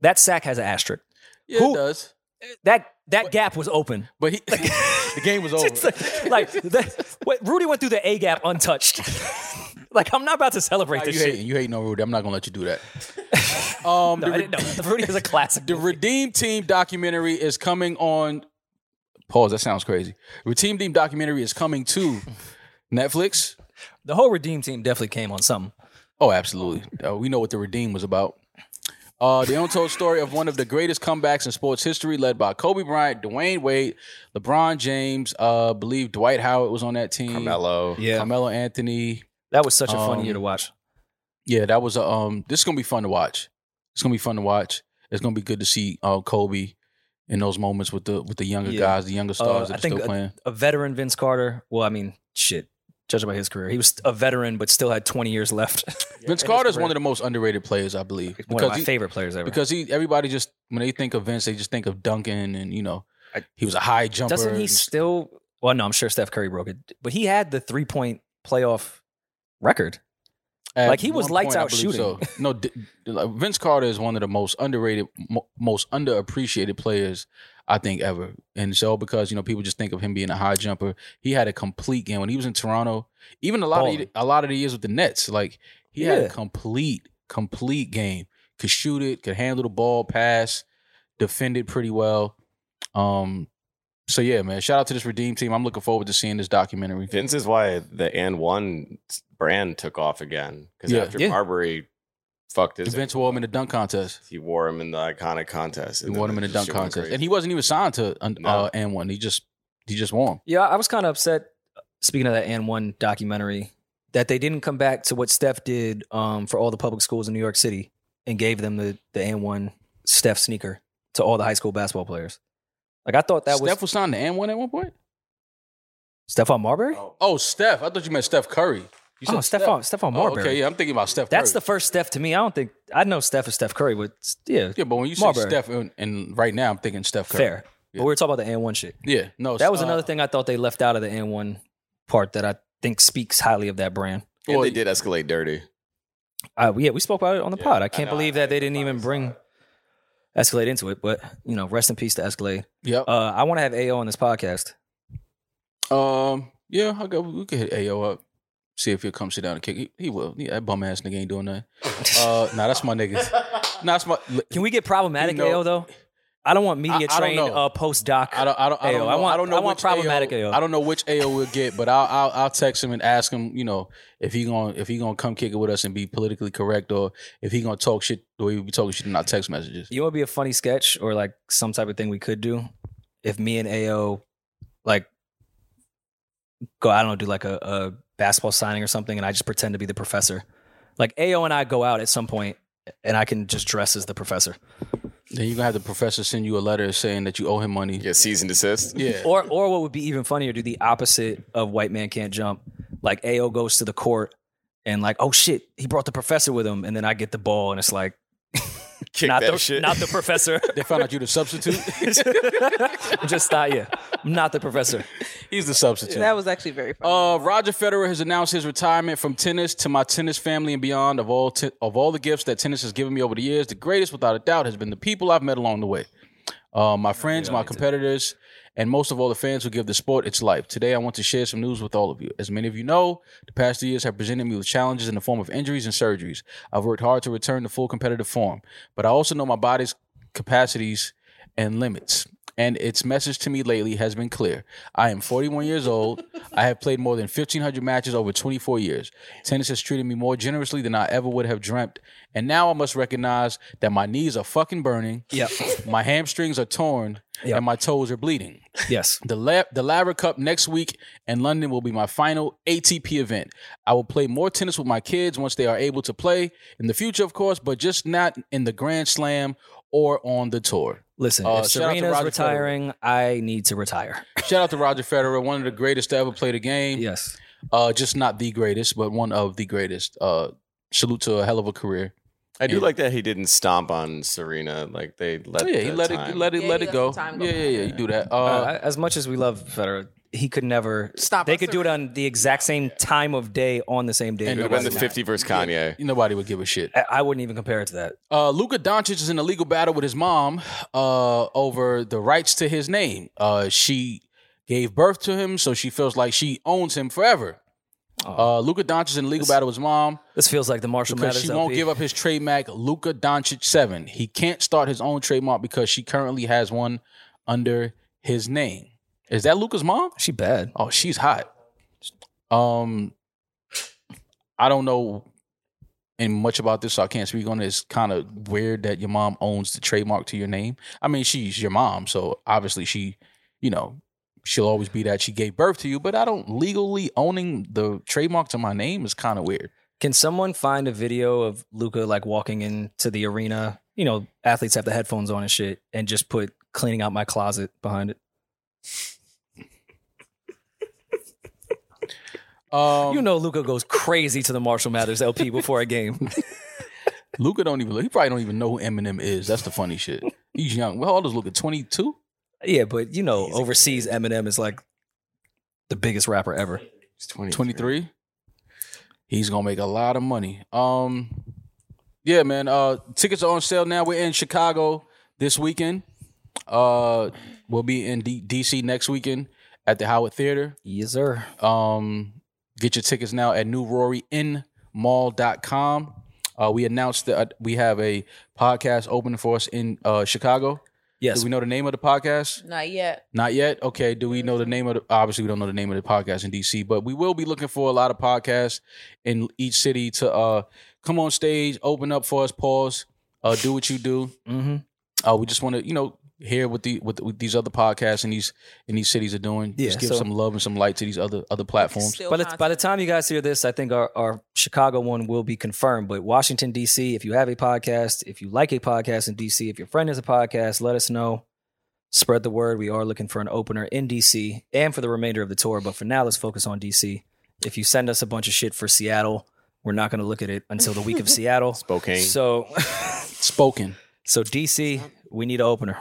B: That sack has an asterisk.
A: yeah,
B: Who-
A: it does.
B: That that gap
A: <laughs>
B: was open.
A: But he, the game <laughs> was over.
B: It's like, like that, what, Rudy went through the A gap untouched. <laughs> like I'm not about to celebrate
A: Nah,
B: this
A: you
B: shit.
A: hating? You hating on Rudy? I'm not gonna let you do that. Um, the
B: No, I
A: re-
B: didn't know. Rudy is
A: <laughs>
B: a classic.
A: The Redeem Team documentary is coming on. Pause. That sounds crazy. Redeem Team documentary is coming <laughs> to Netflix.
B: the whole Redeem team definitely came on something.
A: Oh, absolutely. Uh, we know what the Redeem was about. Uh, the untold story of one of the greatest comebacks in sports history, led by Kobe Bryant, Dwayne Wade, LeBron James. Uh, I believe Dwight Howard was on that team.
H: Carmelo.
A: Carmelo Anthony.
B: That was such a fun
A: Oh. Um,
B: year to watch.
A: Yeah, that was a, um. This is gonna be fun to watch. It's gonna be fun to watch. It's gonna be good to see uh, Kobe in those moments with the with the younger
B: Yeah.
A: guys, the younger stars
B: Uh, I
A: that are
B: think
A: still playing.
B: a veteran Vince Carter. Well, I mean, shit. Judging by his career, he was a veteran, but still had 20 years left. <laughs>
A: Vince Carter is one of the most underrated players, I believe,
B: one of my
A: he,
B: favorite players ever.
A: because he everybody just when they think of Vince, they just think of Duncan and you know
B: I-
A: he was a high jumper.
B: doesn't he
A: and-
B: still? Well, no, I'm sure Steph Curry broke it, but he had the three point playoff record.
A: At
B: Like, he was
A: one
B: lights
A: I
B: out
A: believe
B: shooting.
A: so. No, D- like, Vince Carter is one of the most underrated, mo- most underappreciated players I think ever. And so because you know people just think of him being a high jumper, he had a complete game when he was in Toronto. Even a lot of
B: Balling.
A: the, a lot of the years with the Nets, like he had
B: Yeah.
A: a complete complete game. Could shoot it, could handle the ball, pass, defended pretty well. Um, so yeah, man. Shout out to this Redeem team. I'm looking forward to seeing this documentary.
H: Vince is why the and one brand took off again because
A: Yeah.
H: after
B: Yeah.
H: Marbury fucked
A: The
H: his,
A: Vince wore him in the dunk contest.
H: he wore him in the iconic contest.
A: They
H: and
A: won
H: then
A: him in a
H: that
A: dunk
H: shit went
A: contest,
H: crazy.
A: and he wasn't even signed to an,
H: No.
A: uh, and one. He just he just won. him.
B: Yeah, I was kind of upset. uh, Speaking of that and one documentary, that they didn't come back to what Steph did um, for all the public schools in New York City and gave them the the and one Steph sneaker to all the high school basketball players. Like I thought that
A: Steph was,
B: was
A: signed to and one at one point.
B: Stephon Marbury.
A: Oh, Steph! I thought you meant Steph Curry. You
B: oh, Stephon Stephon
A: Oh,
B: Marbury.
A: okay, yeah, I'm thinking about Steph.
B: That's the
A: Curry.
B: first Steph to me. I don't think I know Steph is Steph Curry, but yeah,
A: yeah. But when you say
B: Marbury.
A: Steph, and, and right now I'm thinking Steph Curry.
B: fair.
A: Yeah.
B: But we were talking about the and one shit.
A: Yeah, no,
B: That was
A: uh,
B: another thing I thought they left out of the and one part that I think speaks highly of that brand.
H: And
A: well,
H: they did escalate dirty.
B: Uh, yeah, we spoke about it on the
H: Yeah,
B: pod. I
H: I
B: can't
H: know,
B: believe
H: I-
B: that they didn't
H: I
B: even
H: saw
B: bring Escalade into it, but you know, rest in peace to Escalade.
A: Yep.
B: Uh, I want to have AO on this podcast.
A: um. Yeah. I go. We could hit Ao up. See if he'll come sit down and kick. He, he will. Yeah, that bum ass nigga ain't doing nothing. Uh, nah, that's my niggas. Nah, that's my.
B: Can we get problematic
A: You know-
B: AO though? I don't want media
A: I- I don't
B: trained
A: know.
B: uh, post doc.
A: I don't. I don't. I
B: AO.
A: don't know.
B: I want-
A: I don't know
B: I want
A: which
B: problematic
A: AO,
B: AO.
A: I don't know which AO we'll get, but I'll, I'll I'll text him and ask him. You know, if he gonna if he gonna come kick it with us and be politically correct, or if he gonna talk shit the way we be talking shit in our text messages.
B: You want to be a funny sketch or like some type of thing we could do if me and AO like go I don't know do like a, a basketball signing or something and I just pretend to be the professor. Like AO and I go out at some point and I can just dress as the professor.
A: Then you are gonna have the professor send you a letter saying that you owe him money.
H: Yeah, cease and desist.
A: Yeah.
B: Or or what would be even funnier do the opposite of white man can't jump. Like AO goes to the court and like oh shit, he brought the professor with him and then I get the ball and it's like
H: Kick
B: not
H: that
B: the
H: shit.
B: not the
A: <laughs>
B: professor.
A: They found out you the
B: <laughs>
A: substitute.
B: just not yeah. I'm not the professor.
A: He's the substitute.
E: That was actually very funny.
A: Uh, Roger Federer has announced his retirement from tennis to my tennis family and beyond. Of all te- of all the gifts that tennis has given me over the years, the greatest, without a doubt, has been the people I've met along the way. Uh, my friends, my competitors, and most of all, the fans who give the sport its life. Today, I want to share some news with all of you. As many of you know, the past two years have presented me with challenges in the form of injuries and surgeries. I've worked hard to return to full competitive form, but I also know my body's capacities and limits. And its message to me lately has been clear. I am 41 years old. I have played more than 1,500 matches over 24 years. Tennis has treated me more generously than I ever would have dreamt. And now I must recognize that my knees are fucking burning.
B: Yep.
A: My hamstrings are torn.
B: Yep.
A: And my toes are bleeding.
B: Yes.
A: The La- the Lara Cup next week and London will be my final ATP event. I will play more tennis with my kids once they are able to play in the future, of course, but just not in the Grand Slam or on the tour.
B: Listen,
A: Uh,
B: if
A: shout out to
B: Serena's
A: Roger
B: retiring, I need to retire.
A: Shout out to Roger Federer, one of the greatest to ever play the game.
B: Yes.
A: Uh, just not the greatest, but one of the greatest. Uh, salute to a hell of a career.
H: I do like that he didn't stomp on Serena. Like they let.
A: Oh, yeah, he
H: the
A: let it
H: time-
A: let it
I: Yeah,
A: let
I: he
A: it
I: let
A: go.
I: some time go.
A: Yeah, yeah, yeah. You do that. Uh,
B: Uh, as much as we love Federer, he could never
I: Stop
B: They
I: us,
B: could do it
I: Serena.
B: on the exact same time of day on the same day.
A: And
H: It would have been the 50 versus Kanye.
A: nobody would give a shit.
B: I, I wouldn't even compare it to that.
A: Uh, Luka Doncic is in a legal battle with his mom uh, over the rights to his name. Uh, she gave birth to him, so she feels like she owns him forever.
H: Oh.
A: Uh, Luka Doncic is in a legal battle with his mom
B: This feels like the Marshall
A: because
B: Mathers.
A: she won't
B: LP.
A: give up his trademark, Luka Doncic 7. He can't start his own trademark because she currently has one under his name. Is that Luka's mom?
B: She bad.
A: Oh, she's hot. Um, I don't know and much about this, so I can't speak on it. It's kind of weird that your mom owns the trademark to your name. I mean, she's your mom, so obviously she, you know, she'll always be that. She gave birth to you, but I don't legally owning the trademark to my name is kind of weird.
B: Can someone find a video of Luca like walking into the arena? You know, athletes have the headphones on and shit, and just put cleaning out my closet behind it.
A: Um,
B: you know, Luca goes crazy to the Marshall
A: <laughs>
B: Mathers LP before a game.
A: Luca don't even. He probably don't even know who Eminem is. That's the funny shit. He's young. Well, how old is Luca? Twenty two.
B: yeah, but you know, overseas Eminem is like the biggest rapper ever.
F: He's 23.
A: 23 he's gonna make a lot of money um yeah man uh tickets are on sale now we're in chicago this weekend uh we'll be in D- dc next weekend at the howard theater
B: Yes, sir.
A: um get your tickets now at newroryinmall.com uh we announced that uh, we have a podcast open for us in uh chicago do
B: Yes,
A: we know the name of the podcast
B: Um,
E: Not yet.
A: not yet. Okay. Do we know the name of the? Obviously, we don't know the name of the podcast in DC, but we will be looking for a lot of podcasts in each city to uh, come on stage, open up for us, pause, uh, do what you do.
B: hmm
A: Uh, we just want to, you know, hear what the what, what these other podcasts in these in these cities are doing.
B: Yeah,
A: just give
B: so-
A: some love and some light to these other other platforms.
E: Still
B: By the, by the
E: content.
B: time you guys hear this, I think our, our Chicago one will be confirmed. But Washington, D.C., if you have a podcast, if you like a podcast in D.C., if your friend has a podcast, let us know. Spread the word. We are looking for an opener in D.C. and for the remainder of the tour. But for now, let's focus on D.C. If you send us a bunch of shit for Seattle, we're not going to look at it until the
A: <laughs>
B: week of Seattle.
H: Spokane.
B: So,
A: Spoken,
B: so D.C., we need an opener.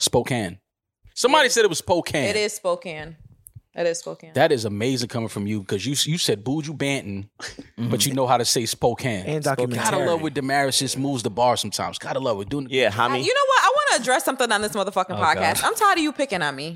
A: Spokane. Somebody said it was Spokane.
E: it is Spokane. It is Spokane.
A: That is amazing coming from you because you you said Buju Banton,
B: Mm-hmm.
A: but you know how to say Spokane.
G: And documentary.
A: Gotta love what Damaris just moves the bar sometimes. Gotta love it. Doing
H: Yeah,
E: you know
H: Hami.
E: what? I want to address something on this motherfucking
B: Oh,
E: podcast. I'm tired of you picking on me.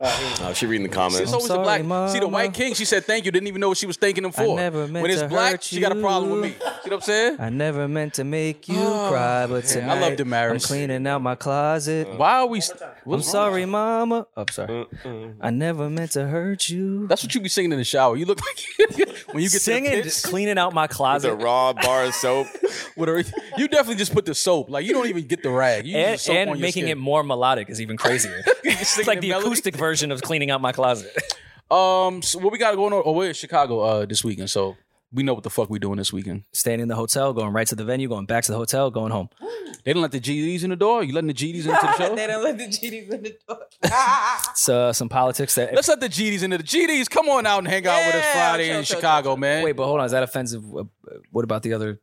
H: Oh, she reading the comments.
A: <laughs> It's always
B: sorry,
A: the black. See the
B: mama.
A: white king. She said thank you. Didn't even know what she was thanking him for.
B: never meant
A: when it's
B: to
A: black,
B: hurt
A: she got a problem with me.
B: you.
A: You know what I'm saying?
B: I never meant to make you cry, but
A: Oh, man, I
B: tonight
A: love Damaris.
B: I'm cleaning out my closet.
A: Why are we?
B: I'm sorry, mama. Oh, I'm sorry.
A: Uh-uh.
B: I never meant to hurt you.
A: That's what you be singing in the shower. You look like <laughs> when you get to the
B: Singing,
A: pitch,
B: cleaning out my
H: It's a
B: closet.
H: raw bar of soap.
A: with her- You definitely just put the soap. Like you don't even get the rag. <laughs> You
B: And,
A: use the soap
B: and
A: on your
B: making it
A: skin.
B: more melodic is even crazier.
A: <laughs>
B: <laughs> it's like the
A: melody.
B: acoustic version of cleaning out my closet. <laughs>
A: Um, so what we got going on? Oh, we're in Chicago uh, this weekend, so we know what the fuck we doing this weekend.
B: Staying in the hotel, going right to the venue, going back to the hotel, going home.
A: They didn't let the GDs in the door. You letting the GDs into <laughs> the show?
E: they don't let the GDs in the door.
B: It's uh, some politics that.
A: Let's let the GDs into the GDs. Come on out and hang out with us
E: Yeah,
A: Friday
E: chill,
A: in
E: chill,
A: Chicago, man.
B: Wait, but hold on. Is that offensive? Uh, What about the other?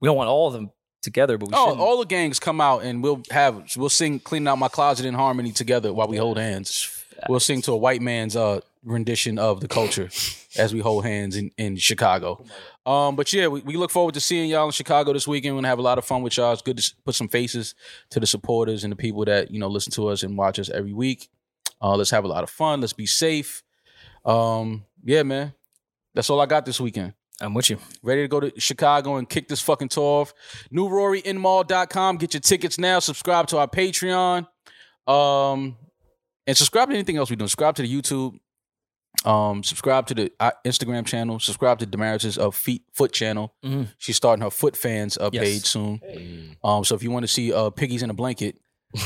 B: We don't want all of them together, but we
A: Oh,
B: shouldn't.
A: all the gangs come out and we'll have we'll sing "Cleaning Out My Closet" in harmony together while we hold hands. We'll sing to a white man's uh, rendition of the
B: <laughs>
A: culture as we hold hands in, in
B: Oh
A: Chicago. Um, but yeah, we, we look forward to seeing y'all in Chicago this weekend. We're gonna have a lot of fun with y'all. It's good to s- put some faces to the supporters and the people that you know listen to us and watch us every week. Uh, let's have a lot of fun. Let's be safe. Um, yeah, man. That's all I got this weekend
B: I'm with you.
A: ready to go to Chicago and kick this fucking tour off. NewRoryInMall.com. Get your tickets now. Subscribe to our Patreon. Um, and subscribe to anything else we do. Subscribe to the YouTube. Um, subscribe to the uh, Instagram channel. Subscribe to Damaris's uh, feet foot channel.
B: Mhm.
A: She's starting her foot fans uh,
B: Yes.
A: page soon. Um, so if you want to see uh, piggies in a blanket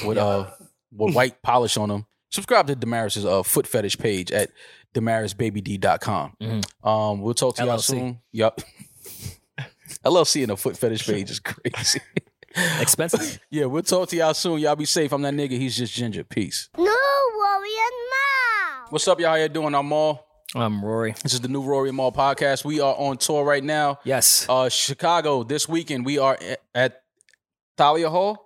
A: with uh with white polish on them, subscribe to Damaris's uh, foot fetish page at damarisbabyD.com.
B: Mm-hmm.
A: Um, we'll talk to y'all
B: LLC.
A: soon. Yup. <laughs> LLC and a foot fetish page is crazy. <laughs>
B: Expensive.
A: yeah, we'll talk to y'all soon. Y'all be safe. I'm that nigga. He's just ginger. Peace.
C: No worry and mom.
A: What's up, y'all? How you doing? I'm all.
B: I'm Um, Rory.
A: This is the new Rory and Maul podcast. We are on tour right now.
B: Yes.
A: Uh, Chicago this weekend. We are a- at Thalia Hall.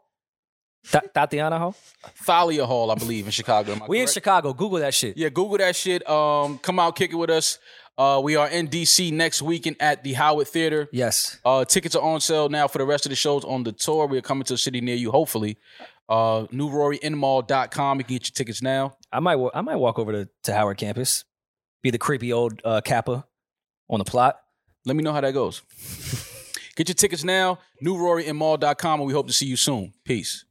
B: Ta- Tatiana Ho?
A: Thalia Hall, I believe, in Chicago. Am I
B: We in
A: correct?
B: Chicago. Google that shit.
A: Yeah, Google that shit. Um, come out, kick it with us. Uh, we are in DC next weekend at the Howard Theater.
B: Yes.
A: Uh, tickets are on sale now for the rest of the shows on the tour. We're coming to a city near you, hopefully. Uh, newroryinmall.com. You can get your tickets now.
B: I might wa- I might walk over to, to Howard campus, be the creepy old uh, Kappa on the plot.
A: Let me know how that goes. get your tickets now, newroryinmall.com, and we hope to see you soon. Peace.